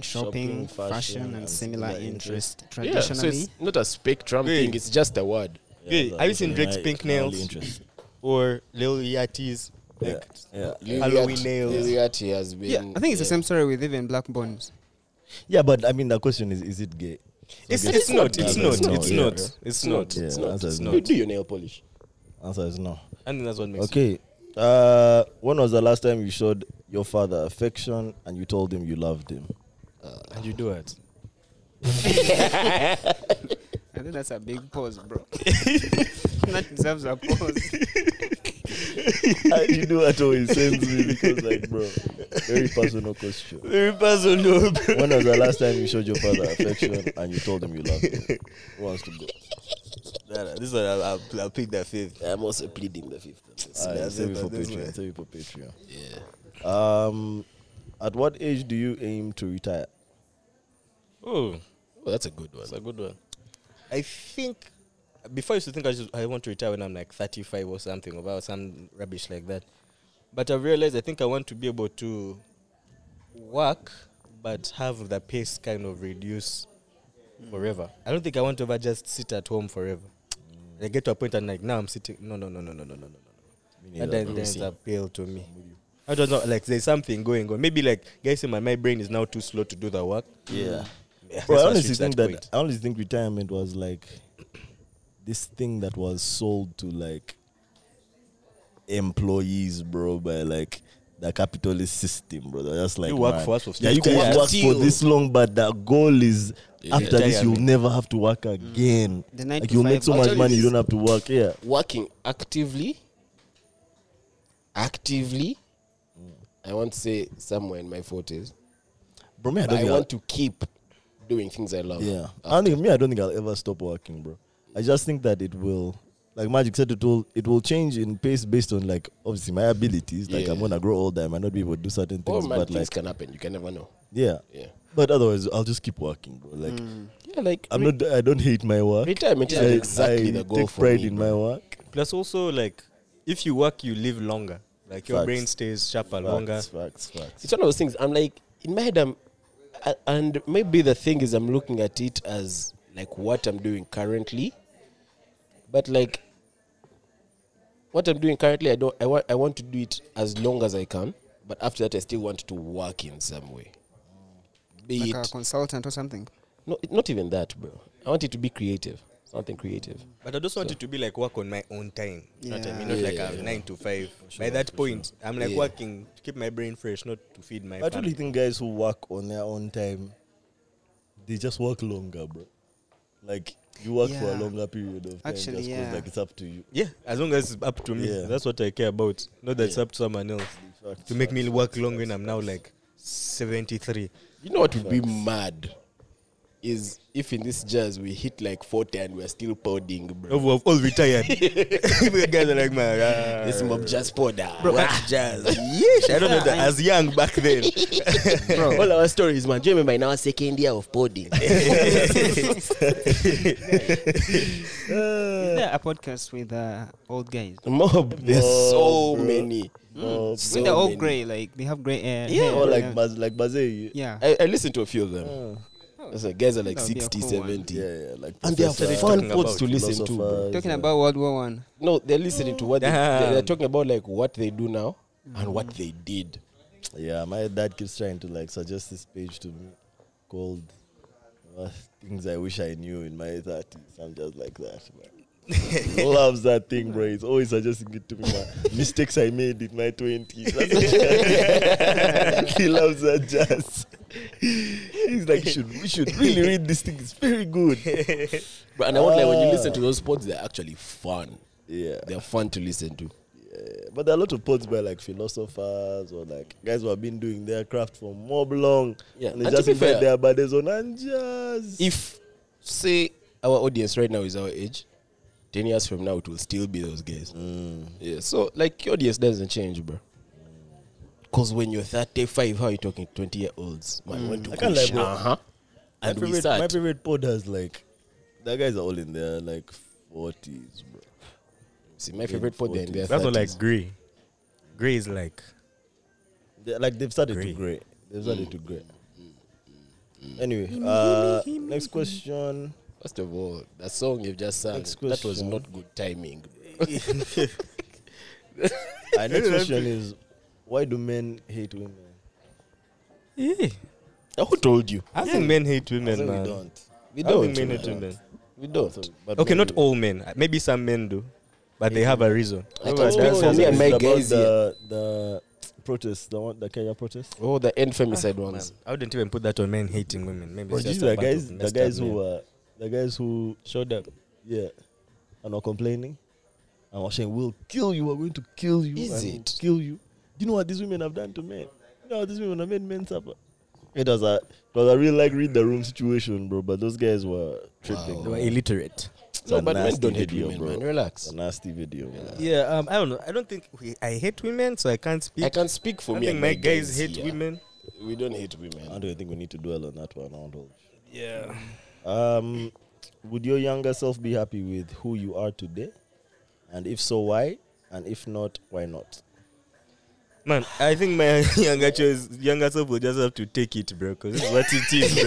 Speaker 3: Shopping,
Speaker 4: shopping,
Speaker 3: fashion,
Speaker 4: fashion, and,
Speaker 3: and
Speaker 4: similar
Speaker 3: similar
Speaker 4: interests.
Speaker 2: Yeah, so
Speaker 4: Traditionally,
Speaker 2: it's not a spectrum
Speaker 1: Wait.
Speaker 2: thing. It's just a word.
Speaker 1: Hey,
Speaker 3: but
Speaker 1: have you seen
Speaker 3: it's
Speaker 1: Drake's
Speaker 3: my-
Speaker 1: pink
Speaker 3: my only
Speaker 1: nails?
Speaker 3: interest.
Speaker 1: or Lil Yachty's like
Speaker 3: Yeah, yeah.
Speaker 1: Halloween nails.
Speaker 2: Liliati has been.
Speaker 4: yeah, I think it's the same story with even black bones.
Speaker 3: Yeah, but I mean, the question is, is it gay?
Speaker 1: It's,
Speaker 3: Okay.
Speaker 1: it's not. It's
Speaker 3: Yeah,
Speaker 1: not.
Speaker 3: it's not,
Speaker 1: It's
Speaker 3: yeah.
Speaker 1: not. It's not.
Speaker 3: Yeah,
Speaker 2: It's not.
Speaker 3: answer is
Speaker 2: It's
Speaker 3: no.
Speaker 2: not. You do your nail polish.
Speaker 3: Answer is no.
Speaker 1: I think that's what makes. it
Speaker 3: Okay. Uh, when was the last time you showed your father affection and you told him you loved him?
Speaker 1: And you do it.
Speaker 4: I think that's a big pause, bro. that deserves a pause.
Speaker 3: you know at all it sends me because, like, bro, very personal question.
Speaker 1: Very personal. bro.
Speaker 3: When was the last time you showed your father affection and you told him you loved him? Who wants to go?
Speaker 1: Nah, nah, this one, I'll, I'll, I'll pick the fifth.
Speaker 2: I'm also pleading the fifth.
Speaker 3: All right,
Speaker 1: that's
Speaker 3: save
Speaker 1: it,
Speaker 3: it for
Speaker 1: that's
Speaker 3: Patreon.
Speaker 1: it.
Speaker 3: Save it for Patreon.
Speaker 2: Yeah.
Speaker 3: Um, at what age do you aim to retire?
Speaker 1: Oh,
Speaker 2: Well, that's a good one.
Speaker 1: that's a good one. I think before I used to think I, should, I want to retire when I'm like 35 or something, or about some rubbish like that. But I've realized I think I want to be able to work, but have the pace kind of reduce forever. I don't think I want to ever just sit at home forever. I get to a point and like now I'm sitting. No, no, no, no, no, no, no, no. And then there's appeal to me. I don't know. Like there's something going on. Maybe like guys, my my brain is now too slow to do the work.
Speaker 3: Yeah.
Speaker 4: Mm.
Speaker 1: Yeah,
Speaker 3: Well, I
Speaker 1: that's what
Speaker 3: honestly
Speaker 1: reached
Speaker 3: think
Speaker 1: that
Speaker 3: that,
Speaker 1: point.
Speaker 3: I honestly think retirement was like this thing that was sold to like employees, bro, by like the capitalist system, bro. They're just like
Speaker 1: You work
Speaker 3: man,
Speaker 1: for us for
Speaker 3: yeah, you can
Speaker 1: free.
Speaker 3: work,
Speaker 1: Yeah.
Speaker 3: for this long, but the goal is after this
Speaker 1: Retire,
Speaker 3: you'll
Speaker 1: man.
Speaker 3: never have to work again.
Speaker 4: The
Speaker 3: Like you'll make so
Speaker 4: 9 to
Speaker 3: much
Speaker 2: 5
Speaker 3: money you
Speaker 2: Actually,
Speaker 3: don't have to work. Yeah,
Speaker 2: Working actively. Actively. I won't say somewhere in my forties.
Speaker 3: bro. Me, I
Speaker 2: But
Speaker 3: don't
Speaker 2: I
Speaker 3: think
Speaker 2: want to keep doing things I love.
Speaker 3: I'll, yeah. I don't think me. I don't think I'll ever stop working, bro. I just think that it will. Like Magic said, it will it will change in pace based on like obviously my abilities. Like
Speaker 2: Yeah.
Speaker 3: I'm gonna grow older, I might not be able to do certain
Speaker 2: Oh
Speaker 3: things,
Speaker 2: man,
Speaker 3: but
Speaker 2: things
Speaker 3: like
Speaker 2: can happen. You can never know.
Speaker 3: Yeah.
Speaker 2: Yeah. Mm.
Speaker 3: But otherwise, I'll just keep working, bro. Like
Speaker 2: Yeah, like
Speaker 3: I'm not. I don't hate my work.
Speaker 2: retirement
Speaker 3: I-
Speaker 2: isn't exactly
Speaker 3: I
Speaker 2: the goal
Speaker 3: take
Speaker 2: for
Speaker 3: pride
Speaker 2: me,
Speaker 3: in
Speaker 2: bro.
Speaker 3: my work.
Speaker 1: Plus, also like if you work, you live longer. Like your
Speaker 3: Facts.
Speaker 1: brain stays sharper longer.
Speaker 3: Facts, facts, facts.
Speaker 2: It's one of those things. I'm like in my head. I'm, I, and maybe the thing is, I'm looking at it as like what I'm doing currently, but like what I'm doing currently, I don't. I want. I want to do it as long as I can, but after that, I still want to work in some way. Be
Speaker 4: Like uh, a
Speaker 2: it
Speaker 4: consultant or something.
Speaker 2: no, not even that, bro. I want it to be creative. Something creative.
Speaker 1: But I just want it to be like work on my own time. You know what I mean?
Speaker 4: Yeah.
Speaker 1: Not like a nine to five. By that point, I'm like
Speaker 2: Yeah.
Speaker 1: working to keep my brain fresh, not to feed my.
Speaker 3: I truly
Speaker 1: family.
Speaker 3: think guys who work on their own time, they just work longer, bro. Like you work for a
Speaker 4: Yeah.
Speaker 3: longer period of time.
Speaker 4: Actually,
Speaker 3: just 'cause,
Speaker 4: yeah.
Speaker 3: Like it's up to you.
Speaker 1: Yeah, as long as it's up to me.
Speaker 3: Yeah.
Speaker 1: That's what I care about. Not that it's up to someone else.
Speaker 3: Facts,
Speaker 1: To make me
Speaker 3: facts,
Speaker 1: work
Speaker 3: facts,
Speaker 1: long when
Speaker 3: facts,
Speaker 1: I'm now
Speaker 3: facts.
Speaker 1: like 73.
Speaker 2: You know what would be mad is if in this jazz we hit like 40 and we're still podding, bro.
Speaker 1: Of- of all retired. the guys are like, man, ah,
Speaker 2: This mob just powder.
Speaker 3: Ah,
Speaker 1: jazz. Yeesh, I don't know that as young back then.
Speaker 4: Bro,
Speaker 2: All our stories, man. Do you remember in our second year of podding?
Speaker 4: is there a podcast with uh, old guys?
Speaker 2: mob, Mm. there's so
Speaker 3: Mob, bro.
Speaker 2: many.
Speaker 3: Oh,
Speaker 2: So
Speaker 4: When they're all
Speaker 2: many.
Speaker 4: grey, like they have grey hair.
Speaker 2: Yeah.
Speaker 4: hair,
Speaker 3: or
Speaker 4: yeah.
Speaker 3: like Baz, like Baze. Yeah,
Speaker 4: yeah.
Speaker 2: I, I listened to a few of them. That's like guys are like
Speaker 4: That would be a
Speaker 2: 60,
Speaker 4: cool one.
Speaker 2: 70.
Speaker 3: yeah, like
Speaker 2: And they are
Speaker 3: professor,
Speaker 2: fun
Speaker 1: talking
Speaker 2: pods
Speaker 1: about
Speaker 2: to listen to. bro.
Speaker 3: philosophers,
Speaker 4: Talking
Speaker 3: yeah.
Speaker 4: about World War One.
Speaker 2: No, they're listening to what they,
Speaker 1: Damn.
Speaker 2: they're, they're talking about, like what they do now and what they did.
Speaker 3: Yeah, my dad keeps trying to like suggest this page to me called uh, Things I Wish I Knew in My 30s. I'm just like that, man. He loves that thing, bro. He's always suggesting it to me. Man. Mistakes I made in my 20s. That's what- he loves that jazz. He's like, should, we should really read this thing. It's very good.
Speaker 2: But, and I want like when you
Speaker 3: Ah.
Speaker 2: listen to those pods, they're actually fun.
Speaker 3: Yeah.
Speaker 2: They're fun to listen to.
Speaker 3: Yeah, Eh, but there are a lot of pods by like philosophers or like guys who have been doing their craft for mob long.
Speaker 2: Yeah,
Speaker 3: and they
Speaker 2: and to
Speaker 3: just
Speaker 2: be
Speaker 3: invite
Speaker 2: fair-
Speaker 3: their buddies on and just
Speaker 2: If say our audience right now is our age, ten years from now it will still be those guys. Yeah. So like your audience doesn't change, bro. Because when you're 35, how are you talking to 20 year olds? Man, want to
Speaker 3: I can't
Speaker 2: kush,
Speaker 3: lie, bro.
Speaker 2: uh-huh.
Speaker 3: My
Speaker 2: And we
Speaker 3: favorite, my
Speaker 2: start.
Speaker 3: favorite pod has like, that guys are all in their like 40s, bro.
Speaker 2: See, my favorite pod, they're in their
Speaker 1: That's
Speaker 3: That's
Speaker 1: what
Speaker 2: 30s.
Speaker 1: like gray. Gray is like
Speaker 3: They're, like they've started
Speaker 1: Grey.
Speaker 3: to grey. They've started to grey. Anyway, uh, next question.
Speaker 2: First of all, that song you've just sung,
Speaker 3: Next
Speaker 2: that was
Speaker 3: question.
Speaker 2: not good timing.
Speaker 3: Our Uh, next question is, why do men hate women?
Speaker 1: Eh,
Speaker 2: Who told you?
Speaker 1: I think men hate
Speaker 3: I
Speaker 1: women,
Speaker 3: think
Speaker 1: man.
Speaker 3: we don't.
Speaker 2: We
Speaker 1: I
Speaker 2: don't.
Speaker 1: think men
Speaker 2: we
Speaker 1: hate
Speaker 2: don't.
Speaker 1: women.
Speaker 2: We don't.
Speaker 3: But
Speaker 1: Okay,
Speaker 3: men
Speaker 1: not
Speaker 3: do.
Speaker 1: all men. Uh, Maybe some men do, but they have a reason.
Speaker 2: I
Speaker 3: Oh,
Speaker 2: can speak
Speaker 3: oh,
Speaker 2: for me
Speaker 3: oh,
Speaker 2: and my
Speaker 3: it's about
Speaker 2: guys here.
Speaker 3: The, the protest, the one, the Kenya protest.
Speaker 2: Oh, the end femicide ones.
Speaker 1: I wouldn't even put that on men hating women. Maybe
Speaker 3: Bro,
Speaker 1: it's
Speaker 3: these
Speaker 1: just
Speaker 3: are
Speaker 1: a
Speaker 3: the
Speaker 1: bunch
Speaker 3: guys,
Speaker 1: of
Speaker 3: the
Speaker 1: messed
Speaker 3: guys
Speaker 1: up men.
Speaker 3: who are, the guys who,
Speaker 2: Showed up.
Speaker 3: yeah, are not complaining. And are saying, "We'll kill you. We're going to kill you.
Speaker 2: Is
Speaker 3: and we'll
Speaker 2: it?
Speaker 3: kill you?" Do you know what these women have done to men? You know what these women have made men suffer. It was a, it was a real like read the room situation, bro. But those guys were tripping.
Speaker 1: they were illiterate.
Speaker 3: It's
Speaker 2: No,
Speaker 3: a
Speaker 2: but men
Speaker 3: nasty
Speaker 2: don't hate
Speaker 3: video,
Speaker 2: women,
Speaker 3: bro.
Speaker 2: man. Relax.
Speaker 3: It's a nasty video. man.
Speaker 1: Yeah, um, I don't know. I don't think we, I hate women, so I can't speak.
Speaker 2: I can speak for
Speaker 1: I
Speaker 2: me.
Speaker 1: think
Speaker 2: and
Speaker 1: my guys hate
Speaker 2: here.
Speaker 1: women.
Speaker 2: We don't hate
Speaker 3: I
Speaker 2: women.
Speaker 3: don't think we need to dwell on that one. I don't know.
Speaker 1: Yeah.
Speaker 3: Um, would your younger self be happy with who you are today? And if so, why? And if not, why not?
Speaker 1: Man, I think my younger choice, younger self will just have to take it, bro, because it's what it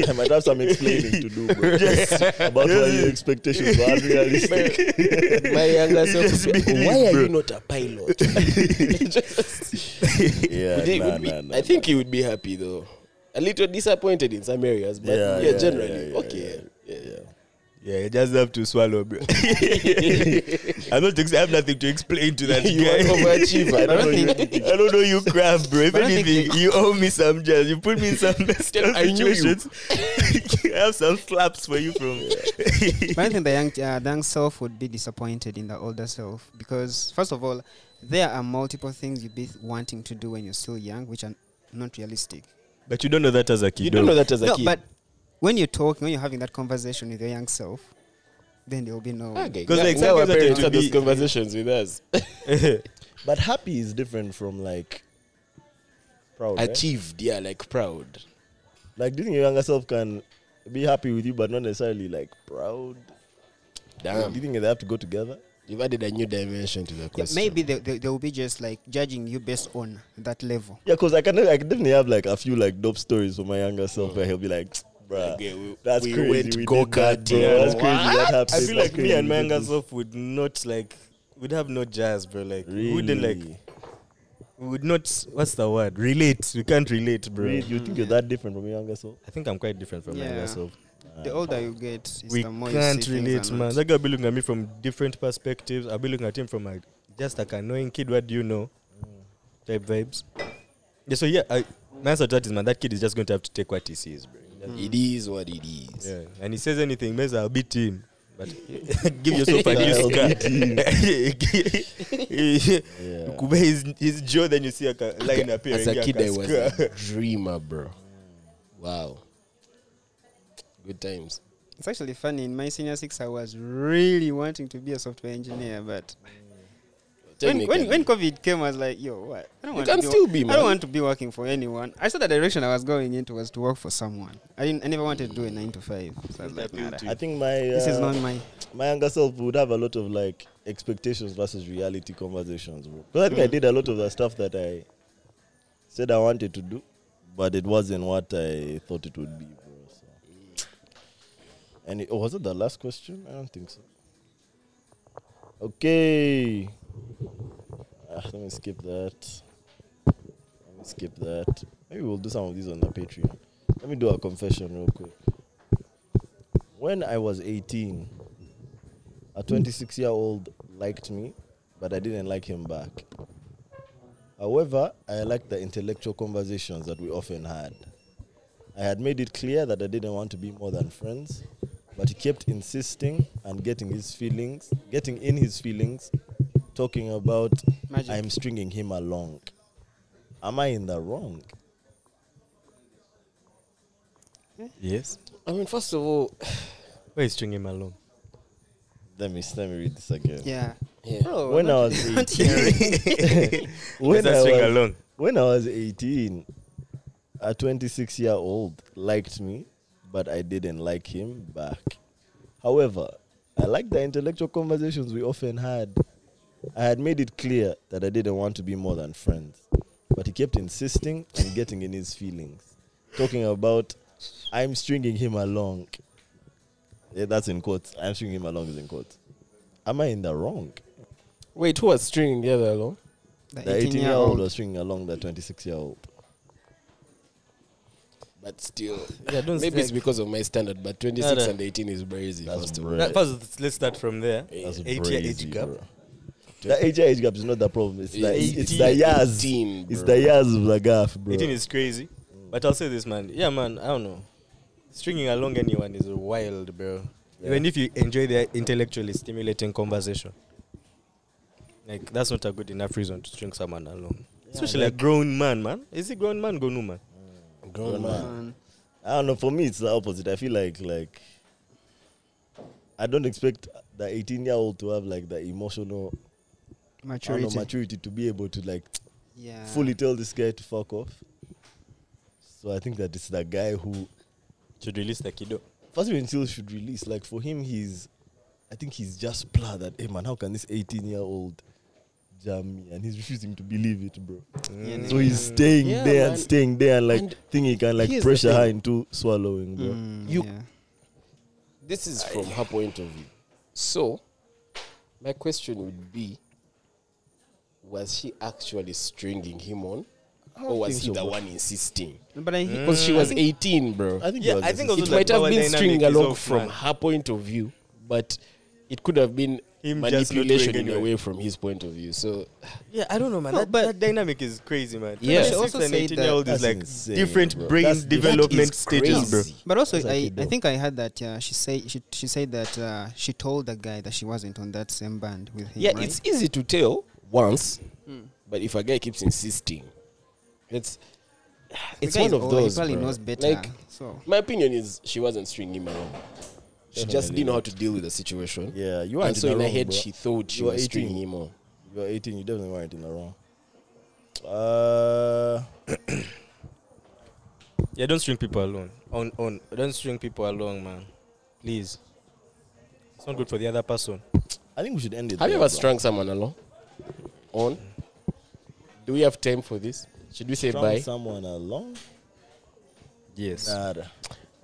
Speaker 1: is, bro.
Speaker 3: I might have some explaining to do, bro. about why your expectations were unrealistic.
Speaker 2: My younger self.
Speaker 1: Just
Speaker 2: would be,
Speaker 1: believe,
Speaker 2: Why are
Speaker 1: bro.
Speaker 2: you not a pilot? Just-
Speaker 3: yeah,
Speaker 2: Would he-
Speaker 3: nah,
Speaker 2: would be-
Speaker 3: nah, nah,
Speaker 2: I think he would be happy though. A little disappointed in some areas, but
Speaker 3: Yeah,
Speaker 2: yeah,
Speaker 3: yeah,
Speaker 2: generally
Speaker 3: yeah, yeah,
Speaker 2: okay. Yeah, yeah.
Speaker 1: yeah, you just have to swallow, bro. I'm not. Ex- I have nothing to explain to that
Speaker 2: You are
Speaker 1: guy.
Speaker 2: an overachiever. I
Speaker 1: I
Speaker 2: don't
Speaker 1: don't, know
Speaker 2: think-
Speaker 1: you, I don't know you, crap, bro. If
Speaker 4: But I think
Speaker 1: anything, you owe me some jazz. You put me in some messed up
Speaker 2: I knew you.
Speaker 1: situations. I have some slaps for you from.
Speaker 4: But I think the young, uh, the young self would be disappointed in the older self because, first of all, there are multiple things you'd be wanting to do when you're still young, which are not realistic.
Speaker 1: But you don't know that as a kid.
Speaker 2: You don't know that as a
Speaker 4: No,
Speaker 2: kid.
Speaker 4: but when you're talking, when you're having that conversation with your young self, then there will be no.
Speaker 2: Okay.
Speaker 1: 'Cause
Speaker 2: now-
Speaker 1: like
Speaker 2: now our
Speaker 1: sometimes I
Speaker 2: parents
Speaker 1: tend
Speaker 2: have
Speaker 1: to
Speaker 2: those
Speaker 1: be-
Speaker 2: conversations with us.
Speaker 3: But happy is different from like proud. eh?
Speaker 2: Achieved, yeah, like proud.
Speaker 3: Like, do you think your younger self can be happy with you, but not necessarily like proud? Do you
Speaker 2: Damn,
Speaker 3: think they have to go together?
Speaker 2: you've added a new dimension to the
Speaker 4: Yeah,
Speaker 2: question.
Speaker 4: maybe they, they, they will be just like judging you based on that level.
Speaker 3: Yeah, because I can, I can definitely have like a few like dope stories from my younger self where he'll be like, bruh,
Speaker 2: Like, yeah, we-
Speaker 3: that's
Speaker 2: we
Speaker 3: crazy.
Speaker 2: went
Speaker 3: we did that,
Speaker 2: go-karting.
Speaker 3: bro. That's crazy. That happened.
Speaker 1: I feel
Speaker 3: That's
Speaker 1: like me and
Speaker 3: crazy.
Speaker 1: my younger
Speaker 3: This-
Speaker 1: self would not like would have no jazz, bro. Like we
Speaker 3: Really?
Speaker 1: wouldn't like we would not. What's the word? Relate. We can't relate, bro.
Speaker 3: Really? You think you're that different from your younger self?
Speaker 1: I think I'm quite different from my
Speaker 4: Yeah.
Speaker 1: younger self.
Speaker 4: The older you get, is
Speaker 1: we
Speaker 4: the more you
Speaker 1: can't
Speaker 4: see things
Speaker 1: relate,
Speaker 4: are
Speaker 1: man.
Speaker 4: not.
Speaker 1: That guy will be looking at me from different perspectives. I'll be looking at him from like just like annoying kid. What do you know? Type vibes. Yeah. So yeah, I, my answer to that is man. That kid is just going to have to take what he sees, bro.
Speaker 2: It is what it is.
Speaker 1: Yeah. And he says anything, maybe I'll beat him. But give yourself a new
Speaker 3: I'll
Speaker 1: scar.
Speaker 3: beat him.
Speaker 1: You could wear his, his jaw, then you see a ca- line appear.
Speaker 2: As a
Speaker 1: yeah,
Speaker 2: kid, I was
Speaker 1: scar.
Speaker 2: a dreamer, bro. Wow. Good times.
Speaker 4: It's actually funny. In my senior six, I was really wanting to be a software engineer, but when, when, when COVID came, I was like, yo, what? I don't
Speaker 2: You
Speaker 4: want
Speaker 2: can
Speaker 4: to
Speaker 2: still
Speaker 4: wo-
Speaker 2: be,
Speaker 4: I
Speaker 2: man.
Speaker 4: don't want to be working for anyone. I saw the direction I was going into was to work for someone. I didn't. I never wanted to do a nine to five. So I was like, nah,
Speaker 3: I think my uh,
Speaker 4: this is not my.
Speaker 3: my younger self would have a lot of like expectations versus reality conversations, bro. Because I think I did a lot of the stuff that I said I wanted to do, but it wasn't what I thought it would be, bro. So. And it, oh, was it the last question? I don't think so. Okay. Ah, let me skip that. Let me skip that. Maybe we'll do some of these on the Patreon. Let me do a confession real quick. When I was 18, a 26 year old liked me, but I didn't like him back. However, I liked the intellectual conversations that we often had. I had made it clear that I didn't want to be more than friends, but he kept insisting and getting his feelings, getting in his feelings, talking about
Speaker 4: Magic.
Speaker 3: I'm stringing him along. Am I in the wrong?
Speaker 1: Yes.
Speaker 2: I mean, first of all,
Speaker 1: Why is stringing him along?
Speaker 3: Let me let me read this again.
Speaker 4: Yeah. Bro,
Speaker 3: When I
Speaker 4: I'm not-
Speaker 3: was
Speaker 4: not hearing.
Speaker 3: when, I
Speaker 1: that swing
Speaker 3: was,
Speaker 1: along.
Speaker 3: when I was 18, a 26 year old liked me, but I didn't like him back. However, I liked the intellectual conversations we often had. I had made it clear that I didn't want to be more than friends, but he kept insisting and getting in his feelings, talking about I'm stringing him along. Yeah, that's in quotes. I'm stringing him along is in quotes. Am I in the wrong?
Speaker 2: Wait, who was stringing the other along?
Speaker 3: The 18 year old was stringing along the 26 year old.
Speaker 2: But still,
Speaker 1: Yeah, don't
Speaker 2: maybe it's
Speaker 1: strike.
Speaker 2: because of my standard. But 26
Speaker 1: Other.
Speaker 2: and 18 is brazy.
Speaker 3: That's
Speaker 2: First of all,
Speaker 3: bra-
Speaker 1: That- first, let's start from there.
Speaker 3: That's
Speaker 1: Eight year
Speaker 3: brazy,
Speaker 1: age gap.
Speaker 3: bro. The age year age gap is not the problem. It's the,
Speaker 2: It's
Speaker 3: it's the
Speaker 2: 18,
Speaker 3: years.
Speaker 2: 18,
Speaker 3: it's
Speaker 2: bro.
Speaker 3: the years of the gaff, bro.
Speaker 1: 18 is crazy. But I'll say this, man. Yeah, man, I don't know. Stringing along anyone is wild, bro. Even if you enjoy the intellectually stimulating conversation. Like, that's not a good enough reason to string someone along. Especially a grown man, man. Is he grown man, grown woman?
Speaker 2: grown man.
Speaker 4: Man.
Speaker 3: Oh, I don't know. For me, it's the opposite. I feel like like I don't expect the 18 year old to have like the emotional I don't know,
Speaker 4: Maturity.
Speaker 3: maturity to be able to like
Speaker 1: Ah.
Speaker 4: yeah.
Speaker 3: fully tell this guy to fuck off. So I think that it's the guy who
Speaker 1: Should release the kiddo.
Speaker 3: First Seal should release. Like for him, he's I think he's just blah that hey man, how can this 18 year old jam me? And he's refusing to believe it, bro.
Speaker 4: Yeah,
Speaker 1: Mm.
Speaker 3: So he's staying
Speaker 2: Mm. Yeah,
Speaker 3: there
Speaker 2: man.
Speaker 3: and staying there and like
Speaker 2: And
Speaker 3: think he can like
Speaker 2: here's the
Speaker 3: pressure her
Speaker 2: thing.
Speaker 3: into swallowing, bro.
Speaker 4: Mm,
Speaker 2: You-
Speaker 4: yeah.
Speaker 2: This is from her point of view. So, my question would be Was she actually stringing him on? Or was
Speaker 3: think
Speaker 2: he
Speaker 3: so,
Speaker 2: the
Speaker 3: bro.
Speaker 2: one insisting?
Speaker 4: But Mm. I hear
Speaker 2: Because she was 18, bro.
Speaker 3: I think
Speaker 1: Yeah,
Speaker 3: that was
Speaker 1: I
Speaker 3: the
Speaker 1: think
Speaker 3: system.
Speaker 1: also
Speaker 2: It
Speaker 1: like
Speaker 2: might have
Speaker 1: power
Speaker 2: been
Speaker 1: dynamic
Speaker 2: stringing
Speaker 1: is
Speaker 2: along
Speaker 1: off,
Speaker 2: from
Speaker 1: man.
Speaker 2: her point of view, but it could have been
Speaker 1: Him just not doing
Speaker 2: manipulation in a
Speaker 1: anyway.
Speaker 2: way from his point of view. So,
Speaker 1: Yeah, I don't know, man.
Speaker 4: No,
Speaker 1: that,
Speaker 4: but-
Speaker 1: that dynamic is crazy, man.
Speaker 2: Yeah. But she
Speaker 1: 26
Speaker 4: also
Speaker 1: and
Speaker 4: said
Speaker 1: 18 year old
Speaker 3: that-
Speaker 1: is like
Speaker 3: That's insane,
Speaker 1: different
Speaker 3: bro.
Speaker 1: brain
Speaker 3: That's different.
Speaker 1: development
Speaker 2: That is
Speaker 1: stages, bro.
Speaker 2: crazy.
Speaker 4: But also,
Speaker 3: That's
Speaker 4: I,
Speaker 3: like
Speaker 4: I
Speaker 3: Edo.
Speaker 4: think I heard that uh, she say she, she said that uh, she told the guy that she wasn't on that same band with him.
Speaker 2: yeah,
Speaker 4: right? Hmm.
Speaker 2: it's easy to tell once, but if a guy keeps insisting, it's
Speaker 4: The
Speaker 2: it's
Speaker 4: guy
Speaker 2: one
Speaker 4: is
Speaker 2: of
Speaker 4: old,
Speaker 2: those.
Speaker 4: He probably
Speaker 2: bro.
Speaker 4: knows better.
Speaker 2: Like,
Speaker 4: so
Speaker 2: my opinion is she wasn't stringing him along. She just
Speaker 3: Definitely
Speaker 2: didn't know how to deal with the situation.
Speaker 3: Yeah, you
Speaker 2: And
Speaker 3: aren't
Speaker 2: so
Speaker 3: in
Speaker 2: in
Speaker 3: the
Speaker 2: her
Speaker 3: wrong,
Speaker 2: head,
Speaker 3: bro.
Speaker 2: she thought she
Speaker 3: You are
Speaker 2: was stringing
Speaker 3: 18.
Speaker 2: him on.
Speaker 3: You're 18, you definitely weren't in the wrong. Uh,
Speaker 1: Yeah, don't string people along. On on don't string people along, man. Please. It's not good for the other person.
Speaker 3: I think we should end it.
Speaker 2: Have you
Speaker 3: there,
Speaker 2: ever
Speaker 3: bro.
Speaker 2: strung someone along? On? Do we have time for this? Should we say
Speaker 3: Strung
Speaker 2: bye?
Speaker 3: someone along?
Speaker 1: Yes.
Speaker 3: Nada.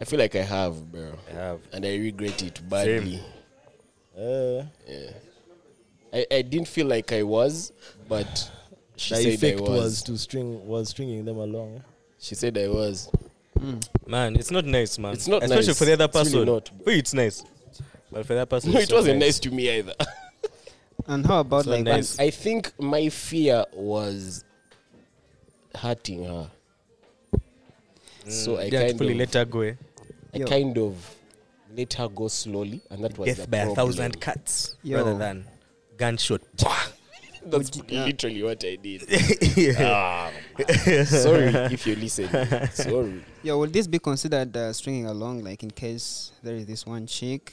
Speaker 2: I feel like I have, bro.
Speaker 1: I have.
Speaker 2: And I regret it badly.
Speaker 3: Uh,
Speaker 2: I, I didn't feel like I was, but she
Speaker 3: the
Speaker 2: said I
Speaker 3: effect was.
Speaker 2: was.
Speaker 3: to string was stringing them along.
Speaker 2: She said I was.
Speaker 1: Man, it's not nice, man.
Speaker 2: It's not
Speaker 1: Especially
Speaker 2: nice.
Speaker 1: for the other
Speaker 2: It's really
Speaker 1: person.
Speaker 2: not, bro.
Speaker 1: For you, it's nice. But for that person,
Speaker 2: No,
Speaker 1: it's
Speaker 2: it
Speaker 1: not
Speaker 2: wasn't nice to me either.
Speaker 4: and how about
Speaker 1: So
Speaker 4: like
Speaker 1: nice.
Speaker 2: And I think my fear was hurting her. So I
Speaker 1: Yeah,
Speaker 2: kind
Speaker 1: fully
Speaker 2: of
Speaker 1: let her go. eh?
Speaker 2: I
Speaker 4: Yo.
Speaker 2: kind of let her go slowly, and that was the
Speaker 1: Death by a
Speaker 2: problem.
Speaker 1: thousand cuts
Speaker 4: Yo.
Speaker 1: rather than gunshot.
Speaker 2: Ah. That's
Speaker 4: Would you- yeah.
Speaker 2: literally what I did. Ah, sorry if you listen. Sorry.
Speaker 4: Yeah, will this be considered uh, stringing along, like in case there is this one chick?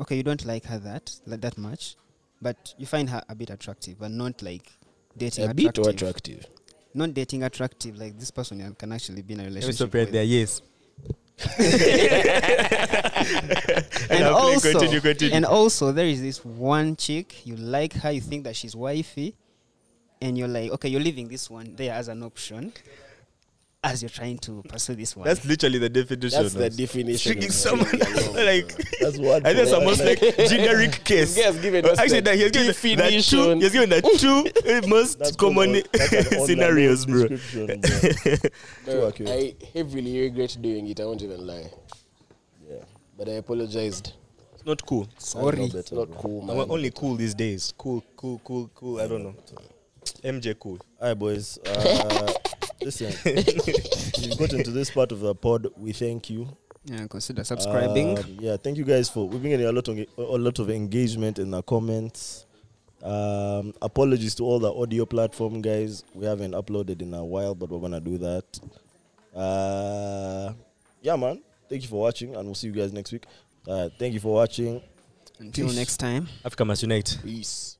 Speaker 4: Okay, you don't like her that like that much, but you find her a bit attractive, but not like dating
Speaker 2: A
Speaker 4: attractive.
Speaker 2: bit or attractive.
Speaker 4: Not dating attractive, like this person you can actually be in a
Speaker 1: Let me
Speaker 4: relationship
Speaker 1: stop right
Speaker 4: with.
Speaker 1: there. Yes.
Speaker 4: And
Speaker 1: Yeah, please
Speaker 4: also,
Speaker 1: continue, continue.
Speaker 4: and also, there is this one chick you like her, you think that she's wifey, and you're like, okay, you're leaving this one there as an option, as you're trying to pursue this one.
Speaker 1: That's literally the definition.
Speaker 2: That's the
Speaker 1: of
Speaker 2: definition.
Speaker 1: Stringing
Speaker 2: of
Speaker 1: someone
Speaker 2: stringing along, bro.
Speaker 1: like.
Speaker 3: That's what.
Speaker 1: I think it's the most like generic
Speaker 2: This
Speaker 1: case.
Speaker 2: guy has given
Speaker 1: Uh,
Speaker 2: us
Speaker 1: Actually,
Speaker 2: the
Speaker 1: that he has given the- the two,
Speaker 2: definition.
Speaker 1: he has given the two uh,
Speaker 3: That's
Speaker 1: most common
Speaker 3: called- that's an online
Speaker 1: scenarios, bro.
Speaker 3: description, bro.
Speaker 2: Bro,
Speaker 3: Too accurate.
Speaker 2: I heavily regret doing it. I won't even lie,
Speaker 3: yeah,
Speaker 2: but I apologized.
Speaker 1: It's not cool.
Speaker 3: I know
Speaker 4: Sorry.
Speaker 2: It's
Speaker 3: better,
Speaker 2: not
Speaker 3: bro.
Speaker 2: cool, man.
Speaker 1: We're only cool these days. Cool, cool, cool, cool. I don't know. MJ cool.
Speaker 3: All right, boys. Uh, listen, if you've gotten to this part of the pod. We thank you.
Speaker 4: Yeah, consider
Speaker 1: Uh,
Speaker 4: subscribing.
Speaker 3: Um, yeah, thank you guys for. We've been getting a lot of a lot of engagement in the comments. Um, apologies to all the audio platform guys. We haven't uploaded in a while, but we're gonna do that. Uh, yeah, man. Thank you for watching, and we'll see you guys next week. Uh, thank you for watching.
Speaker 5: Until next time.
Speaker 4: Africa must unite.
Speaker 1: Peace.